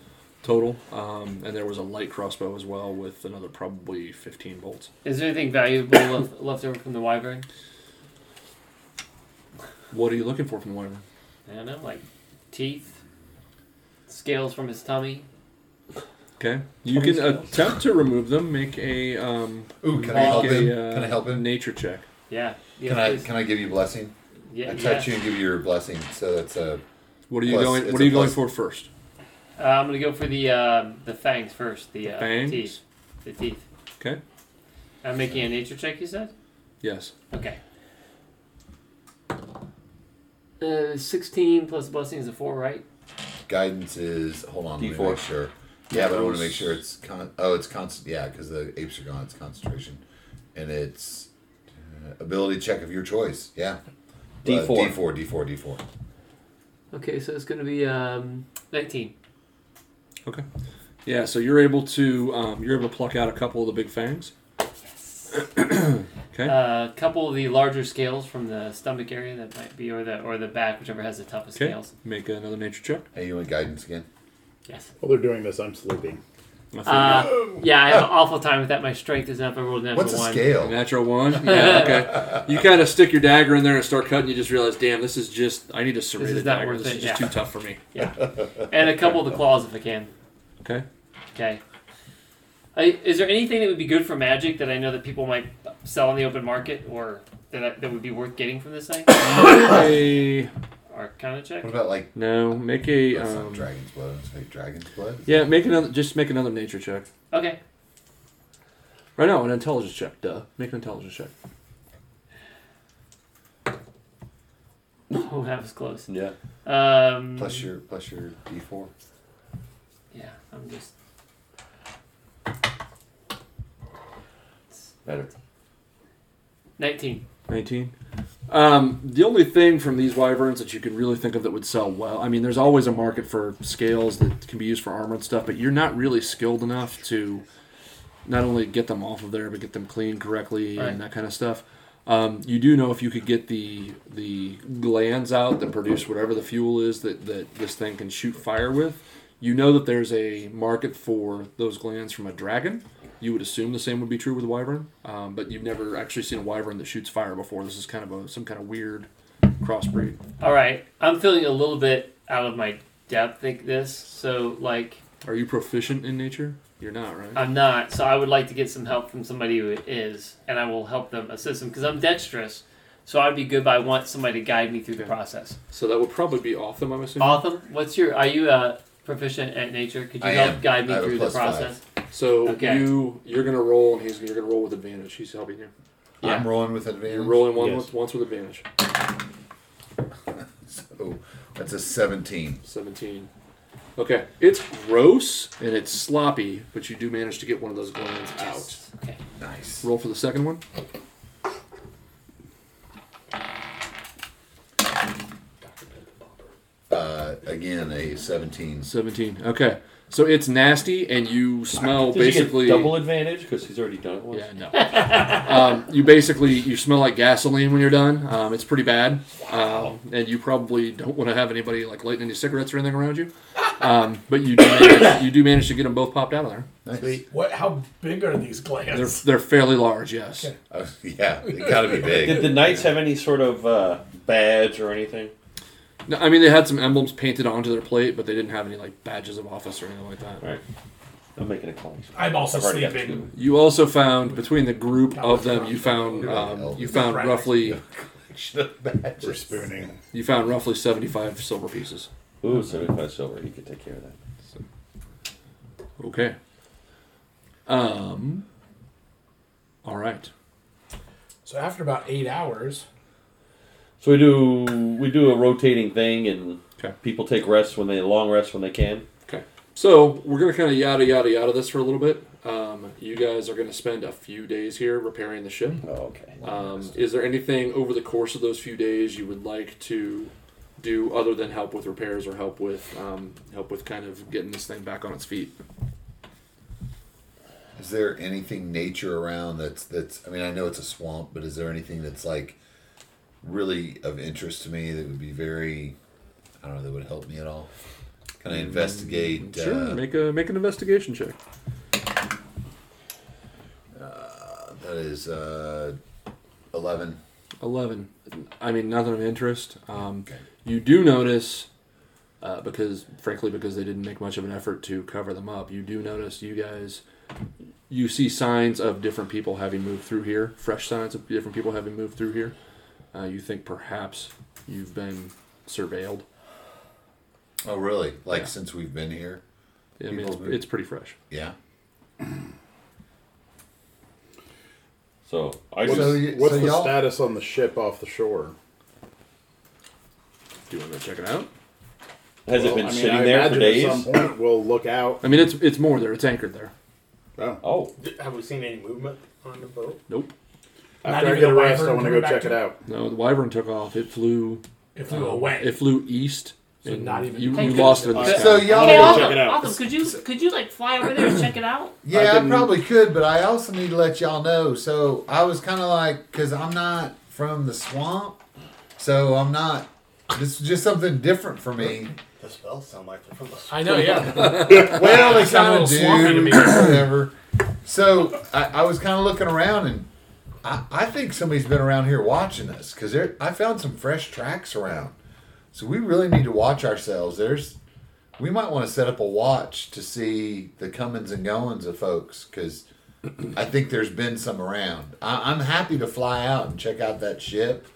S5: total. Um, and there was a light crossbow as well with another probably 15 bolts.
S3: Is there anything valuable left, left over from the wyvern?
S5: What are you looking for from Wyvern?
S3: I don't know, like teeth, scales from his tummy.
S5: Okay. You can attempt to remove them. Make a, um,
S8: Ooh, can I
S5: make
S8: help
S5: a,
S8: him?
S5: uh,
S8: Can I help him?
S5: Nature check.
S3: Yeah. yeah
S8: Can I
S3: please.
S8: can I give you blessing?
S3: yeah,
S8: I touch
S3: yeah.
S8: you and give you your blessing. So that's a
S5: What are you
S8: Plus,
S5: going?
S8: it's
S5: What are you
S8: a
S5: going
S8: plus-
S5: for first?
S3: Uh, I'm going to go for the uh, the fangs first. The uh,
S5: Fangs?
S3: teeth. The teeth.
S5: Okay.
S3: I'm making a nature check, you said?
S5: Yes.
S3: Okay. Uh, 16 plus blessing is a 4, right?
S8: guidance is hold on, let me
S4: D4.
S8: make sure. Yeah, but I want to make sure it's con. Oh, it's constant. Yeah, because the apes are gone. It's concentration, and it's uh, ability check of your choice. Yeah,
S4: D4.
S8: D four, D four, D four.
S3: Okay, so it's going to be um, 19.
S5: Okay. Yeah. So you're able to um, you're able to pluck out a couple of the big fangs. okay.
S3: A Uh, couple of the larger scales from the stomach area that might be, or the or the back, whichever has the toughest
S5: okay.
S3: scales.
S5: Make another nature check.
S8: Hey, you want guidance again?
S3: Yes.
S7: While they're doing this, I'm sleeping.
S5: I think-
S3: Uh, yeah, I have an awful time with that. My strength is up. I rolled a natural
S8: What's a
S3: one.
S5: A
S8: scale?
S5: natural one. Yeah. Okay. you kind of stick your dagger in there and start cutting. You just realize, damn, this is just. I need a serrated
S3: is not
S5: dagger.
S3: worth
S5: This
S3: it,
S5: is just
S3: yeah.
S5: too tough for me.
S3: And a couple of the claws if I can.
S5: Okay.
S3: Okay. I, is there anything that would be good for magic that I know that people might sell on the open market or that, I, that would be worth getting from this thing?
S5: A
S3: Arcana check.
S8: What about like
S5: No, make a
S8: that's not
S5: um,
S8: dragon's blood? It's like dragon's blood.
S5: yeah, make another. Just make another nature check.
S3: Okay.
S5: Right now, an intelligence check. Duh, make an intelligence check.
S3: Oh, that was close.
S4: Yeah.
S3: Um,
S8: Plus your plus your D four.
S3: Yeah, I'm just.
S4: Better.
S3: 19.
S5: 19. Um, the only thing from these wyverns that you could really think of that would sell well, I mean, there's always a market for scales that can be used for armor and stuff, but you're not really skilled enough to not only get them off of there, but get them cleaned correctly
S3: Right.
S5: and that kind of stuff. Um, you do know if you could get the the glands out that produce whatever the fuel is that, that this thing can shoot fire with. You know that there's a market for those glands from a dragon. You would assume the same would be true with a wyvern, um, but you've never actually seen a wyvern that shoots fire before. This is kind of a some kind of weird crossbreed.
S3: All right. I'm feeling a little bit out of my depth like this. So, like,
S5: Are you proficient in nature? You're not, right?
S3: I'm not. So, I would like to get some help from somebody who is, and I will help them assist them because I'm dexterous. So, I'd be good, but I want somebody to guide me through the
S5: Okay.
S3: process.
S5: so that would probably be off them, I'm assuming.
S3: Autumn, what's your. Are you uh, proficient at nature? Could you
S8: I
S3: help
S8: am.
S3: guide me
S8: I have a
S3: through the
S8: plus five.
S3: process?
S5: So
S3: Okay.
S5: you you're gonna roll, and he's you're gonna roll with advantage. He's helping you.
S3: Yeah.
S8: I'm rolling with advantage.
S5: You're rolling one
S11: Yes.
S5: with, once with advantage.
S8: So that's a seventeen.
S5: 17. Okay. It's gross and it's sloppy, but you do manage to get one of those glands out.
S3: Okay.
S8: Nice.
S5: Roll for the second one.
S8: Uh, again, a seventeen.
S5: 17. Okay. So it's nasty and you smell
S4: Does
S5: basically
S4: he get double advantage because he's already done it once.
S5: Yeah, no. um, you basically you smell like gasoline when you're done. Um, it's pretty bad, um, and you probably don't want to have anybody like lighting any cigarettes or anything around you. Um, but you do manage, you do manage to get them both popped out of there.
S8: Nice.
S9: What? How big are these glands?
S5: They're they're fairly large, yes.
S8: Oh, yeah, it gotta be big.
S4: Did the knights have any sort of uh, badge or anything?
S5: No, I mean they had some emblems painted onto their plate, but they didn't have any like badges of office or anything like that.
S4: All right. I'm making a call.
S9: I'm also
S4: I've already got
S9: sleeping.
S5: You also found between the group of them, you found um, you found roughly
S8: Badges.
S11: We're spooning.
S5: you found roughly seventy five silver pieces.
S4: two. Ooh, 75 silver. He could take care of that.
S5: Okay. Um. All right.
S9: So after about eight hours,
S4: So we do we do a rotating thing, and
S5: Okay.
S4: people take rests when they long rests when they can.
S5: Okay. So we're gonna kind of yada yada yada this for a little bit. Um, you guys are gonna spend a few days here repairing the ship.
S4: Oh, okay.
S5: Um, is there anything over the course of those few days you would like to do other than help with repairs or help with um, help with kind of getting this thing back on its feet?
S8: Is there anything nature around that's that's? I mean, I know it's a swamp, but is there anything that's like really of interest to me that would be very? I don't know. That would help me at all. Can I investigate?
S5: Mm, Sure.
S8: uh,
S5: Make a make an investigation check.
S8: that is uh, eleven.
S5: 11. I mean, nothing of interest. Um,
S8: Okay.
S5: You do notice, uh, because frankly, because they didn't make much of an effort to cover them up, you do notice you guys, you see signs of different people having moved through here, fresh signs of different people having moved through here. Uh, you think perhaps you've been surveilled.
S8: Oh, really? Like
S5: Yeah.
S8: since we've been here?
S5: I mean, it's,
S8: People-
S5: it's pretty fresh.
S8: Yeah.
S4: So I
S8: So
S4: just
S8: y-
S11: What's
S8: so
S11: the
S8: y'all-
S11: status on the ship off the shore?
S5: Do you want to check it out?
S4: has it
S11: Well,
S4: been
S11: I mean,
S4: sitting
S11: I
S4: there for
S11: imagine
S4: days?
S11: At some point, we'll look out.
S5: I mean, it's it's more there. It's anchored there.
S11: Oh.
S4: Oh,
S2: D- Have we seen any movement on the boat?
S5: Nope.
S11: After I
S9: even
S11: get
S9: a
S11: a rest, I
S9: wyvern
S11: want to go
S9: coming back
S11: check
S9: to-
S11: it out.
S5: No, the wyvern took off. It flew.
S9: it
S5: Oh,
S9: flew away.
S5: It flew east.
S9: So
S5: and
S9: not even-
S5: you,
S3: Thank
S5: you
S3: you.
S5: lost it in the sky.
S8: So y'all.
S3: Hey,
S11: check it
S3: Autumn,
S11: out.
S3: Autumn, could you, could you, like, fly over there and check it out?
S8: Yeah,
S11: I've
S8: I
S11: been-
S8: probably could, but I also need to let y'all know. So I was kind of like, because I'm not from the swamp, so I'm not. This is just something different for me.
S2: The spells sound like they're from the
S9: I know. Yeah.
S8: Well, they
S9: Sound a
S8: kind of
S9: little swampy to
S8: do,
S9: me.
S8: whatever. So I, I was kind of looking around, and I, I think somebody's been around here watching us because I found some fresh tracks around. So we really need to watch ourselves. There's, we might want to set up a watch to see the comings and goings of folks because I think there's been some around. I, I'm happy to fly out and check out that ship,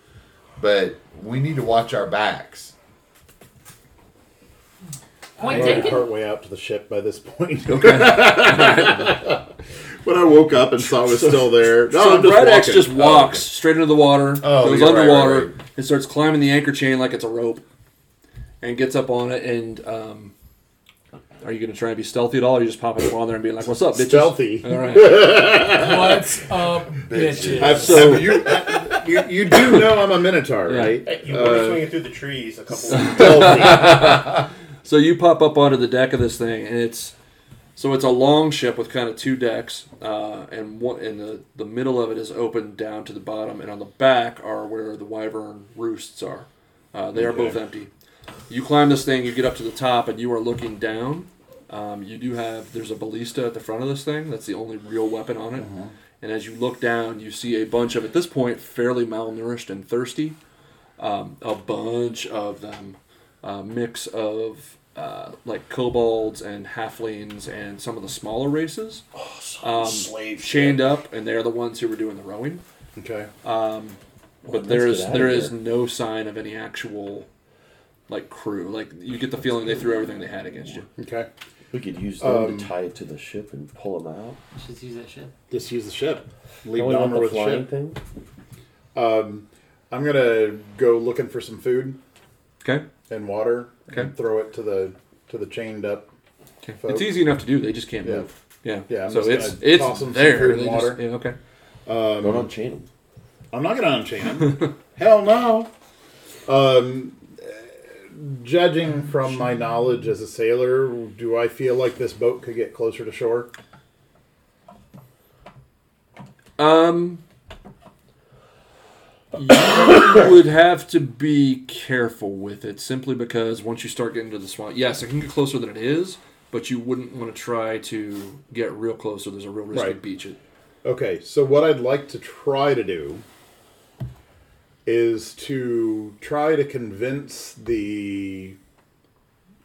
S8: but we need to watch our backs
S3: Point
S2: I'm
S3: taken.
S2: part way out to the ship by this point.
S7: When I woke up and saw it was still there, no,
S5: so
S7: I'm just
S5: Brad X
S7: walking.
S5: just
S7: Oh,
S5: walks straight into the water,
S7: Oh,
S5: goes
S7: you're right,
S5: underwater,
S7: right,
S5: and starts climbing the anchor chain like it's a rope, and gets up on it. And um, are you going to try and be stealthy at all? Or are you just popping up on there and being like, "What's up, bitches?"
S2: Stealthy.
S5: All right.
S9: What's up, bitches?
S7: I've,
S5: So-
S7: have you, you you do know I'm a minotaur,
S5: Yeah.
S7: right?
S2: Hey, You
S7: Uh,
S2: were swinging through the trees a couple of weeks
S5: So you pop up onto the deck of this thing, and it's so it's a long ship with kind of two decks, uh, and one and the the middle of it is open down to the bottom, and on the back are where the wyvern roosts are. Uh, they are both empty. You climb this thing, you get up to the top, and you are looking down. Um, you do have there's a ballista at the front of this thing. That's the only real weapon on it. And as you look down, you see a bunch of at this point fairly malnourished and thirsty Um, a bunch of them, a mix of uh, like kobolds and halflings and some of the smaller races, Um,
S9: Slave
S5: chained up, and they're the ones who were doing the rowing. Um,
S7: okay.
S5: But there is there is no sign of any actual like crew. Like you get the feeling they threw everything they had against you.
S7: Okay.
S4: We could use them to tie it to the ship and pull them out.
S3: Should use that shit.
S7: Just use the ship. Leave
S4: Don't we want
S7: Dahmer
S4: the
S7: with the
S4: flying
S7: ship.
S4: thing?
S7: I'm gonna go looking for some food
S5: Okay,
S7: and water
S5: Okay.
S7: and throw it to the to the chained up.
S5: it's
S7: Folks.
S5: easy enough to do. They just can't
S7: Yeah.
S5: move. Yeah,
S7: Yeah, I'm
S5: so
S7: just
S5: it's
S7: gonna toss
S5: it's
S7: them some food
S5: there.
S7: and
S5: They just-
S7: water.
S5: yeah, okay.
S4: Don't unchain them.
S7: I'm not gonna unchain him. Hell no. Um, uh, judging from my knowledge as a sailor, do I feel like this boat could get closer to shore?
S5: Um, you would have to be careful with it simply because once you start getting to the swamp, yes, it can get closer than it is, but you wouldn't want to try to get real close, or there's a real risk to
S7: Right.
S5: beach it.
S7: Okay, so what I'd like to try to do is to try to convince the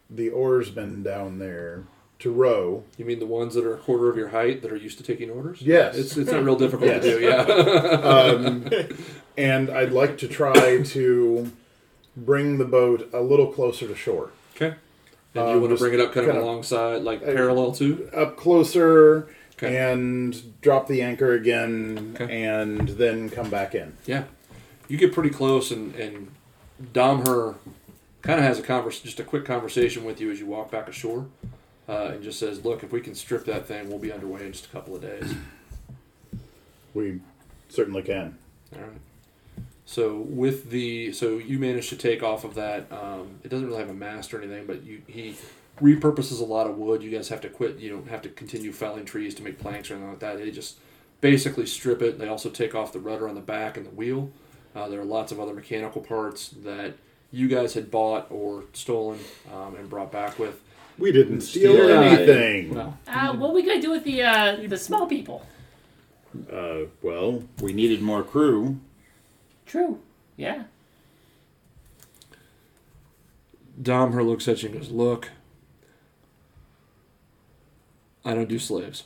S7: the oarsmen down there to row.
S5: You mean the ones that are a quarter of your height that are used to taking orders?
S7: Yes.
S5: It's, it's not real difficult
S7: Yes.
S5: to do, yeah.
S7: and I'd like to try to bring the boat a little closer to shore.
S5: okay. And you want to
S7: Um, just
S5: bring it up kind of
S7: kinda-
S5: alongside, like parallel to?
S7: Up closer
S5: Okay.
S7: and drop the anchor again
S5: Okay.
S7: and then come back in.
S5: Yeah. You get pretty close, and, and Dom her kind of has a convers just a quick conversation with you as you walk back ashore, uh, and just says, "Look, if we can strip that thing, we'll be underway in just a couple of days."
S7: We certainly can.
S5: All right. So with the so you managed to take off of that. Um, it doesn't really have a mast or anything, but you he repurposes a lot of wood. You guys have to quit. You don't have to continue felling trees to make planks or anything like that. They just basically strip it. They also take off the rudder on the back and the wheel. Uh, there are lots of other mechanical parts that you guys had bought or stolen um, and brought back with.
S7: We didn't steal
S5: steal
S7: anything.
S5: No.
S3: Uh, what we gonna do with the uh, the small people?
S7: Uh, well, we needed more crew.
S3: True. Yeah.
S5: Dom her looks at you and goes, Look, I don't do slaves.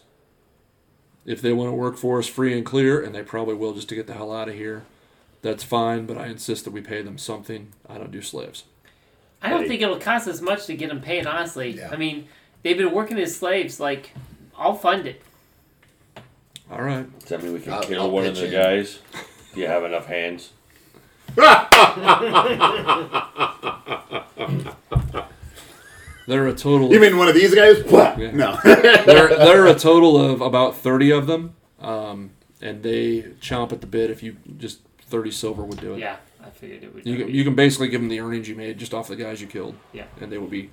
S5: If they want to work for us free and clear, and they probably will just to get the hell out of here, that's fine, but I insist that we pay them something. I don't do slaves.
S3: I don't think it'll cost us much to get them paid. Honestly,
S8: Yeah.
S3: I mean, they've been working as slaves. Like, I'll fund it.
S5: All right.
S4: Does that mean we can
S8: I'll-
S4: kill
S8: I'll
S4: one of
S8: pitch
S4: the
S8: in.
S4: guys? Do you have enough hands?
S5: They're a total
S7: You mean one of these guys?
S5: Yeah.
S7: No.
S5: they're, they're a total of about 30 of them, um, and they chomp at the bit if you just 30 silver would do it.
S3: Yeah, I figured it would.
S5: You can, you can basically give them the earnings you made just off the guys you killed.
S3: Yeah.
S5: And they will be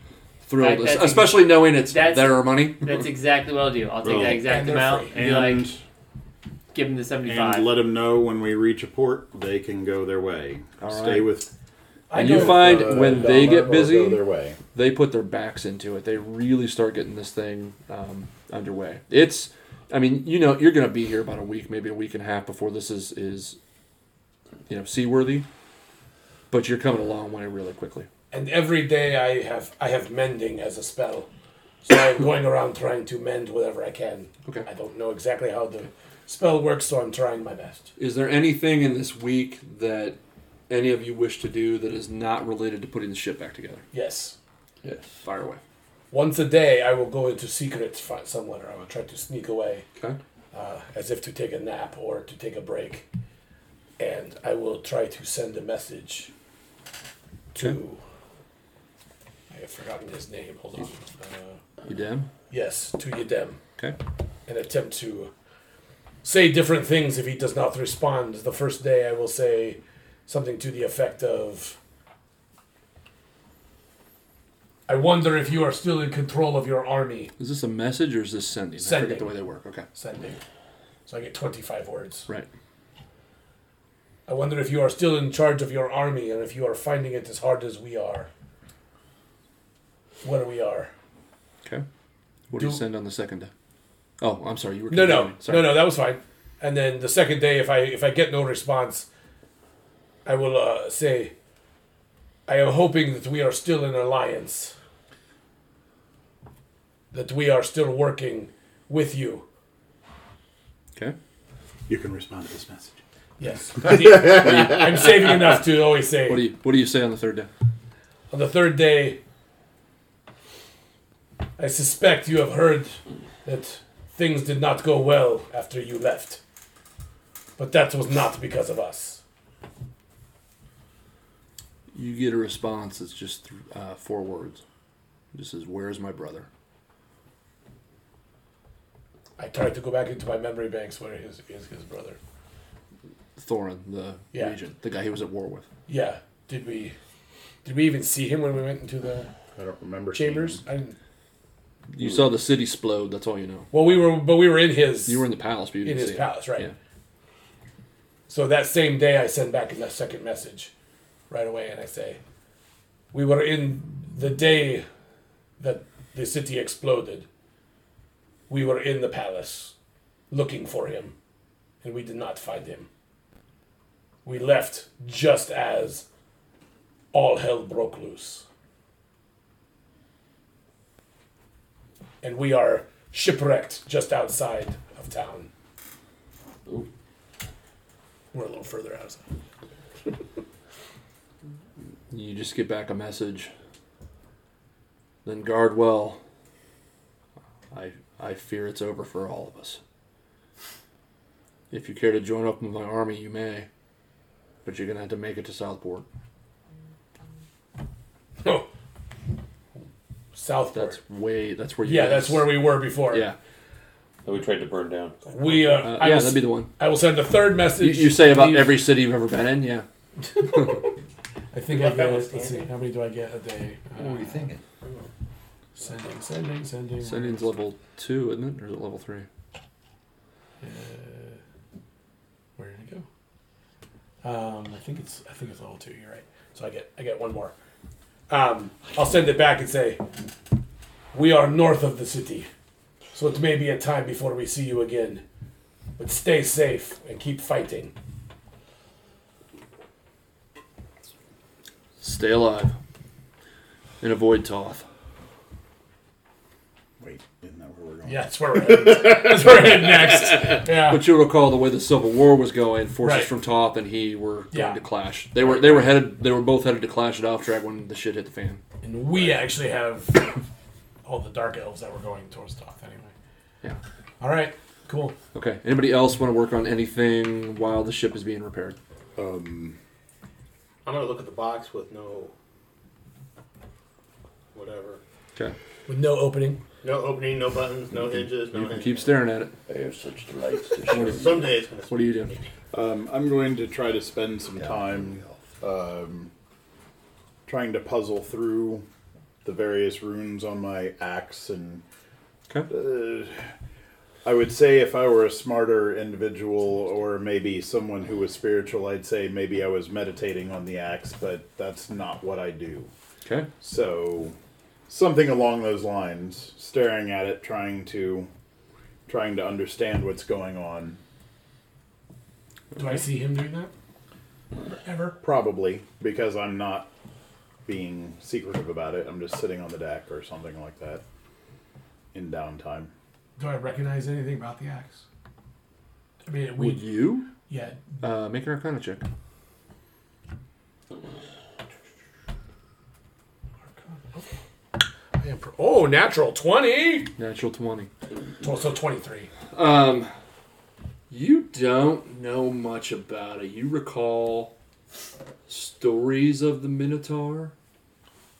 S5: thrilled,
S3: That- that's-
S5: especially knowing it's
S3: that's-
S5: their money.
S3: That's exactly what I'll do. I'll take
S7: Well,
S3: that exact
S9: and they're
S3: amount and, be
S7: And,
S3: like, give them the seventy-five.
S7: and let them know when we reach a port, they can go their way. Stay with.
S6: I
S5: and you
S6: go-
S5: find
S7: uh,
S5: when they
S7: Dahmer
S5: get
S7: or
S5: busy,
S7: Go their way.
S5: they put their backs into it. They really start getting this thing um, underway. It's, I mean, you know, you're going to be here about a week, maybe a week and a half before this is is, you know, seaworthy. But you're coming a long way really quickly.
S6: and every day I have I have mending as a spell, so I'm going around trying to mend whatever I can.
S5: Okay.
S6: I don't know exactly how the spell works, so I'm trying my best.
S5: Is there anything in this week that any of you wish to do that is not related to putting the ship back together?
S6: Yes.
S4: Yes.
S5: Fire away.
S9: Once a day, I will go into secret fi- somewhere. I will try to sneak away
S5: Okay.
S9: uh, as if to take a nap or to take a break. And I will try to send a message to. I have forgotten his name. Hold on. Uh,
S5: You damn.
S9: yes, to Yedem
S5: Okay.
S9: and attempt to say different things if he does not respond. The first day, I will say something to the effect of I wonder if you are still in control of your army.
S5: Is this a message or is this sending? I
S9: Sending.
S5: forget the way they work. Okay.
S9: Sending. So I get 25 words.
S5: Right.
S9: I wonder if you are still in charge of your army and if you are finding it as hard as we are. What we are.
S5: Okay. What do, you
S9: Do-
S5: send on the second day? Oh, I'm sorry. You were
S9: No, no,
S5: continuing.
S9: no, no. That was fine. And then the second day, if I if I get no response, I will uh, say, I am hoping that we are still in alliance, that we are still working with you.
S5: Okay.
S11: You can respond to this message.
S9: Yes, I'm saving enough to always say.
S5: What do you What do you say on the third day?
S9: On the third day, I suspect you have heard that things did not go well after you left. But that was not because of us.
S5: You get a response that's just th- uh, four words. This is where's my brother?
S9: I tried to go back into my memory banks where his is his brother.
S5: Thorin, the
S9: Yeah.
S5: regent, the guy he was at war with.
S9: Yeah. Did we did we even see him when we went into the
S7: I don't remember. seeing
S9: chambers?
S7: him.
S9: I didn't,
S5: You saw the city explode. That's all you know.
S9: well, we were, but we were in his
S5: You were in the palace, but you
S9: in
S5: didn't
S9: his
S5: see
S9: palace, right?
S5: Yeah.
S9: So that same day, I send back a second message right away, and I say, "We were in the day that the city exploded. We were in the palace, looking for him, and we did not find him. We left just as all hell broke loose, and we are shipwrecked just outside of town." We're a little further out.
S5: it. You just get back a message. Then guard well. I I fear it's over for all of us. If you care to join up with my army, you may. But you're gonna have to make it to Southport.
S9: No. Southport.
S5: That's way. That's where you.
S9: yeah,
S5: guys-
S9: that's where we were before.
S5: Yeah.
S4: that we tried to burn down.
S9: We, uh,
S5: Uh,
S9: I,
S5: yeah,
S9: will,
S5: that'd be the one.
S9: I will send a third
S5: You,
S9: message.
S5: you say about
S9: Leave-
S5: every city you've ever been in, yeah.
S6: I think I get. Let's see. How many do I get a day?
S9: Uh,
S8: What were you thinking?
S6: Sending, sending, sending.
S5: Sending's level two, isn't it? Or is it level three?
S6: Uh, where did it go? Um, I think it's I think it's level two. You're right.
S9: So I get, I get one more. Um, I'll send it back and say, we are north of the city, so it may be a time before we see you again. But stay safe and keep fighting.
S5: Stay alive. And avoid Toth.
S7: Wait, isn't that where we're going?
S9: Yeah, that's where we're headed. that's where we're headed next. Yeah.
S5: But you'll recall the way the Civil War was going, forces
S9: Right.
S5: from Toth and he were going
S9: Yeah.
S5: to clash. They were they were headed they were both headed to clash at off track when the shit hit the fan.
S9: And we actually have all the dark elves that were going towards Toth anyway.
S5: Yeah.
S9: All right. Cool.
S5: Okay. Anybody else want to work on anything while the ship is being repaired?
S2: I'm gonna look at the box with no whatever.
S5: Okay.
S9: With no opening.
S2: No opening, no buttons, no hinges, no
S5: You can
S2: hinges.
S5: keep staring at it.
S4: They have such delights to show.
S2: Someday it's gonna
S5: What are you doing?
S7: Um, I'm going to try to spend some time um, trying to puzzle through the various runes on my axe and
S5: Okay.
S7: Uh, I would say if I were a smarter individual or maybe someone who was spiritual, I'd say maybe I was meditating on the axe, but that's not what I do.
S5: Okay.
S7: So something along those lines, staring at it, trying to trying to understand what's going on.
S9: Do I see him doing that? Ever?
S7: Probably because I'm not being secretive about it. I'm just sitting on the deck or something like that in downtime.
S6: Do I recognize anything about the axe? I mean,
S5: Would
S6: we
S5: you
S6: yeah.
S5: uh, make an Arcana check?
S9: I Damn, per- Oh, natural 20.
S5: Natural 20.
S9: Tw- So 23.
S5: Um, you don't know much about it. You recall stories of the Minotaur.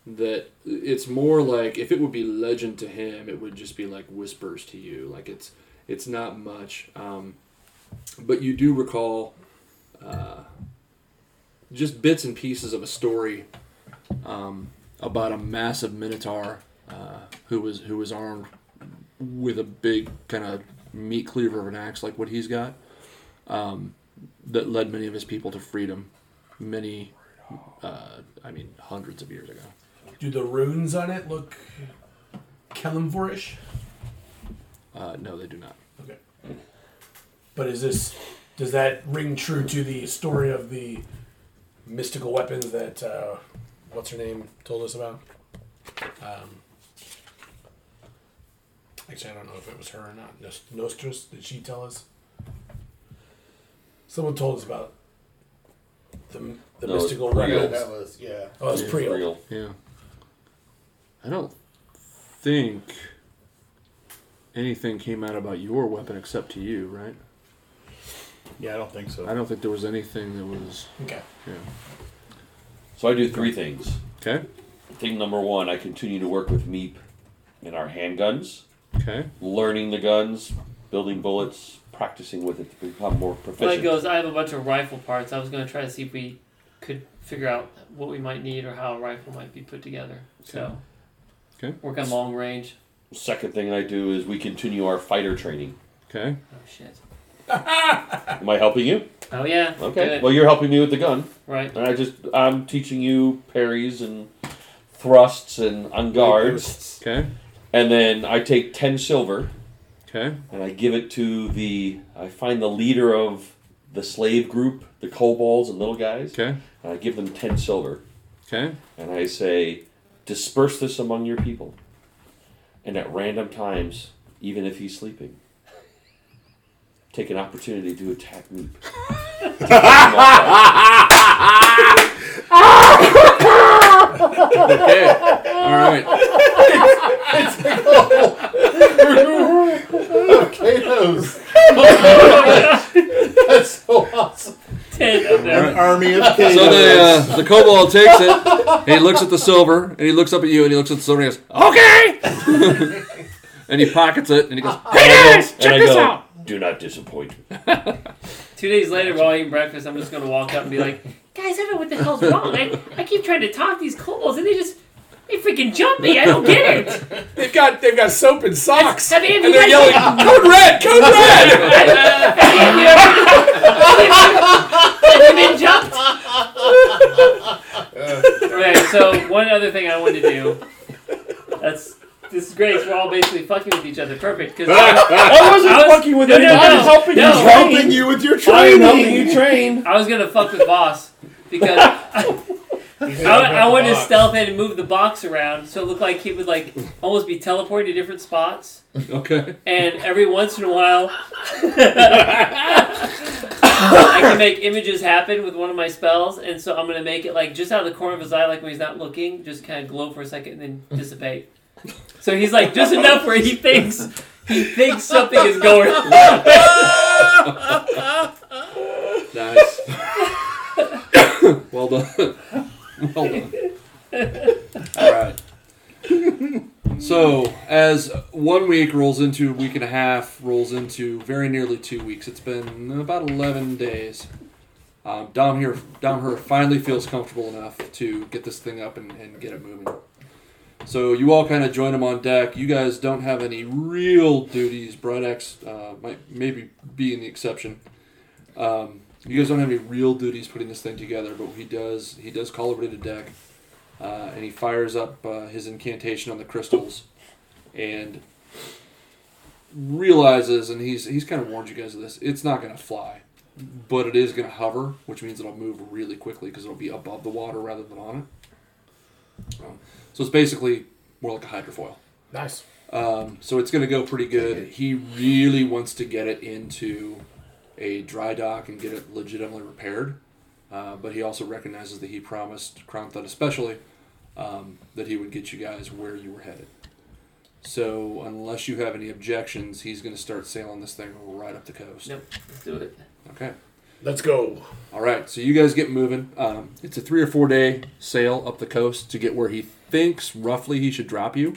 S5: That it's more like if it would be legend to him, it would just be like whispers to you. Like it's it's not much, um, but you do recall uh, just bits and pieces of a story um, about a massive Minotaur uh, who was who was armed with a big kind of meat cleaver of an axe like what he's got um, that led many of his people to freedom many uh, i mean hundreds of years ago
S6: Do the runes on it look Kellenvorish?
S5: uh, no they do not
S6: Okay. But is this does that ring true to the story of the mystical weapons that uh, what's her name told us about? Um, actually, I don't know if it was her or not. Nos- Nostris, did she tell us? Someone told us about the, the
S4: No,
S6: mystical
S4: it's Priel.
S2: Yeah,
S6: weapons.
S2: that was yeah.
S6: Oh, it's
S4: It's
S6: Priel.
S4: real.
S5: yeah i don't think anything came out about your weapon except to you right
S11: Yeah, I don't think so.
S5: i don't think there was anything that was
S6: Okay.
S5: yeah
S4: So I do three things.
S5: okay
S4: Thing number one, I continue to work with Meep in our handguns,
S5: okay
S4: learning the guns, building bullets, practicing with it to become more
S3: Well, that
S4: proficient.
S3: goes. I have a bunch of rifle parts. I was going to try to see if we could figure out what we might need or how a rifle might be put together. So,
S5: Okay.
S3: work on long range.
S4: Second thing I do is we continue our fighter training.
S5: okay
S3: Oh shit.
S4: Am I helping you?
S3: Oh yeah.
S4: Okay.
S3: Good.
S4: Well, you're helping me with the gun,
S3: right.
S4: and I just I'm teaching you parries and thrusts and unguards,
S5: okay
S4: and then I take ten silver
S5: okay
S4: and I give it to the I find the leader of the slave group, the kobolds and little guys,
S5: okay
S4: and I give them ten silver.
S5: okay
S4: and I say, disperse this among your people, and at random times, even if he's sleeping, take an opportunity to attack me.
S5: all right
S8: Potatoes. That's so awesome.
S3: Ten of them.
S11: Army of Kings.
S5: So the uh, the kobold takes it. He looks at the silver and he looks up at you and he looks at the silver and he goes, "Okay." and he pockets it and he goes, "Hey guys,
S4: and I
S5: check this
S4: go,
S5: out."
S4: Do not disappoint. me."
S3: Two days later, while eating breakfast, I'm just going to walk up and be like, "Guys, I don't know what the hell's wrong. I, I keep trying to talk to these kobolds, and they just they freaking jump me. I don't get it.
S9: They've got they've got soap and socks.
S3: I mean,
S9: and
S3: you
S9: they're
S3: guys-
S9: yelling, code red, code red!
S3: Have you been jumped?" okay. So one other thing I wanted to do. That's this is great. 'cause We're all basically fucking with each other. Perfect. Because
S4: I wasn't
S3: I was-
S4: fucking with
S3: no, no,
S4: anybody.
S3: no,
S4: I'm helping
S3: no.
S4: you train.
S11: helping you with your
S4: I'm
S11: training.
S4: helping you train.
S3: I was gonna fuck with boss because I, I, I wanted to stealth in and move the box around so it looked like he would like almost be teleporting to different spots.
S5: Okay.
S3: And every once in a while, I can make images happen with one of my spells, and so I'm gonna make it like just out of the corner of his eye, like when he's not looking, just kind of glow for a second and then dissipate. So he's like just enough where he thinks he thinks something is going. on.
S5: Nice. well done. Well done. All right. So, as one week rolls into a week and a half, rolls into very nearly two weeks, it's been about 11 days. Um, Dom here, Dom here finally feels comfortable enough to get this thing up and, and get it moving. So you all kind of join him on deck. You guys don't have any real duties. Bright X uh, might maybe be an exception. Um, you guys don't have any real duties putting this thing together, but he does. He does call everybody to deck, uh, and he fires up uh, his incantation on the crystals, and realizes, and he's he's kind of warned you guys of this. It's not going to fly, but it is going to hover, which means it'll move really quickly because it'll be above the water rather than on it. Um, so it's basically more like a hydrofoil.
S9: Nice.
S5: Um, so it's going to go pretty good. He really wants to get it into a dry dock and get it legitimately repaired. Uh, but he also recognizes that he promised Kronthud especially um, that he would get you guys where you were headed. So unless you have any objections, he's going to start sailing this thing right up the coast.
S3: Nope. Let's do it.
S5: Okay.
S9: Let's go.
S5: All right, so you guys get moving. Um, it's a three or four day sail up the coast to get where he thinks roughly he should drop you.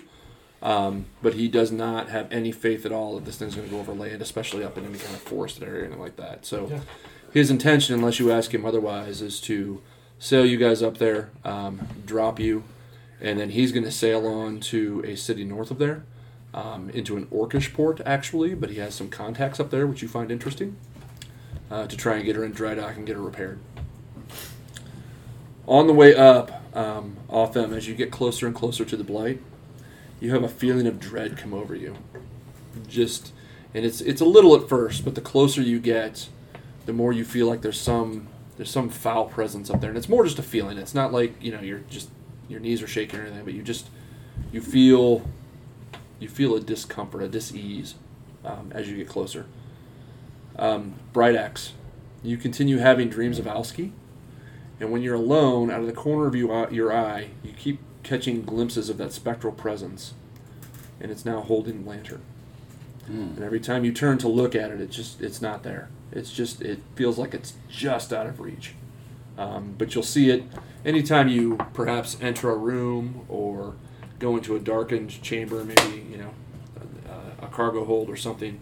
S5: Um, but he does not have any faith at all that this thing's going to go over land, especially up in any kind of forested area or anything like that. So his intention, unless you ask him otherwise, is to sail you guys up there, um, drop you, and then he's going to sail on to a city north of there, um, into an orcish port, actually. But he has some contacts up there, which you find interesting uh, to try and get her in dry dock and get her repaired. On the way up, um, off them, as you get closer and closer to the blight, you have a feeling of dread come over you. Just, and it's it's a little at first, but the closer you get, the more you feel like there's some there's some foul presence up there, and it's more just a feeling. It's not like you know you're just your knees are shaking or anything, but you just you feel you feel a discomfort, a dis-ease um, as you get closer. um, Bright Axe. You continue having dreams of Alski, and when you're alone, out of the corner of you, uh, your eye, you keep catching glimpses of that spectral presence, and it's now holding the lantern. And every time you turn to look at it, it just it's not there. It's just it feels like it's just out of reach. Um, but you'll see it anytime you perhaps enter a room or go into a darkened chamber, maybe you know a, a cargo hold or something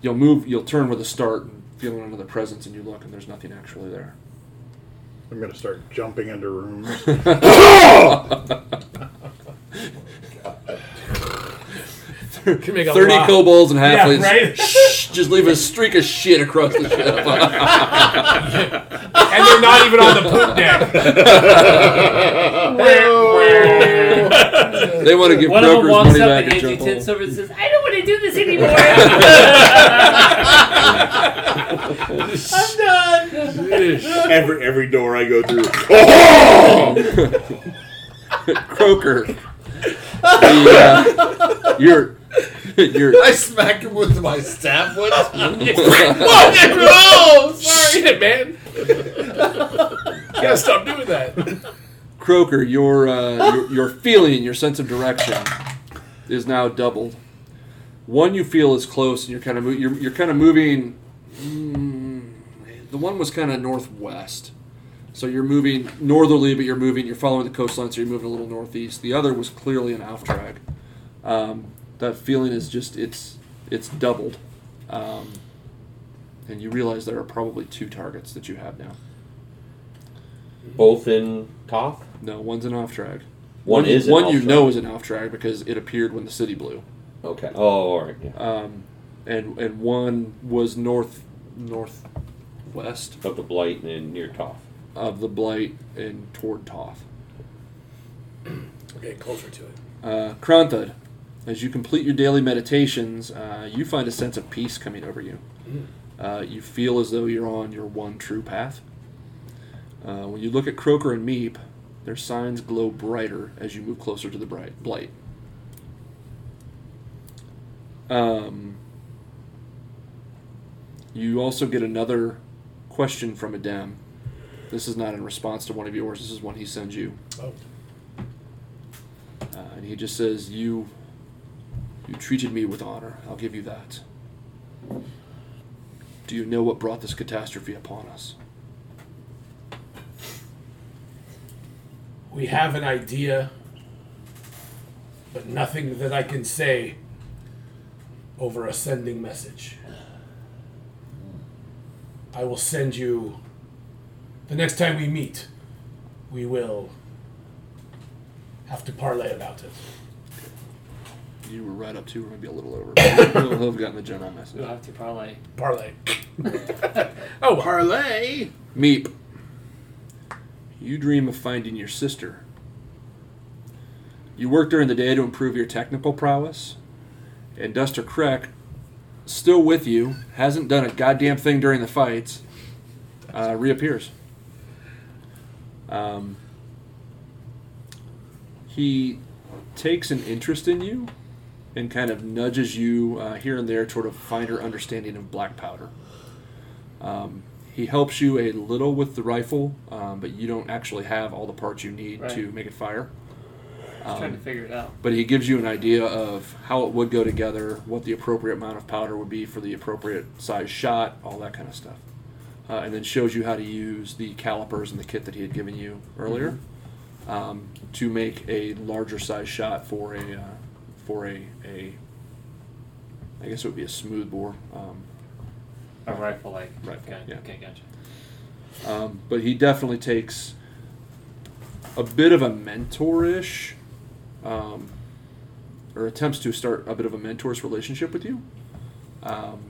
S5: you'll move you'll turn with a start and feeling another presence and you look and there's nothing actually there
S11: I'm gonna start jumping into rooms.
S9: Can make a
S5: 30
S9: lot.
S5: kobolds and halflings
S9: right?
S5: Shh, just leave a streak of shit across the ship
S9: and they're not even on the poop deck.
S5: they want to give
S3: One of them
S5: brokers
S3: walks
S5: money
S3: up and
S5: back and
S3: hands you
S5: jump
S3: ten
S5: all.
S3: silver and says, "I don't want to do this anymore. I'm done."
S11: every every door I go through.
S5: croaker the, uh, you're you're
S8: I smack him with my staff. What?
S9: oh, sorry, Shit, man. Gotta stop doing that.
S5: Croaker, your, uh, your your feeling, your sense of direction, is now doubled. One you feel is close, and you're kind of mo- you're, you're kind of moving. mm, the one was kind of northwest, so you're moving northerly, but you're moving. You're following the coastline, so you're moving a little northeast. The other was clearly an off track. Um, that feeling is just it's it's doubled, um, and you realize there are probably two targets that you have now.
S4: Both in Toth.
S5: No, one's an off track.
S4: One is an
S5: one you
S4: off-track.
S5: know is an off track because it appeared when the city blew,
S4: Okay. Oh, all right. Yeah.
S5: and and one was north northwest
S4: Up the blight and near Toth.
S5: of the blight and toward Toth.
S9: We're getting closer to it.
S5: Uh, Kronthud, as you complete your daily meditations, uh, you find a sense of peace coming over you. Uh, you feel as though you're on your one true path. Uh, when you look at Croaker and Meep, their signs glow brighter as you move closer to the bright blight. Um, you also get another question from Adam. This is not in response to one of yours. This is one he sends you.
S9: Oh.
S5: Uh, and he just says, "You, you treated me with honor. I'll give you that. Do you know what brought this catastrophe upon us?
S6: We have an idea, but nothing that I can say over a sending message. I will send you the next time we meet. We will have to parlay about it.
S5: You were right up to, or maybe a little over. But you'll have gotten the general message.
S3: We'll have to parlay.
S6: Parlay.
S9: Oh, parlay.
S5: Meep. You dream of finding your sister. You work during the day to improve your technical prowess, and Duster Crack, still with you, hasn't done a goddamn thing during the fights, uh, reappears. Um, he takes an interest in you and kind of nudges you uh, here and there toward a finer understanding of black powder. He helps you a little with the rifle, um, um, but you don't actually have all the parts you need
S3: Right.
S5: to make it fire.
S3: I was trying to figure it out.
S5: But he gives you an idea of how it would go together, what the appropriate amount of powder would be for the appropriate size shot, all that kind of stuff. Uh, and then shows you how to use the calipers and the kit that he had given you earlier um, to make a larger size shot for a uh, for a, a I guess it would be a smooth bore. Um,
S3: A rifle, like
S5: Rifle,
S3: Okay,
S5: yeah.
S3: okay, gotcha.
S5: um, but he definitely takes a bit of a mentorish, um, or attempts to start a bit of a mentor's relationship with you. Um,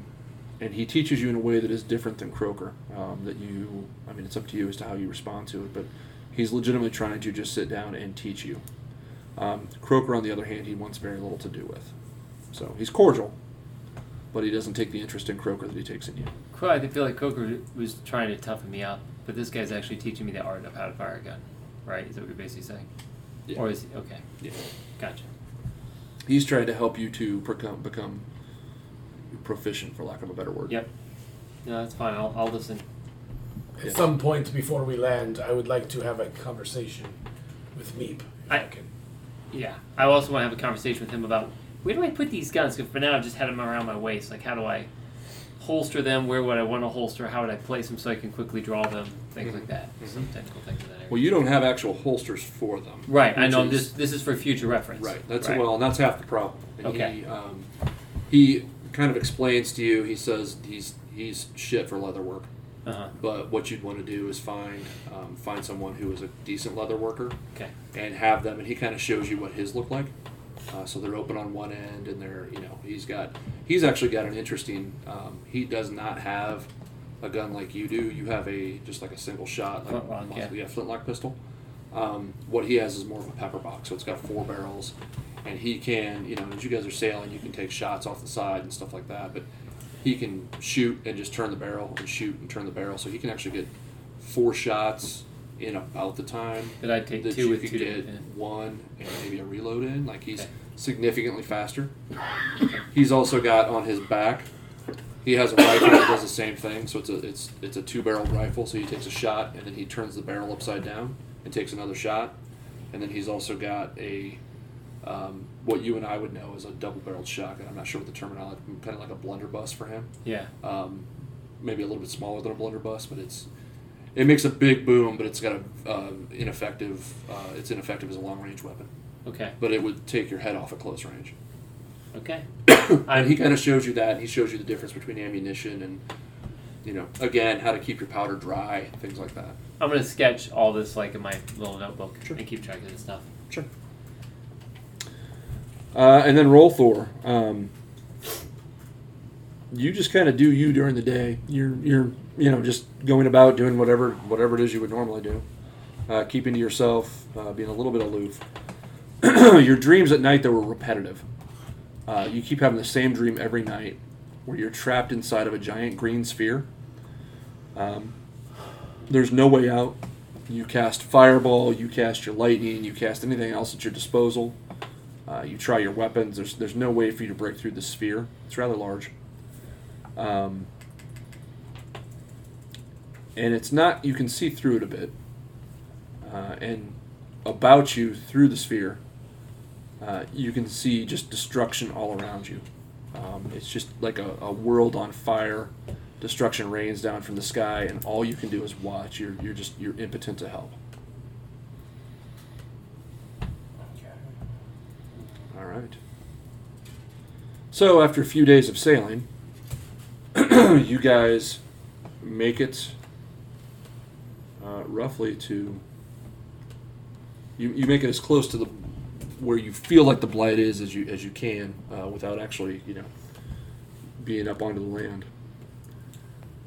S5: and he teaches you in a way that is different than Croker. Um, that you, I mean, it's up to you as to how you respond to it, but he's legitimately trying to just sit down and teach you. Um, Croker, on the other hand, he wants very little to do with. So he's cordial, but he doesn't take the interest in Croker that he takes in you.
S3: Cool. I feel like Coker was trying to toughen me up, but this guy's actually teaching me the art of how to fire a gun. Right? Is that what you're basically saying?
S5: Yeah.
S3: Or is he, okay?
S5: Yeah.
S3: Gotcha.
S5: He's trying to help you to become become proficient, for lack of a better word.
S3: Yep. No, that's fine. I'll, I'll listen.
S5: Yeah.
S6: At some point before we land, I would like to have a conversation with Meep. If I,
S3: I-
S6: can.
S3: Yeah. I also want to have a conversation with him about where do I put these guns? Because for now I've just had them around my waist. Like, how do I holster them? Where would I want to holster? How would I place them so I can quickly draw them? Things like that. Some technical things in that area.
S5: Well, you don't have actual holsters for them.
S3: right. I
S5: which
S3: know.
S5: is-
S3: This this is for future reference.
S5: Right. That's well, and that's half the problem. And
S3: Okay.
S5: He, um, he kind of explains to you. He says he's he's shit for leather work,
S3: Uh-huh.
S5: but what you'd want to do is find um, find someone who is a decent leather worker
S3: Okay.
S5: and have them. And he kind of shows you what his look like. Uh, so they're open on one end, and they're you know he's got he's actually got an interesting. Um, he does not have a gun like you do. You have a just like a single shot, like
S3: Flintlock,
S5: mus-
S3: yeah.
S5: flintlock pistol. Um, what he has is more of a pepper box, so it's got four barrels, and he can you know as you guys are sailing, you can take shots off the side and stuff like that. But he can shoot and just turn the barrel and shoot and turn the barrel, so he can actually get four shots in about the time
S3: Did I take
S5: that
S3: two
S5: you
S3: with
S5: could
S3: two?
S5: get
S3: yeah.
S5: one and maybe a reload in. Like he's
S3: Okay.
S5: significantly faster. He's also got on his back. He has a rifle that does the same thing. So it's a it's it's a two barrel rifle. So he takes a shot and then he turns the barrel upside down and takes another shot. And then he's also got a um, what you and I would know is a double barreled shotgun. I'm not sure what the terminology. Kind of like a blunderbuss for him
S3: Yeah.
S5: um, maybe a little bit smaller than a blunderbuss, but it's it makes a big boom, but it's got a um ineffective. Uh, it's ineffective as a long range weapon,
S3: Okay.
S5: but it would take your head off at close range.
S3: Okay.
S5: And he kind of shows you that. and He shows you the difference between ammunition and you know again how to keep your powder dry, things like that.
S3: I'm gonna sketch all this like in my little notebook
S5: Sure.
S3: and keep track of this stuff.
S5: Sure. Uh, and then roll Thor. Um, you just kind of do you during the day. You're you're you know just going about doing whatever whatever it is you would normally do, uh, keeping to yourself, uh, being a little bit aloof. your dreams at night they were repetitive. Uh, you keep having the same dream every night, where you're trapped inside of a giant green sphere. Um, there's no way out. You cast fireball, you cast your lightning, you cast anything else at your disposal. Uh, you try your weapons. There's there's no way for you to break through the sphere. It's rather large. Um, and it's not. You can see through it a bit. Uh, and about you through the sphere, uh, you can see just destruction all around you. Um, it's just like a, a world on fire. Destruction rains down from the sky, and all you can do is watch. You're you're just you're impotent to help. All right. So after a few days of sailing, you guys make it uh, roughly to. You, you make it as close to the where you feel like the blight is as you as you can uh, without actually you know being up onto the land.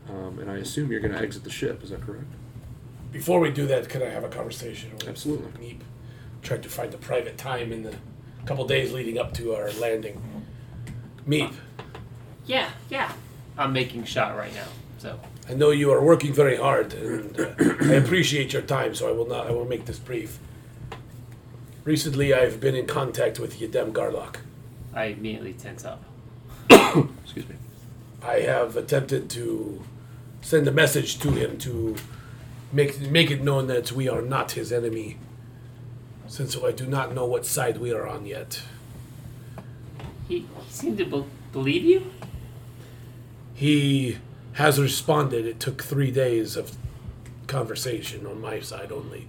S5: Um, and I assume you're going to exit the ship. Is that correct?
S6: Before we do that, could I have a conversation with
S5: Absolutely.
S6: Meep? Tried to find the private time in the couple days leading up to our landing. Meep,
S3: Yeah, yeah. I'm making shot right now. So
S6: I know you are working very hard, and uh, I appreciate your time. So I will not. I will make this brief. Recently, I've been in contact with Yedem Garlock.
S3: I immediately tense up.
S5: Excuse me.
S6: I have attempted to send a message to him to
S9: make make it known that we are not his enemy, since I do not know what side we are on yet.
S3: He, he seemed to be- believe you?
S9: He has responded. It took three days of conversation on my side only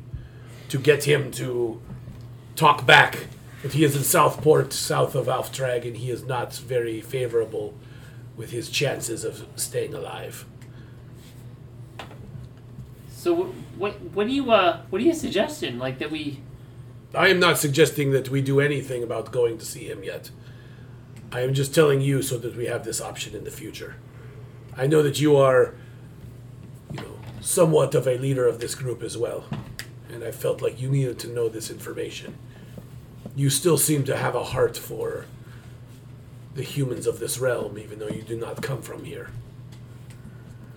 S9: to get him to talk back. But he is in Southport, south of Alftrag, and he is not very favorable with his chances of staying alive.
S3: So wh- what what do you uh what are you suggesting? Like that we
S9: I am not suggesting that we do anything about going to see him yet. I am just telling you so that we have this option in the future. I know that you are, you know, somewhat of a leader of this group as well, and I felt like you needed to know this information. You still seem to have a heart for the humans of this realm, even though you do not come from here.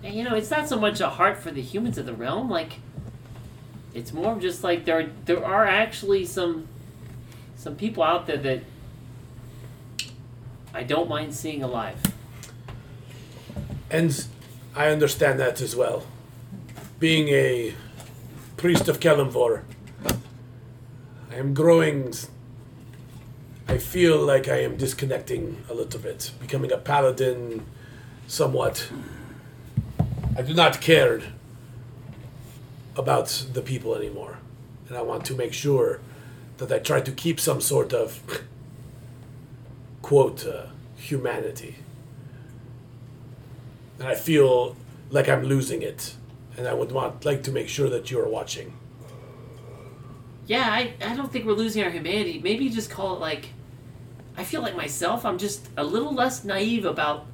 S3: And, you know, it's not so much a heart for the humans of the realm. Like, it's more of just like there there are actually some some people out there that I don't mind seeing alive.
S9: And I understand that as well. Being a priest of Kalimvor, I am growing. I feel like I am disconnecting a little bit, becoming a paladin somewhat. I do not care about the people anymore. And I want to make sure that I try to keep some sort of quote uh, humanity and I feel like I'm losing it. And I would want like to make sure that you are watching.
S3: Yeah, I, I don't think we're losing our humanity. Maybe you just call it like I feel like myself, I'm just a little less naive about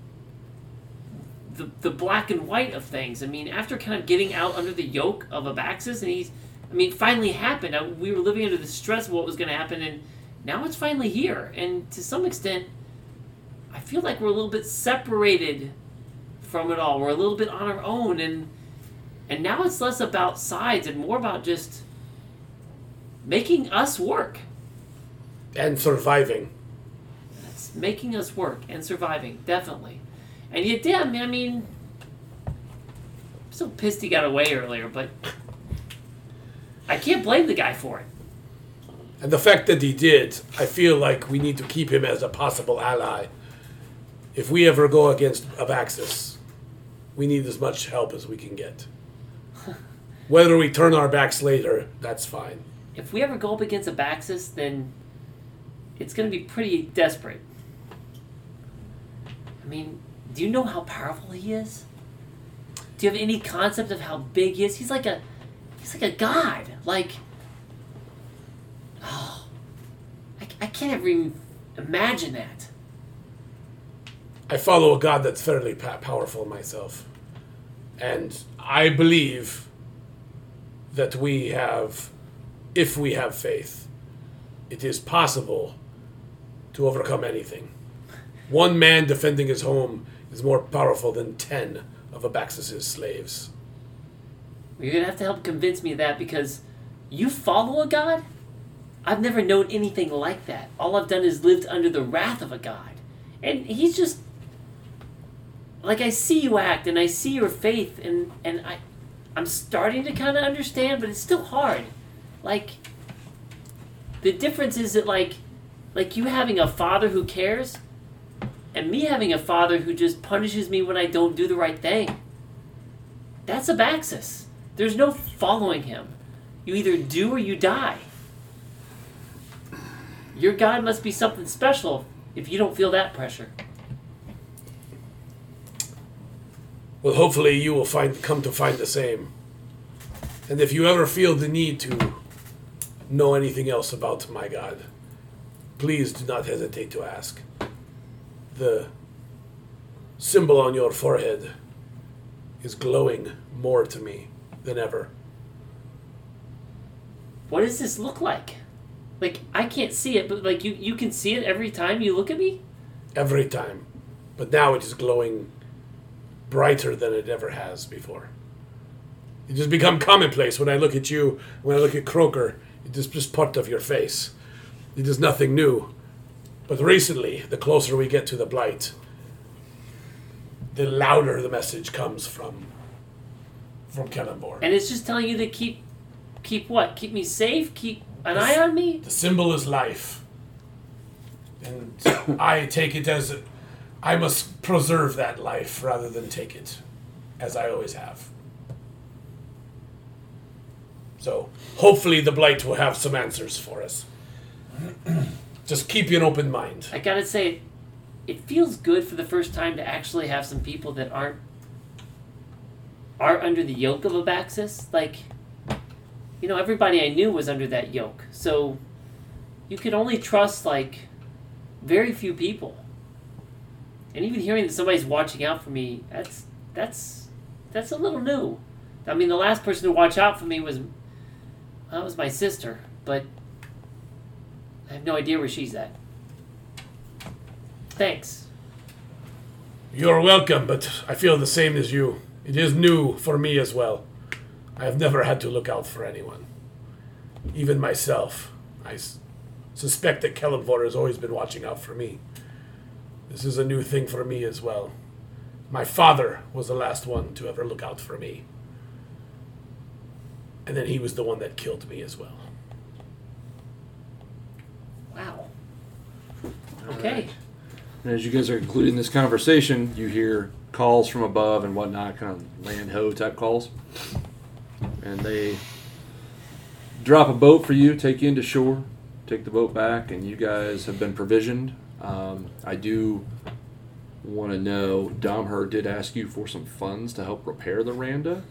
S3: the, the black and white of things. I mean, after kind of getting out under the yoke of Abaxis, and he's, I mean, it finally happened. I, we were living under the stress of what was going to happen, and now it's finally here. And to some extent, I feel like we're a little bit separated from it all. We're a little bit on our own, and and now it's less about sides and more about just making us work.
S9: And surviving.
S3: It's making us work and surviving, definitely. And you did. I mean, I mean, I'm so pissed he got away earlier, but I can't blame the guy for it.
S9: And the fact that he did, I feel like we need to keep him as a possible ally. If we ever go against Abaxis, we need as much help as we can get. Whether we turn our backs later, that's fine.
S3: If we ever go up against Abaxis, then it's going to be pretty desperate. I mean, do you know how powerful he is? Do you have any concept of how big he is? He's like a, he's like a god. Like, oh, I, I can't ever even imagine that.
S9: I follow a god that's fairly pa- powerful myself. And I believe that we have, if we have faith, it is possible to overcome anything. One man defending his home is more powerful than ten of Abaxis' slaves.
S3: You're gonna have to help convince me of that because you follow a god? I've never known anything like that. All I've done is lived under the wrath of a god. And he's just like I see you act and I see your faith and, and I I'm starting to kinda understand, but it's still hard. Like the difference is that like like you having a father who cares and me having a father who just punishes me when I don't do the right thing. That's Abaxis. There's no following him. You either do or you die. Your god must be something special if you don't feel that pressure.
S9: Well, hopefully you will find come to find the same. And if you ever feel the need to know anything else about my God, please do not hesitate to ask. The symbol on your forehead is glowing more to me than ever.
S3: What does this look like? Like I can't see it, but like you you can see it every time you look at me?
S9: every time, but now it is glowing brighter than it ever has before. It has become commonplace when I look at you, when I look at Croker, it is just part of your face. It is nothing new. But recently, the closer we get to the blight, the louder the message comes from from Kellenborg.
S3: And it's just telling you to keep, keep what? Keep me safe. Keep an eye on me.
S9: The symbol is life. And I take it as I must preserve that life rather than take it, as I always have. So hopefully the Blight will have some answers for us. Just keep an open mind.
S3: I gotta say, it feels good for the first time to actually have some people that aren't are under the yoke of Abaxis. Like, you know, everybody I knew was under that yoke, so you could only trust like very few people. And even hearing that somebody's watching out for me, that's that's that's a little new. I mean, the last person to watch out for me was that was my sister, but I have no idea where she's at. Thanks.
S9: You're welcome, but I feel the same as you. It is new for me as well. I have never had to look out for anyone. Even myself. I s- suspect that Kellenvor has always been watching out for me. This is a new thing for me as well. My father was the last one to ever look out for me. And then he was the one that killed me as well.
S3: Wow. Okay.
S5: And as you guys are concluding this conversation, you hear calls from above and whatnot, kind of land ho type calls. And they drop a boat for you, take you into shore, take the boat back, and you guys have been provisioned. Um, I do want to know Domher did ask you for some funds to help repair the Randa.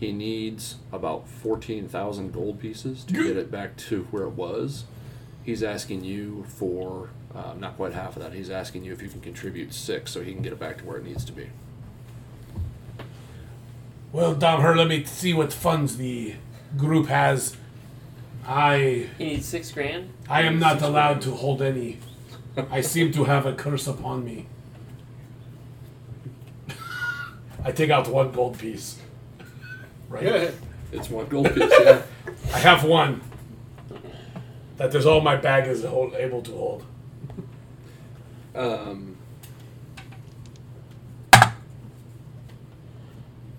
S5: He needs about 14,000 gold pieces to get it back to where it was he's asking you for uh, not quite half of that. He's asking you if you can contribute six so he can get it back to where it needs to be.
S9: Well, Domher, let me see what funds the group has. I
S3: You need six grand?
S9: I am not allowed to hold any. I seem to have a curse upon me. I take out one gold piece. Right.
S5: It's one gold piece, yeah.
S9: I have one. That is all my bag is hold, able to hold.
S5: Um,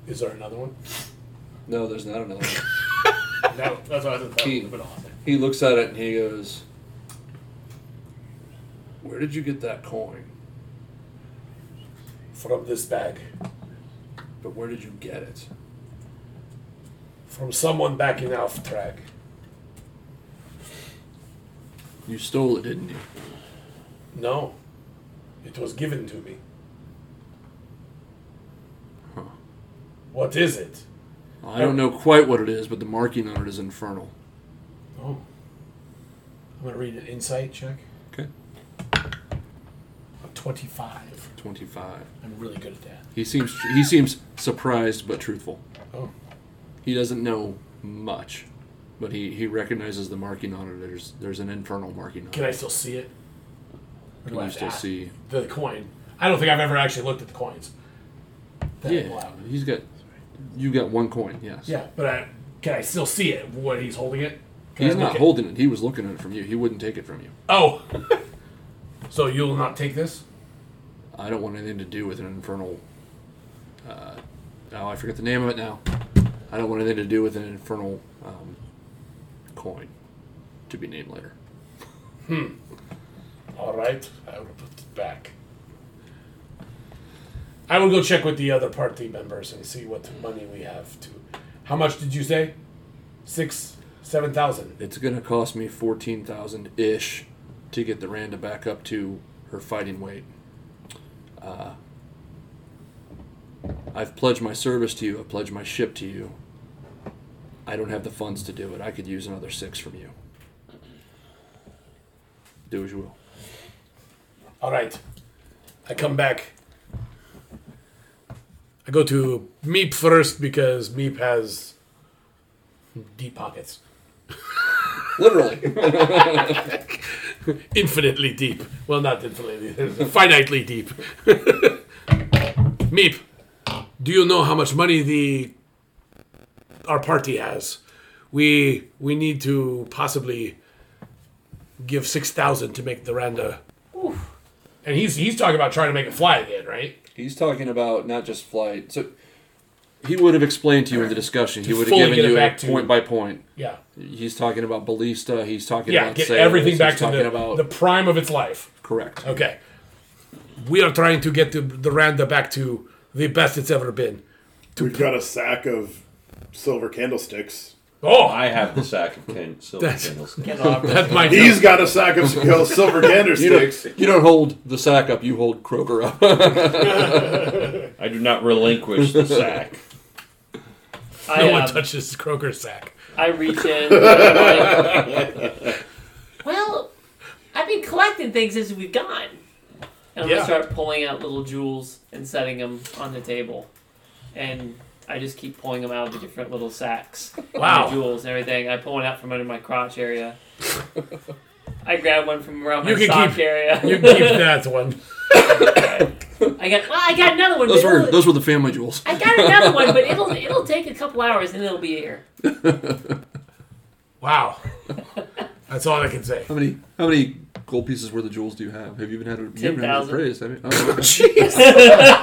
S9: Is there another one?
S5: no, there's not another. one.
S2: That, that's what I thought.
S5: He, he looks at it and he goes, Where did you get that coin?
S9: From this bag.
S5: But where did you get it?
S9: From someone back in Alftrag.
S5: You stole it, didn't you?
S9: No. It was given to me.
S5: Huh.
S9: What is it?
S5: I don't know quite what it is, but the marking on it is infernal.
S9: Oh. I'm going to read an insight check.
S5: Okay.
S9: A 25.
S5: 25.
S9: I'm really good at that.
S5: He seems he seems surprised but truthful.
S9: Oh.
S5: He doesn't know much, but he, he recognizes the marking on it. There's there's an infernal marking on
S9: Can
S5: it.
S9: I still see it? Or do I
S5: you
S9: have to
S5: still
S9: ask-
S5: see?
S9: the coin? I don't think I've ever actually looked at the coins. That
S5: Yeah,
S9: loud.
S5: he's got you got one coin. Yes.
S9: Yeah, but I, can I still see it when he's holding it? Can
S5: He's
S9: I
S5: not
S9: look at-
S5: holding it. He was looking at it from you. He wouldn't take it from you.
S9: Oh. so you'll not take this?
S5: I don't want anything to do with an infernal. Uh, oh, I forget the name of it now. I don't want anything to do with an infernal um, coin to be named later.
S9: All right, I will put it back. I will go check with the other party members and see what money we have to. How much did you say? Six, seven thousand.
S5: It's going to cost me 14,000 ish to get the Randa back up to her fighting weight. Uh, I've pledged my service to you, I've pledged my ship to you. I don't have the funds to do it. I could use another six from you. Do as you will.
S9: All right, I come back. I go to Meep first because Meep has deep pockets,
S5: Literally.
S9: infinitely deep. Well, not infinitely, finitely deep. Meep, do you know how much money the our party has? We we need to possibly give six thousand to make the Randa. And he's he's talking about trying to make it fly again, right?
S5: He's talking about not just flight. So He would have explained to you in the discussion. He would have
S9: fully
S5: given
S9: get it
S5: you a
S9: back to-
S5: point by point.
S9: Yeah.
S5: He's talking about Ballista. He's talking
S9: Yeah,
S5: about
S9: get
S5: sales,
S9: everything
S5: he's
S9: back to
S5: talking
S9: the,
S5: about
S9: the prime of its life.
S5: correct.
S9: Okay. We are trying to get the, the Randa back to the best it's ever been.
S11: We've got a sack of silver candlesticks.
S9: Oh,
S4: I have the sack of can- silver
S9: That's-
S4: candles.
S9: that might
S11: He's got a sack of sil- silver candlesticks.
S5: You don't hold the sack up. You hold Kroger up.
S4: I do not relinquish the sack.
S9: No
S3: I,
S9: one
S3: um,
S9: touches Kroger's sack.
S3: I reach in. and I'm like, well, I've been collecting things as we've gone. And I'm
S9: Yeah.
S3: gonna start pulling out little jewels and setting them on the table, and I just keep pulling them out of the different little sacks. of
S9: Wow.
S3: The jewels and everything. I pull one out from under my crotch area. I grab one from around
S9: You
S3: my
S9: can
S3: sock
S9: keep-
S3: area.
S9: You keep that one.
S3: I got. Well, I got another one.
S5: those
S3: but
S5: were
S3: it'll-
S5: those were the family jewels.
S3: I got another one, but it'll it'll take a couple hours and it'll be here.
S9: Wow. That's all I can say.
S5: How many how many gold pieces worth of jewels do you have? Have you even had a, you haven't had it
S3: 10,000.
S5: appraised? I mean, oh, okay.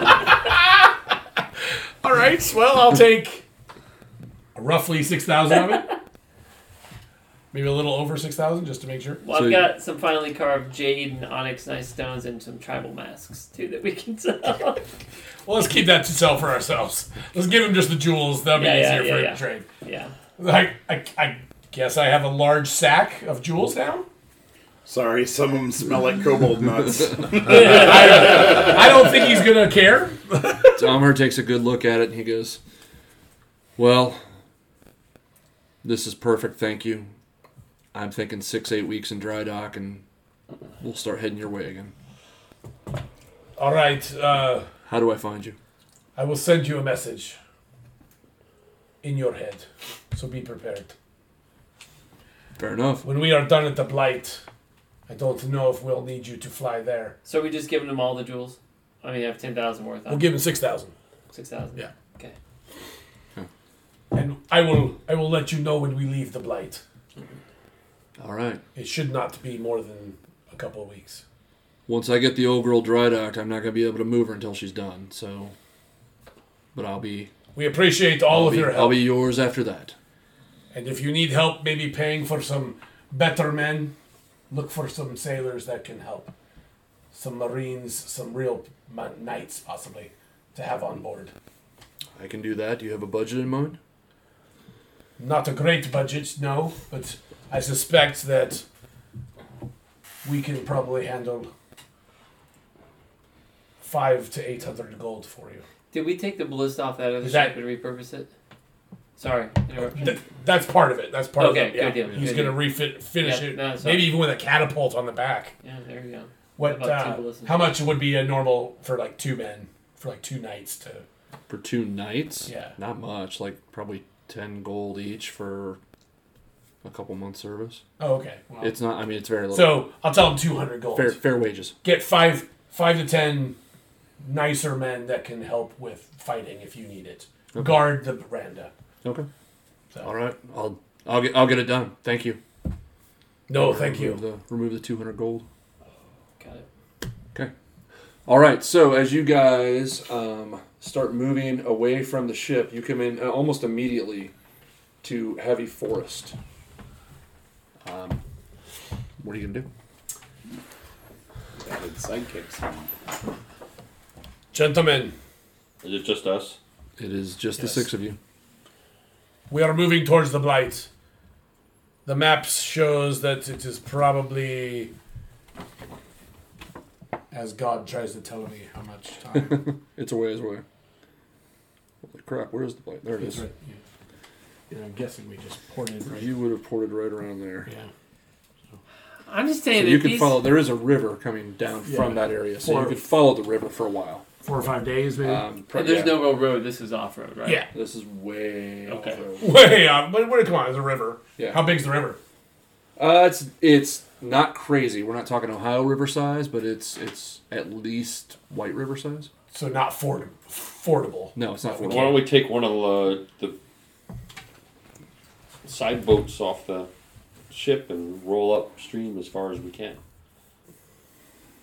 S9: All right. Well, I'll take roughly six thousand of it. Maybe a little over six thousand, just to make sure.
S3: Well,
S5: So
S3: I've
S5: you-
S3: got some finely carved jade and onyx nice stones and some tribal masks too that we can sell.
S9: Well, let's keep that to sell for ourselves. Let's give him just the jewels. That'll be
S3: Yeah, yeah,
S9: easier
S3: yeah,
S9: for
S3: yeah.
S9: him to trade.
S3: yeah.
S9: I, I, I guess I have a large sack of jewels now.
S11: Sorry, some of them smell like cobalt nuts.
S9: I don't think he's gonna care.
S5: So Amher takes a good look at it and he goes, "Well, this is perfect. Thank you. I'm thinking six eight weeks in dry dock, and we'll start heading your way again.
S9: All right. Uh,
S5: How do I find you?
S9: I will send you a message in your head, so be prepared.
S5: Fair enough.
S9: When we are done at the blight, I don't know if we'll need you to fly there.
S3: So are we just giving them all the jewels? I mean, I have ten thousand worth.
S9: We'll
S3: on
S9: give him six thousand,
S3: six thousand.
S9: Yeah.
S3: Okay.
S9: and I will I will let you know when we leave the blight.
S5: All right.
S9: It should not be more than a couple of weeks.
S5: Once I get the old girl dry docked, I'm not gonna be able to move her until she's done. So, but I'll be
S9: We appreciate all
S5: I'll
S9: of
S5: be,
S9: your help.
S5: I'll be yours after that.
S9: And if you need help, maybe paying for some better men, look for some sailors that can help. Some marines, some real ma- knights, possibly, to have on board.
S5: I can do that. Do you have a budget in mind?
S9: Not a great budget, no, but I suspect that we can probably handle five to eight hundred gold for you.
S3: Did we take the ballista off that other
S9: Is that-
S3: ship and repurpose it? Sorry. interruption.
S9: Th- that's part of it. That's part
S3: Hmm. Okay,
S9: of it. Yeah.
S3: good deal,
S9: He's
S3: good
S9: gonna
S3: deal.
S9: refit finish
S3: Yeah,
S9: it.
S3: no, it's
S9: maybe
S3: all-
S9: even with a catapult on the back.
S3: Yeah. There you go.
S9: What?
S3: About two
S9: Uh,
S3: ballistas.
S9: how much would be a normal for like two men for like two nights to?
S5: For two nights?
S9: Yeah.
S5: Not much. Like probably ten gold each for a couple months service.
S9: Oh, okay. Well,
S5: It's not. I mean, it's very little.
S9: so I'll tell him two hundred gold.
S5: fair, fair wages.
S9: Get five, five to ten nicer men that can help with fighting if you need it. Guard the veranda.
S5: Okay. All right. I'll I'll get I'll get it done. Thank you.
S9: No, thank
S5: remove
S9: you.
S5: The, remove the two hundred gold.
S3: Got it.
S5: All right. So as you guys um, start moving away from the ship, you come in uh, almost immediately to heavy forest. Um, what are you gonna do?
S7: Added sidekicks.
S9: Gentlemen,
S4: Is it just us?
S5: It is just the
S9: Yes.
S5: six of you.
S9: we are moving towards the blight. The map shows that it is probably, as God tries to tell me how much time.
S5: It's a ways away. Holy crap! Where is the plate? There it
S9: That's
S5: is.
S9: right. Yeah. Yeah, I'm guessing we just poured it right.
S5: You would have ported right around there.
S9: Yeah.
S3: I'm just saying
S5: So
S3: that
S5: you can
S3: these-
S5: follow. There is a river coming down from that area, so
S9: Or-
S5: you could follow the river for a while.
S9: Four or five days, maybe.
S5: Um, pro-
S3: And there's
S5: yeah.
S3: no real road. This is off road, right?
S9: yeah.
S5: This is way.
S3: Okay.
S5: off road.
S9: Way up. But where, come on, it's a river.
S5: Yeah.
S9: How big's the river?
S5: Uh, it's it's not crazy. We're not talking Ohio River size, but it's it's at least White River size.
S9: So not ford- fordable.
S5: No, it's not.
S4: Why
S5: Fort
S4: don't we take one of the, the side boats off the ship and roll upstream as far as we can?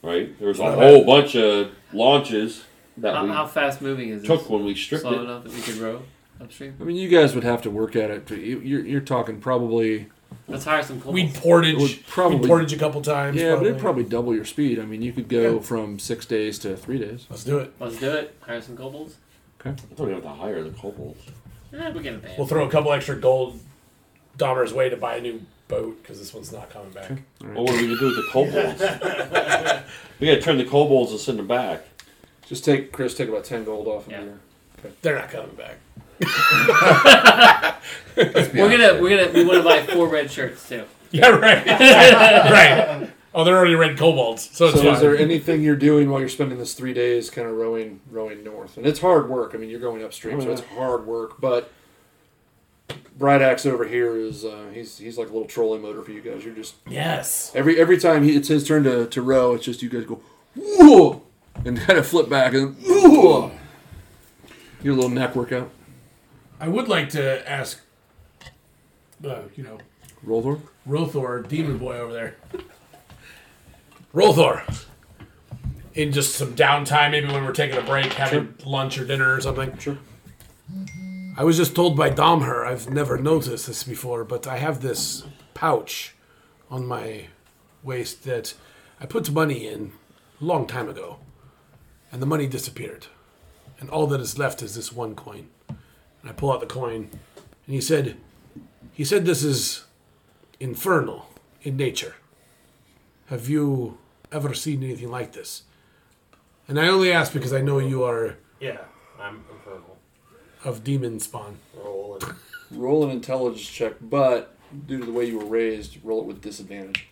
S4: Right? There was a whole bunch of launches that
S3: How,
S4: we
S3: how fast moving is it?
S4: took when we stripped
S3: Slow
S4: it.
S3: enough that we could row upstream.
S5: I mean, you guys would have to work at it. but you- You're, you're talking probably.
S3: Let's hire some coals.
S9: We'd
S5: It would
S9: portage.
S5: probably-
S9: We'd portage a couple times.
S5: Yeah, but
S9: probably.
S5: it'd probably double your speed. I mean, you could go from six days to three days.
S9: Let's do it.
S3: Let's do it. Hire some kobolds.
S4: I don't even have to hire the kobolds.
S3: Eh, we get a band.
S9: We'll throw a couple extra gold Dahmer's way to buy a new boat because this one's not coming back.
S4: Well, what are we gonna do with the kobolds? we gotta turn the kobolds and send them back.
S5: Just take Chris, take about ten gold off of
S3: Yeah.
S5: your.
S9: They're not coming back.
S3: we're gonna we're gonna we want to buy four red shirts too.
S9: Yeah, right. right. Oh, they're already red kobolds, so it's
S5: So, is
S9: fine.
S5: there anything you're doing while you're spending this three days, kind of rowing, rowing north? And it's hard work. I mean, you're going upstream, so it's hard work. But Bright Axe over here is uh, he's he's like a little trolling motor for you guys. You're just
S9: yes.
S5: Every every time he, it's his turn to, to row, it's just you guys go, whoa, and kind of flip back and whoa. Your little neck workout.
S6: I would like to ask, uh, you know,
S5: Roll door.
S6: Rothor, Demon Boy over there.
S9: Rolthor. In just some downtime, maybe when we're taking a break, having lunch or dinner or something.
S5: Sure.
S9: I was just told by Domher, I've never noticed this before, but I have this pouch on my waist that I put money in a long time ago, and the money disappeared. And all that is left is this one coin. And I pull out the coin, and he said, he said this is infernal in nature. Have you ever seen anything like this? And I only ask because I know you are
S2: Yeah, I'm infernal.
S9: of demon spawn.
S2: Roll and
S5: Roll an intelligence check, but due to the way you were raised, roll it with disadvantage.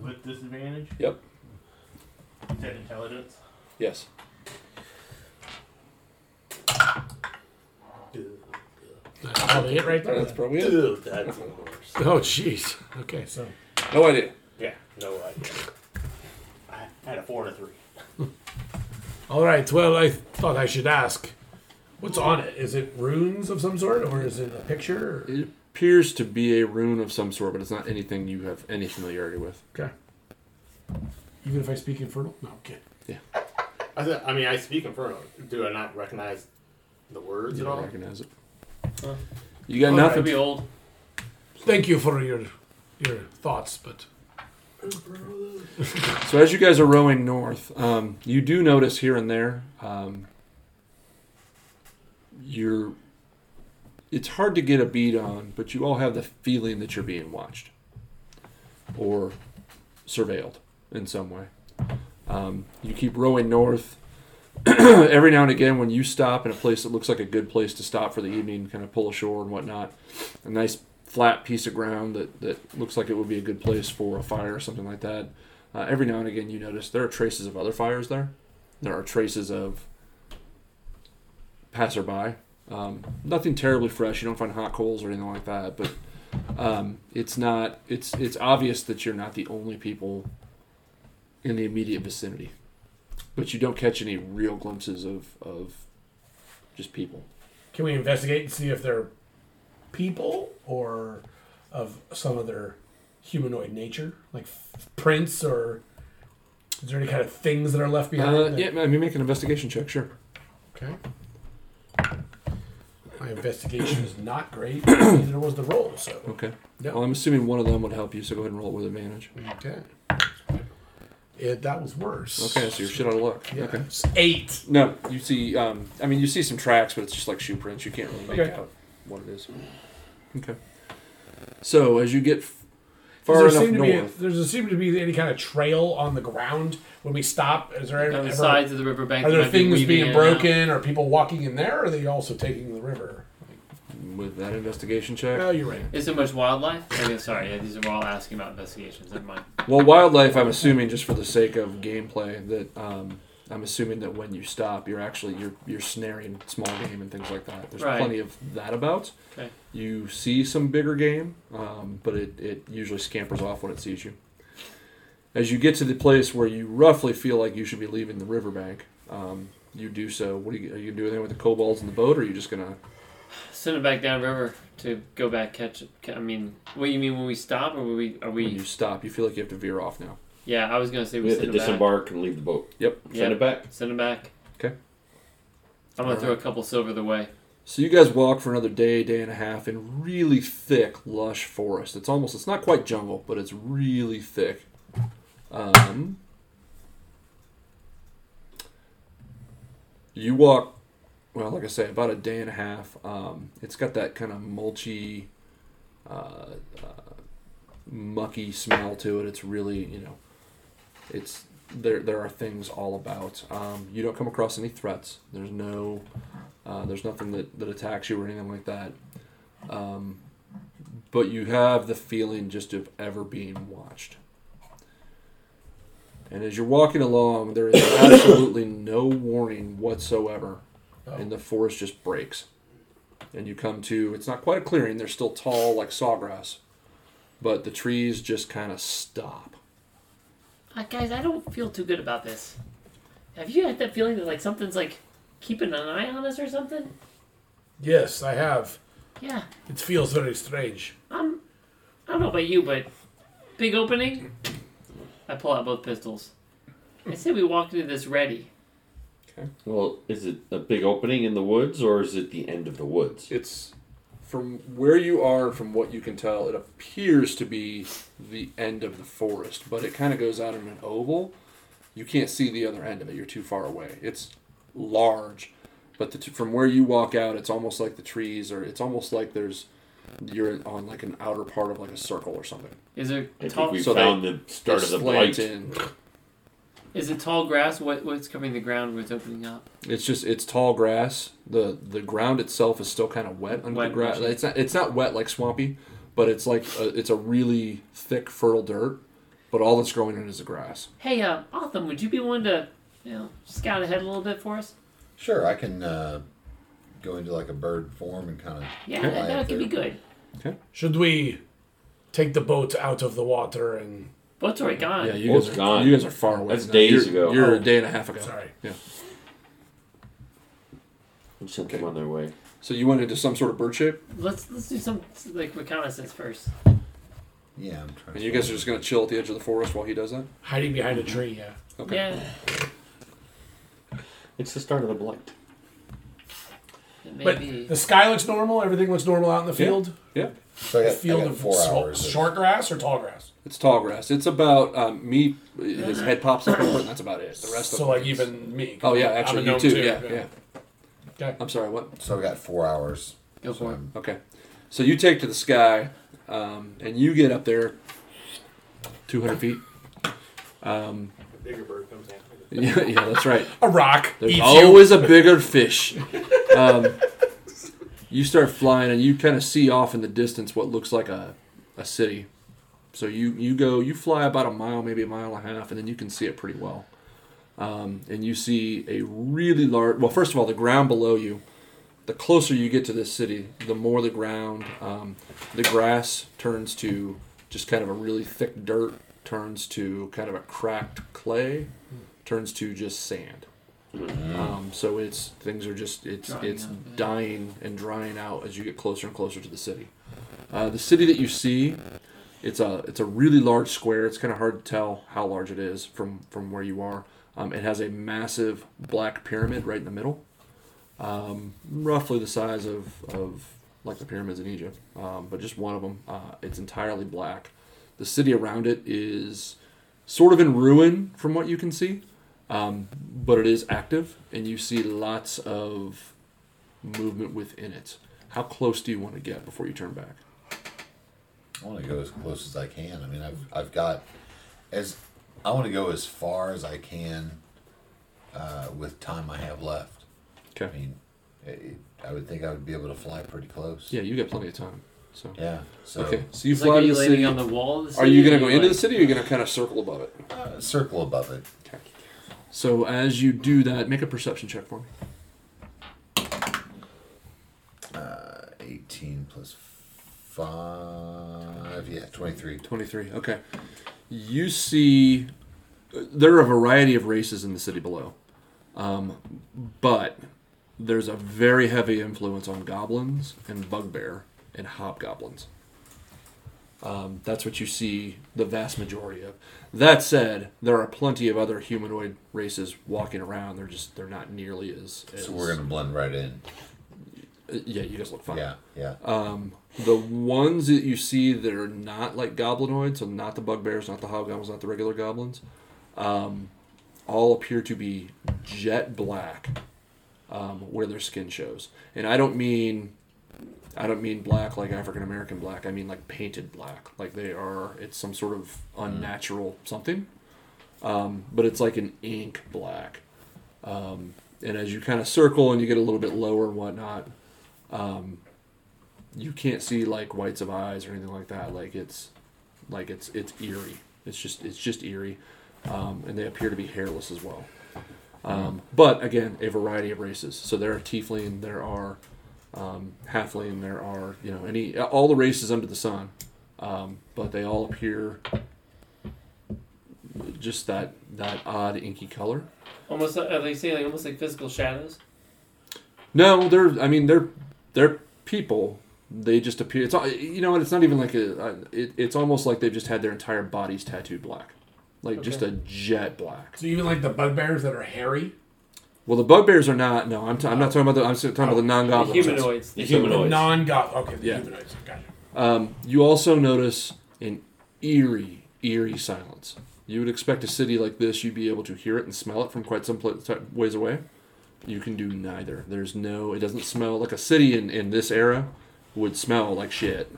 S2: with disadvantage.
S5: Yep.
S2: You said intelligence.
S5: Yes.
S9: That's probably it right there.
S5: That's probably it.
S2: Dude, that's the worst.
S9: Oh, jeez. Okay, so
S5: No idea.
S2: Yeah, no idea. I had a four and a three.
S9: all right. Well, I thought I should ask. What's on it? Is it runes of some sort, or is it a picture? or-
S5: It appears to be a rune of some sort, but it's not anything you have any familiarity with.
S9: Okay. Even if I speak infernal, no. Okay.
S2: I, said, I mean, I speak infernal. Do I not recognize the words
S5: You
S2: at
S5: don't
S2: all?
S5: recognize it. You got
S3: Could be
S5: nothing.
S3: old.
S9: Thank you for your your thoughts, but
S5: So as you guys are rowing north, um, you do notice here and there, um, you're. It's hard to get a beat on, but you all have the feeling that you're being watched or surveilled in some way. Um, you keep rowing north. Every now and again, when you stop in a place that looks like a good place to stop for the evening, kind of pull ashore and whatnot, a nice flat piece of ground that, that looks like it would be a good place for a fire or something like that. Uh, every now and again, you notice there are traces of other fires there. There are traces of passerby. Um, nothing terribly fresh. You don't find hot coals or anything like that, but um, it's not. It's it's obvious that you're not the only people in the immediate vicinity, but you don't catch any real glimpses of of just people.
S9: can we investigate and see if they're people or of some other humanoid nature, like f- prints, or is there any kind of things that are left behind?
S5: Uh,
S9: that-
S5: yeah, I mean, make an investigation check. Sure.
S9: Okay. My investigation is not great. Neither was the roll, so.
S5: Okay.
S9: Yep.
S5: Well, I'm assuming one of them would help you, so go ahead and roll it with advantage.
S9: Okay. It, that was worse.
S5: Okay, so you're shit out of luck.
S9: Yeah.
S5: Okay.
S9: It's Eight.
S5: No, you see. Um, I mean, you see some tracks, but it's just like shoe prints. You can't really make
S9: Okay.
S5: out what it is. Okay. So as you get f- far
S9: Does there,
S5: enough
S9: seem to be,
S5: north,
S9: does there seem to be any kind of trail on the ground when we stop? Is there
S3: On
S9: ever-
S3: the sides of the riverbank.
S9: are
S3: that
S9: there
S3: might be
S9: things
S3: weaving in
S9: being
S3: and out.
S9: broken? Are people walking in there? Or are they also taking the river?
S5: with that investigation check,
S9: Oh, you're right.
S3: Is there much wildlife? Oh, yeah, sorry, yeah, these are all asking about investigations. Never mind.
S5: well, wildlife. I'm assuming just for the sake of gameplay that um, I'm assuming that when you stop, you're actually you're you're snaring small game and things like that. There's
S3: Right.
S5: plenty of that about.
S3: Okay.
S5: You see some bigger game, um, but it, it usually scampers off when it sees you. As you get to the place where you roughly feel like you should be leaving the riverbank, um, you do so. What are you, are you gonna do anything with the kobolds in the boat, or are you just gonna?
S3: Send it back down river to go back catch. it. I mean, what you mean when we stop or we are
S5: When you
S3: we?
S5: stop, you feel like you have to veer off now.
S3: Yeah, I was gonna say
S4: We
S3: we
S4: have to
S3: send it back.
S4: disembark and leave the boat.
S5: Yep.
S4: Send it
S3: Yep.
S4: back.
S3: Send it back.
S5: Okay.
S3: I'm gonna throw a couple silver the way.
S5: So you guys walk for another day, day and a half in really thick, lush forest. It's almost, it's not quite jungle, but it's really thick. Um, you walk, well, like I say, about a day and a half. Um, it's got that kind of mulchy, uh, uh, mucky smell to it. It's really, you know, it's there. There are things all about. Um, you don't come across any threats. There's no uh, there's nothing that, that attacks you or anything like that. Um, but you have the feeling just of ever being watched. And as you're walking along, there is absolutely no warning whatsoever, and the forest just breaks. And you come to, it's not quite a clearing, they're still tall like sawgrass, but the trees just kind of stop.
S3: Uh, guys, I don't feel too good about this. Have you had that feeling that like something's like keeping an eye on us or something?
S9: Yes, I have.
S3: Yeah.
S9: It feels very strange.
S3: I'm. I don't know about you, but big opening. I pull out both pistols. I say we walk into this ready.
S4: Well, is it a big opening in the woods or is it the end of the woods?
S5: It's from where you are, from what you can tell, it appears to be the end of the forest, but it kind of goes out in an oval. You can't see the other end of it. You're too far away. It's large, but the t- from where you walk out, it's almost like the trees, or it's almost like there's you're on like an outer part of like a circle or something.
S3: Is there
S4: I think
S3: tall?
S4: we
S5: so they-
S4: found the start of the
S5: It's
S4: blight.
S5: slanted.
S3: Is it tall grass? What what's covering the ground where it's opening up?
S5: It's just it's tall grass. the The ground itself is still kind of wet under
S3: Wet,
S5: the grass.
S3: gotcha.
S5: It's not it's not wet like swampy, but it's like a, it's a really thick, fertile dirt. But all that's growing in it is the grass.
S3: Hey, uh, Otham, would you be willing to, you know, scout ahead a little bit for us?
S8: Sure, I can uh, go into like a bird form and kind of.
S3: Yeah, that, that could be good.
S9: Should we take the boat out of the water and.
S3: Boat's already gone.
S5: Yeah, you
S4: Well,
S5: guys
S4: it's
S5: are
S4: gone.
S5: you guys are far away.
S4: That's
S5: now.
S4: days
S5: You're-
S4: ago.
S5: You're
S9: Oh.
S5: a day and a half ago.
S9: Sorry.
S5: Yeah.
S4: We'll send them on their way.
S5: So you went into some sort of bird shape,
S3: Let's let's do some like reconnaissance first.
S8: Yeah, I'm trying.
S5: and you guys are just gonna chill at the edge of the forest while he does that.
S9: Hiding behind a
S5: Mm-hmm.
S9: tree, yeah.
S5: Okay.
S3: Yeah.
S4: It's the start of the blight.
S3: Maybe.
S9: But the sky looks normal, everything looks normal out in the field.
S5: Yeah.
S8: So I got, I
S9: Field
S8: got
S9: of
S8: four
S9: sw-
S8: hours. of-
S9: short grass or tall grass?
S5: It's tall grass. It's about um, me. His head pops up, and that's about it. The rest
S9: Uh-huh. so,
S5: of
S9: like,
S5: it is-
S9: even me.
S5: Oh yeah,
S9: I'm a
S5: actually you
S9: gnome
S5: too. Yeah, yeah.
S9: Okay.
S5: I'm sorry. What?
S8: So I got four hours.
S3: Go for it.
S5: Okay. So you take to the sky, um, and you get up there 200 feet. Um,
S2: A bigger bird comes after me.
S5: yeah, yeah, that's right.
S9: A rock.
S5: There's
S9: eats you.
S5: always a bigger fish. Um, you start flying, and you kind of see off in the distance what looks like a, a city. So you, you go, you fly about a mile, maybe a mile and a half, and then you can see it pretty well. Um, and you see a really large, well, first of all, the ground below you, the closer you get to this city, the more the ground, um, the grass turns to just kind of a really thick dirt, turns to kind of a cracked clay, turns to just sand. Um, so it's things are just it's
S3: Drying
S5: it's
S3: up, yeah.
S5: dying and drying out as you get closer and closer to the city. Uh, the city that you see, it's a it's a really large square. It's kind of hard to tell how large it is from from where you are. Um, it has a massive black pyramid right in the middle, um, roughly the size of of like the pyramids in Egypt, um, but just one of them. Uh, it's entirely black. The city around it is sort of in ruin from what you can see, um, but it is active, and you see lots of movement within it. How close do you want to get before you turn back?
S8: I want to go as close as I can. I mean, I've I've got as I want to go as far as I can uh, with time I have left. I
S5: Okay.
S8: mean, it, it- I would think I would be able to fly pretty close.
S5: Yeah, you got plenty of time. So.
S8: Yeah. So
S5: Okay. So you
S3: It's
S5: fly
S3: like, are
S5: to
S3: you
S5: the
S3: landing
S5: city.
S3: on the wall? Of the city
S5: are you going
S3: or
S5: to go into
S3: like-
S5: the city? or Are you going to kind of circle above it?
S8: uh, circle above it.
S5: So as you do that, make a perception check for me.
S8: 18 plus 5. Yeah, 23.
S5: 23. Okay. You see, there are a variety of races in the city below, um, but there's a very heavy influence on goblins and bugbear and hobgoblins. Um, that's what you see the vast majority of. That said, there are plenty of other humanoid races walking around. They're just they're not nearly as. as
S8: So we're gonna blend right in.
S5: uh, yeah, you guys look fine.
S8: Yeah, yeah.
S5: The ones that you see that are not like goblinoids, so not the bugbears, not the hobgoblins, not the regular goblins, um, all appear to be jet black um, where their skin shows. And I don't mean, I don't mean black like African American black. I mean like painted black, like they are. It's some sort of unnatural something, um, but it's like an ink black. Um, and as you kind of circle and you get a little bit lower and whatnot, you can't see like whites of eyes or anything like that. Like it's like it's it's eerie. It's just it's just eerie, um, and they appear to be hairless as well. Um, but again, a variety of races. So there are tiefling, there are um, halfling, there are you know any all the races under the sun, um, but they all appear just that that odd inky color.
S3: Almost, like- are they saying like almost like physical shadows?
S5: No, they're. I mean, they're they're people. They just appear. It's all- you know, what, it's not even like a. uh, It, it's almost like they've just had their entire bodies tattooed black, like just a jet black.
S6: So even like the bugbears that are hairy,
S5: Well, the bugbears are not. No, I'm, t- I'm not talking about the. I'm s- talking about the
S3: The
S5: non-goblins.
S3: humanoids.
S4: The
S6: the
S4: humanoids.
S6: non-goth. Okay, the
S5: Yeah.
S6: humanoids. Gotcha.
S5: You also notice an eerie, eerie silence. You would expect a city like this, you'd be able to hear it and smell it from quite some pla- ti- ways away. You can do neither. There's no, it doesn't smell like a city in, in this era would smell like shit.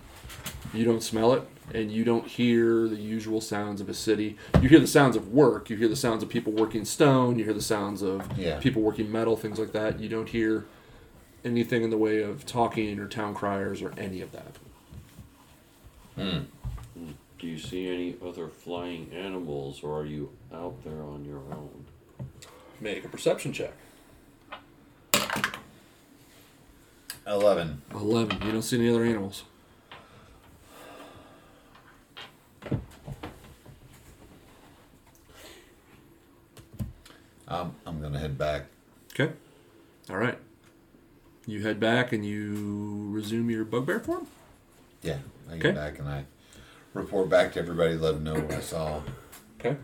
S5: You don't smell it, and you don't hear the usual sounds of a city. You hear the sounds of work, you hear the sounds of people working stone, you hear the sounds of
S8: Yeah.
S5: people working metal, things like that. You don't hear anything in the way of talking or town criers or any of that.
S4: Do you see any other flying animals, or are you out there on your own?
S5: Make a perception check.
S8: Eleven.
S5: 11. You don't see any other animals.
S8: I'm I'm gonna head back.
S5: Okay. All right. You head back and you resume your bugbear form?
S8: Yeah, I get
S5: Okay.
S8: back and I report back to everybody, let them know what I saw.
S5: Okay.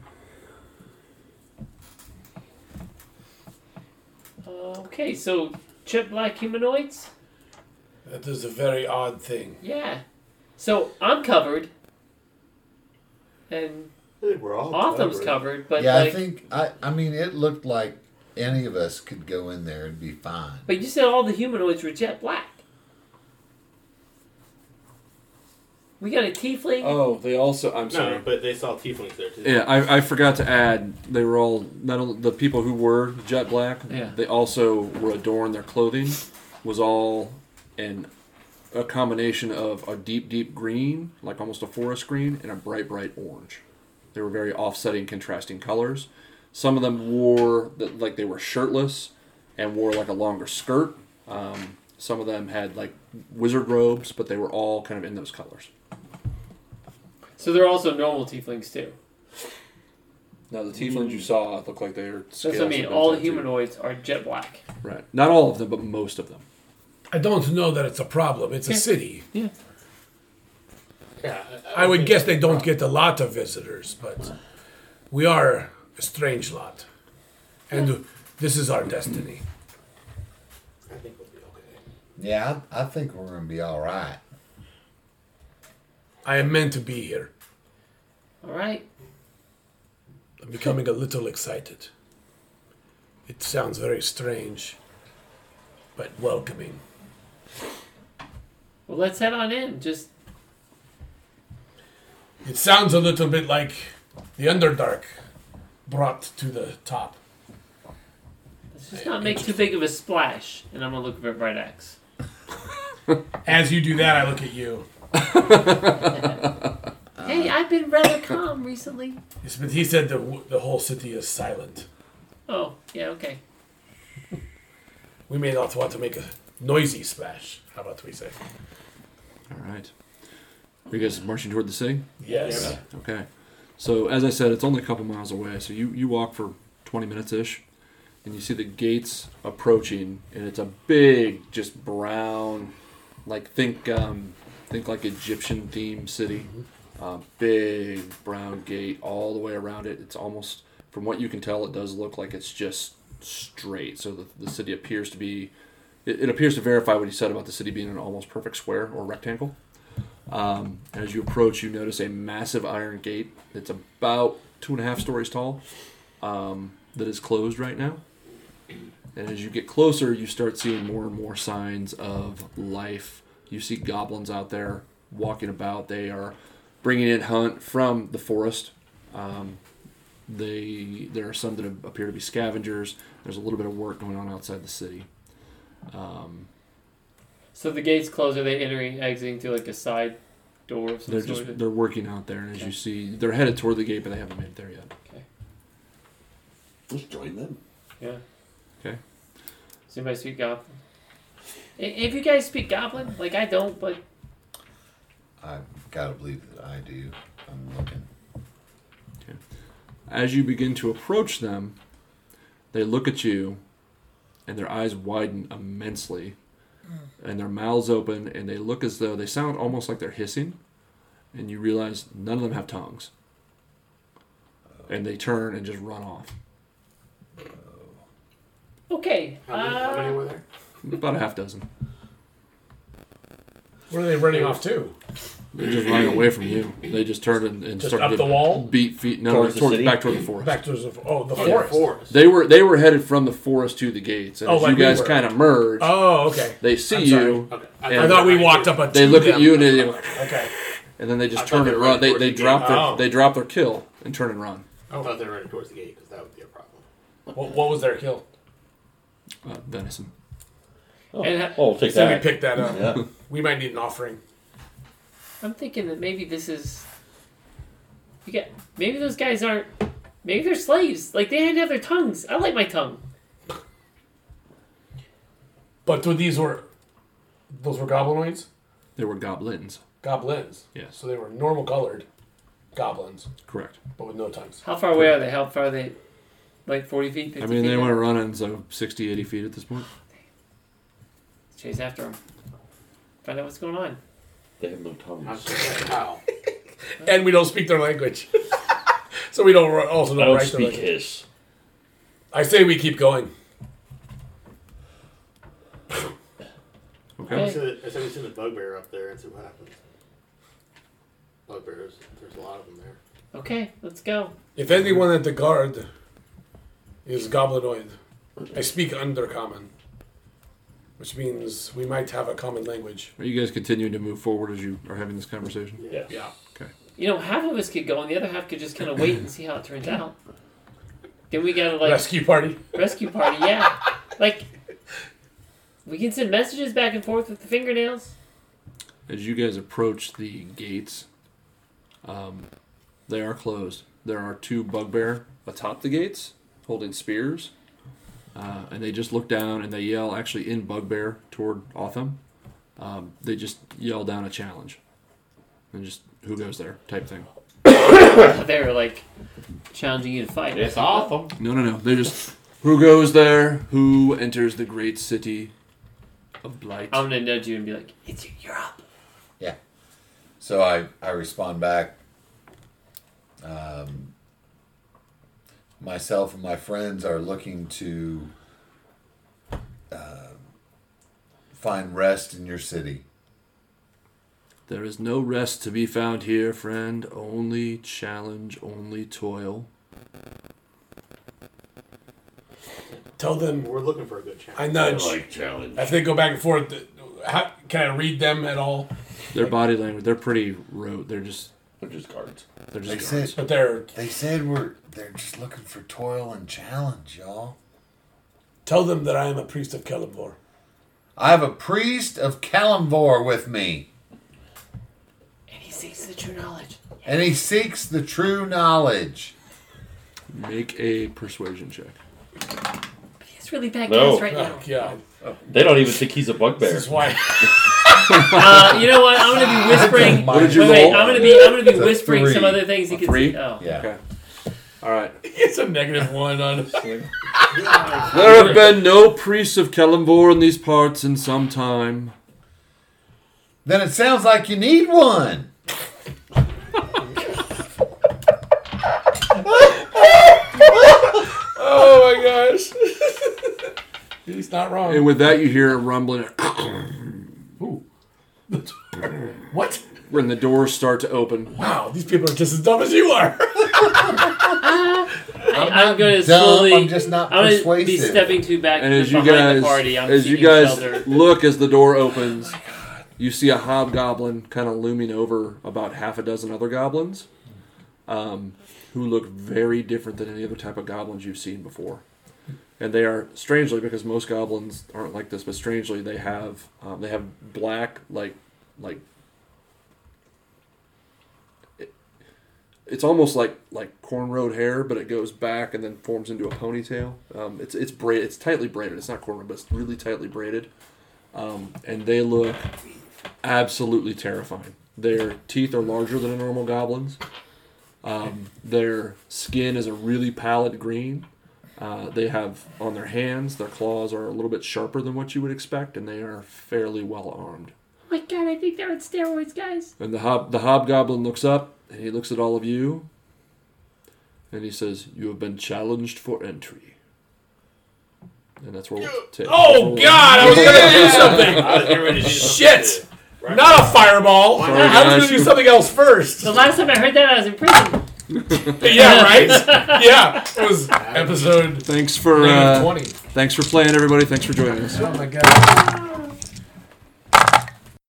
S3: Okay, so chip black humanoids.
S6: That is a very odd thing.
S3: Yeah. So I'm covered. And
S2: I think we're all
S3: Otham's covered, but
S8: yeah,
S3: like,
S8: I think I I mean it looked like any of us could go in there and be fine.
S3: but you said all the humanoids were jet black. We got a tiefling.
S5: Oh, they also. I'm
S2: No, but they saw tieflings there too.
S5: Yeah, I, I forgot to add. They were all not only the people who were jet black.
S3: Yeah.
S5: They also were adorned. Their clothing was all an a combination of a deep, deep green, like almost a forest green, and a bright, bright orange. They were very offsetting, contrasting colors. Some of them wore th- like they were shirtless and wore like a longer skirt. Um, some of them had like wizard robes, but they were all kind of in those colors.
S3: So they're also normal tieflings too.
S5: Now the tieflings you saw look like they are.
S3: That's what I mean. All the humanoids are jet black.
S5: Right. Not all of them, but most of them.
S6: I don't know that it's a problem. It's a
S3: Yeah.
S6: city.
S3: Yeah.
S2: Yeah,
S6: I would guess they don't get a lot of visitors, but we are a strange lot. And this is our destiny.
S2: I think we'll be okay.
S8: Yeah, I, I think we're gonna be all right.
S6: I am meant to be here.
S3: All right.
S6: I'm becoming a little excited. It sounds very strange, but welcoming.
S3: Well, let's head on in. Just
S6: It sounds a little bit like the Underdark brought to the top.
S3: let's just not make too big of a splash. And I'm gonna look for Bright Axe.
S6: As you do that, I look at you.
S8: Uh,
S3: hey, I've been rather calm recently.
S6: Yes, but he said the, w- the whole city is silent.
S3: Oh, yeah. Okay.
S6: We may not want to make a noisy splash. How about we say?
S5: All right. Are you guys marching toward the city?
S6: Yes.
S5: Okay. So as I said, it's only a couple miles away. So you, you walk for 20 minutes ish, and you see the gates approaching, and it's a big, just brown, like think um, think like Egyptian themed city. Uh, big brown gate all the way around it. It's almost, from what you can tell, it does look like it's just straight. So the, the city appears to be, it, it appears to verify what he said about the city being an almost perfect square or rectangle. Um, as you approach, you notice a massive iron gate that's about two and a half stories tall um, that is closed right now. And as you get closer, you start seeing more and more signs of life. You see goblins out there walking about. They are bringing in hunt from the forest. Um, they there are some that appear to be scavengers. There's a little bit of work going on outside the city. Um,
S3: So the gates close. Are they entering, exiting through like a side door? Of some
S5: they're
S3: sort?
S5: just they're working out there, and as
S3: Okay.
S5: you see, they're headed toward the gate, but they haven't made it there yet.
S4: Just join them.
S3: yeah.
S5: Okay.
S3: Does anybody speak Goblin? I- If you guys speak Goblin, like I don't, but
S8: I gotta believe that I do. I'm looking.
S5: As you begin to approach them, they look at you and their eyes widen immensely and their mouths open and they look as though they sound almost like they're hissing and you realize none of them have tongues. And they turn and just run off.
S3: okay.
S2: How many, how many
S3: uh,
S2: were there?
S5: About a half dozen.
S9: What are they running off to?
S5: They're just running away from you. They just turn and, and
S9: Just
S5: start
S9: up
S5: to
S9: the wall?
S5: beat feet no,
S4: Towards
S5: towards
S4: the
S5: towards,
S4: city?
S5: back toward the forest.
S9: Back to the oh the
S2: Oh,
S9: forest.
S2: forest.
S5: They were they were headed from the forest to the gates, and
S9: Oh,
S5: as
S9: like
S5: you
S9: we
S5: guys
S9: were.
S5: kind of merge.
S9: Oh okay.
S5: They see
S9: I'm sorry.
S5: you.
S2: Okay.
S9: I
S5: And
S9: thought we walked up a.
S5: They
S9: to
S5: look at
S9: them.
S5: you and they,
S9: Okay.
S5: and then they
S2: I
S5: just
S2: thought
S5: turn
S2: they
S5: and
S2: were
S5: run. They,
S2: running
S5: they
S2: towards the
S5: drop their
S9: gate. Oh.
S5: they drop their kill and turn and run.
S2: I thought they were running towards the gate because that would be a problem.
S9: What, what was their kill?
S5: Uh, venison.
S4: Oh,
S3: uh, And ha-
S4: oh, take
S9: So we
S4: that.
S9: picked that up.
S4: yeah.
S9: We might need an offering.
S3: I'm thinking that maybe this is. You get maybe those guys aren't. Maybe they're slaves. Like they didn't have their tongues. I like my tongue.
S9: But th- these were those were goblinoids,
S5: They were goblins.
S9: goblins.
S5: Yes.
S9: So they were normal colored goblins,
S5: Correct.
S9: but with no tongues.
S3: How far away are they? How far are they? Like 40 feet? 50
S5: I mean,
S3: feet
S5: they
S3: now?
S5: went running so 60, 80 feet at this point.
S3: Chase after them. Find out what's going on.
S4: They have no tongues.
S2: I'm just like, how?
S9: And we don't speak their language, so we don't ri- also
S4: I
S9: don't
S4: don't
S9: write their
S4: speak
S9: language.
S4: his.
S9: I say we keep going.
S5: Okay.
S2: I said I said we send the bugbear up there and see what happens. Bugbears, there's a lot of them there.
S3: Okay, let's go.
S9: If anyone at the guard is goblinoid, I speak undercommon, which means we might have a common language.
S5: Are you guys continuing to move forward as you are having this conversation?
S4: Yes.
S9: Yeah.
S3: You know, half of us could go, and the other half could just kind of wait and see how it turns out. Then we gotta like
S9: Rescue party.
S3: rescue party, yeah. Like we can send messages back and forth with the fingernails.
S5: As you guys approach the gates, um, they are closed. There are two bugbear atop the gates holding spears, uh, and they just look down and they yell, actually in bugbear toward Otham. Um, they just yell down a challenge, and just who goes there type thing.
S3: They're like challenging you to fight.
S4: It's awful.
S5: No, no, no. They're just who goes there, who enters the great city of blight.
S3: I'm gonna nudge you and be like, "It's you, you're up."
S12: Yeah. So I, I respond back. Um, myself and my friends are looking to uh, find rest in your city.
S5: There is no rest to be found here, friend. Only challenge, only toil.
S9: Tell them
S2: We're looking for a good challenge.
S9: I nudge.
S4: Like challenge.
S9: If they go back and forth, th- how, can I read them at all?
S5: Their body language, they're pretty rote. They're just,
S4: They're just cards.
S5: they're
S12: They
S5: just.
S12: said
S9: But they're
S12: they said we're they're just looking for toil and challenge, y'all.
S9: tell them that I am a priest of Kellamvor.
S12: I have a priest of Kalimvor with me,
S3: And he sees the true knowledge.
S12: and he seeks the true knowledge.
S5: Make a persuasion check.
S3: He's really bad
S4: No.
S3: guys right now.
S9: Oh God,
S4: They don't even think he's a bugbear.
S9: this is why.
S3: Uh, you know what? I'm gonna be whispering.
S12: What did
S5: you
S3: wait, wait,
S5: roll?
S3: I'm gonna be. I'm gonna be
S12: a
S3: whispering some
S12: three.
S3: other things. He can
S5: three?
S3: See. Oh.
S12: Yeah.
S5: All right.
S9: it's a negative one on.
S5: There have been no priests of Kellamvor in these parts in some time.
S8: Then it sounds like you need one.
S9: Oh my gosh. He's not wrong.
S5: And with that, you hear a rumbling.
S9: what?
S5: When the doors start to open.
S9: Wow, these people are just as dumb as you are.
S3: I'm, going to
S8: dumb,
S3: slowly.
S8: I'm just not
S3: I'm gonna be
S8: persuasive.
S3: stepping two back
S5: And as you
S3: behind
S5: guys,
S3: the party. I'm
S5: as you
S3: seeking
S5: guys
S3: shelter.
S5: look as the door opens, you see a hobgoblin kind of looming over about half a dozen other goblins, um, who look very different than any other type of goblins you've seen before. And they are strangely, because most goblins aren't like this, but strangely they have um, they have black like like it's almost like like cornrowed hair, but it goes back and then forms into a ponytail. Um, it's it's braid, it's tightly braided. It's not cornrowed, but it's really tightly braided. Um, and they look absolutely terrifying. Their teeth are larger than a normal goblin's. Um, their skin is a really pallid green. Uh, they have on their hands, their claws are a little bit sharper than what you would expect, and they are fairly well armed.
S3: Oh my god, I think they're on steroids, guys.
S5: And the hob the hobgoblin looks up and he looks at all of you and he says, You have been challenged for entry. And that's where we'll take
S9: Oh God, I was gonna do something.
S2: I was getting ready to do something
S9: Shit!
S2: too.
S9: Not a fireball. I was gonna do something else first.
S3: The last time I heard that, I was in prison.
S9: Yeah, right. Yeah, it was episode
S5: Thanks for
S9: negative
S5: uh,
S9: twenty.
S5: thanks for playing everybody, thanks for joining us.
S6: Oh my god.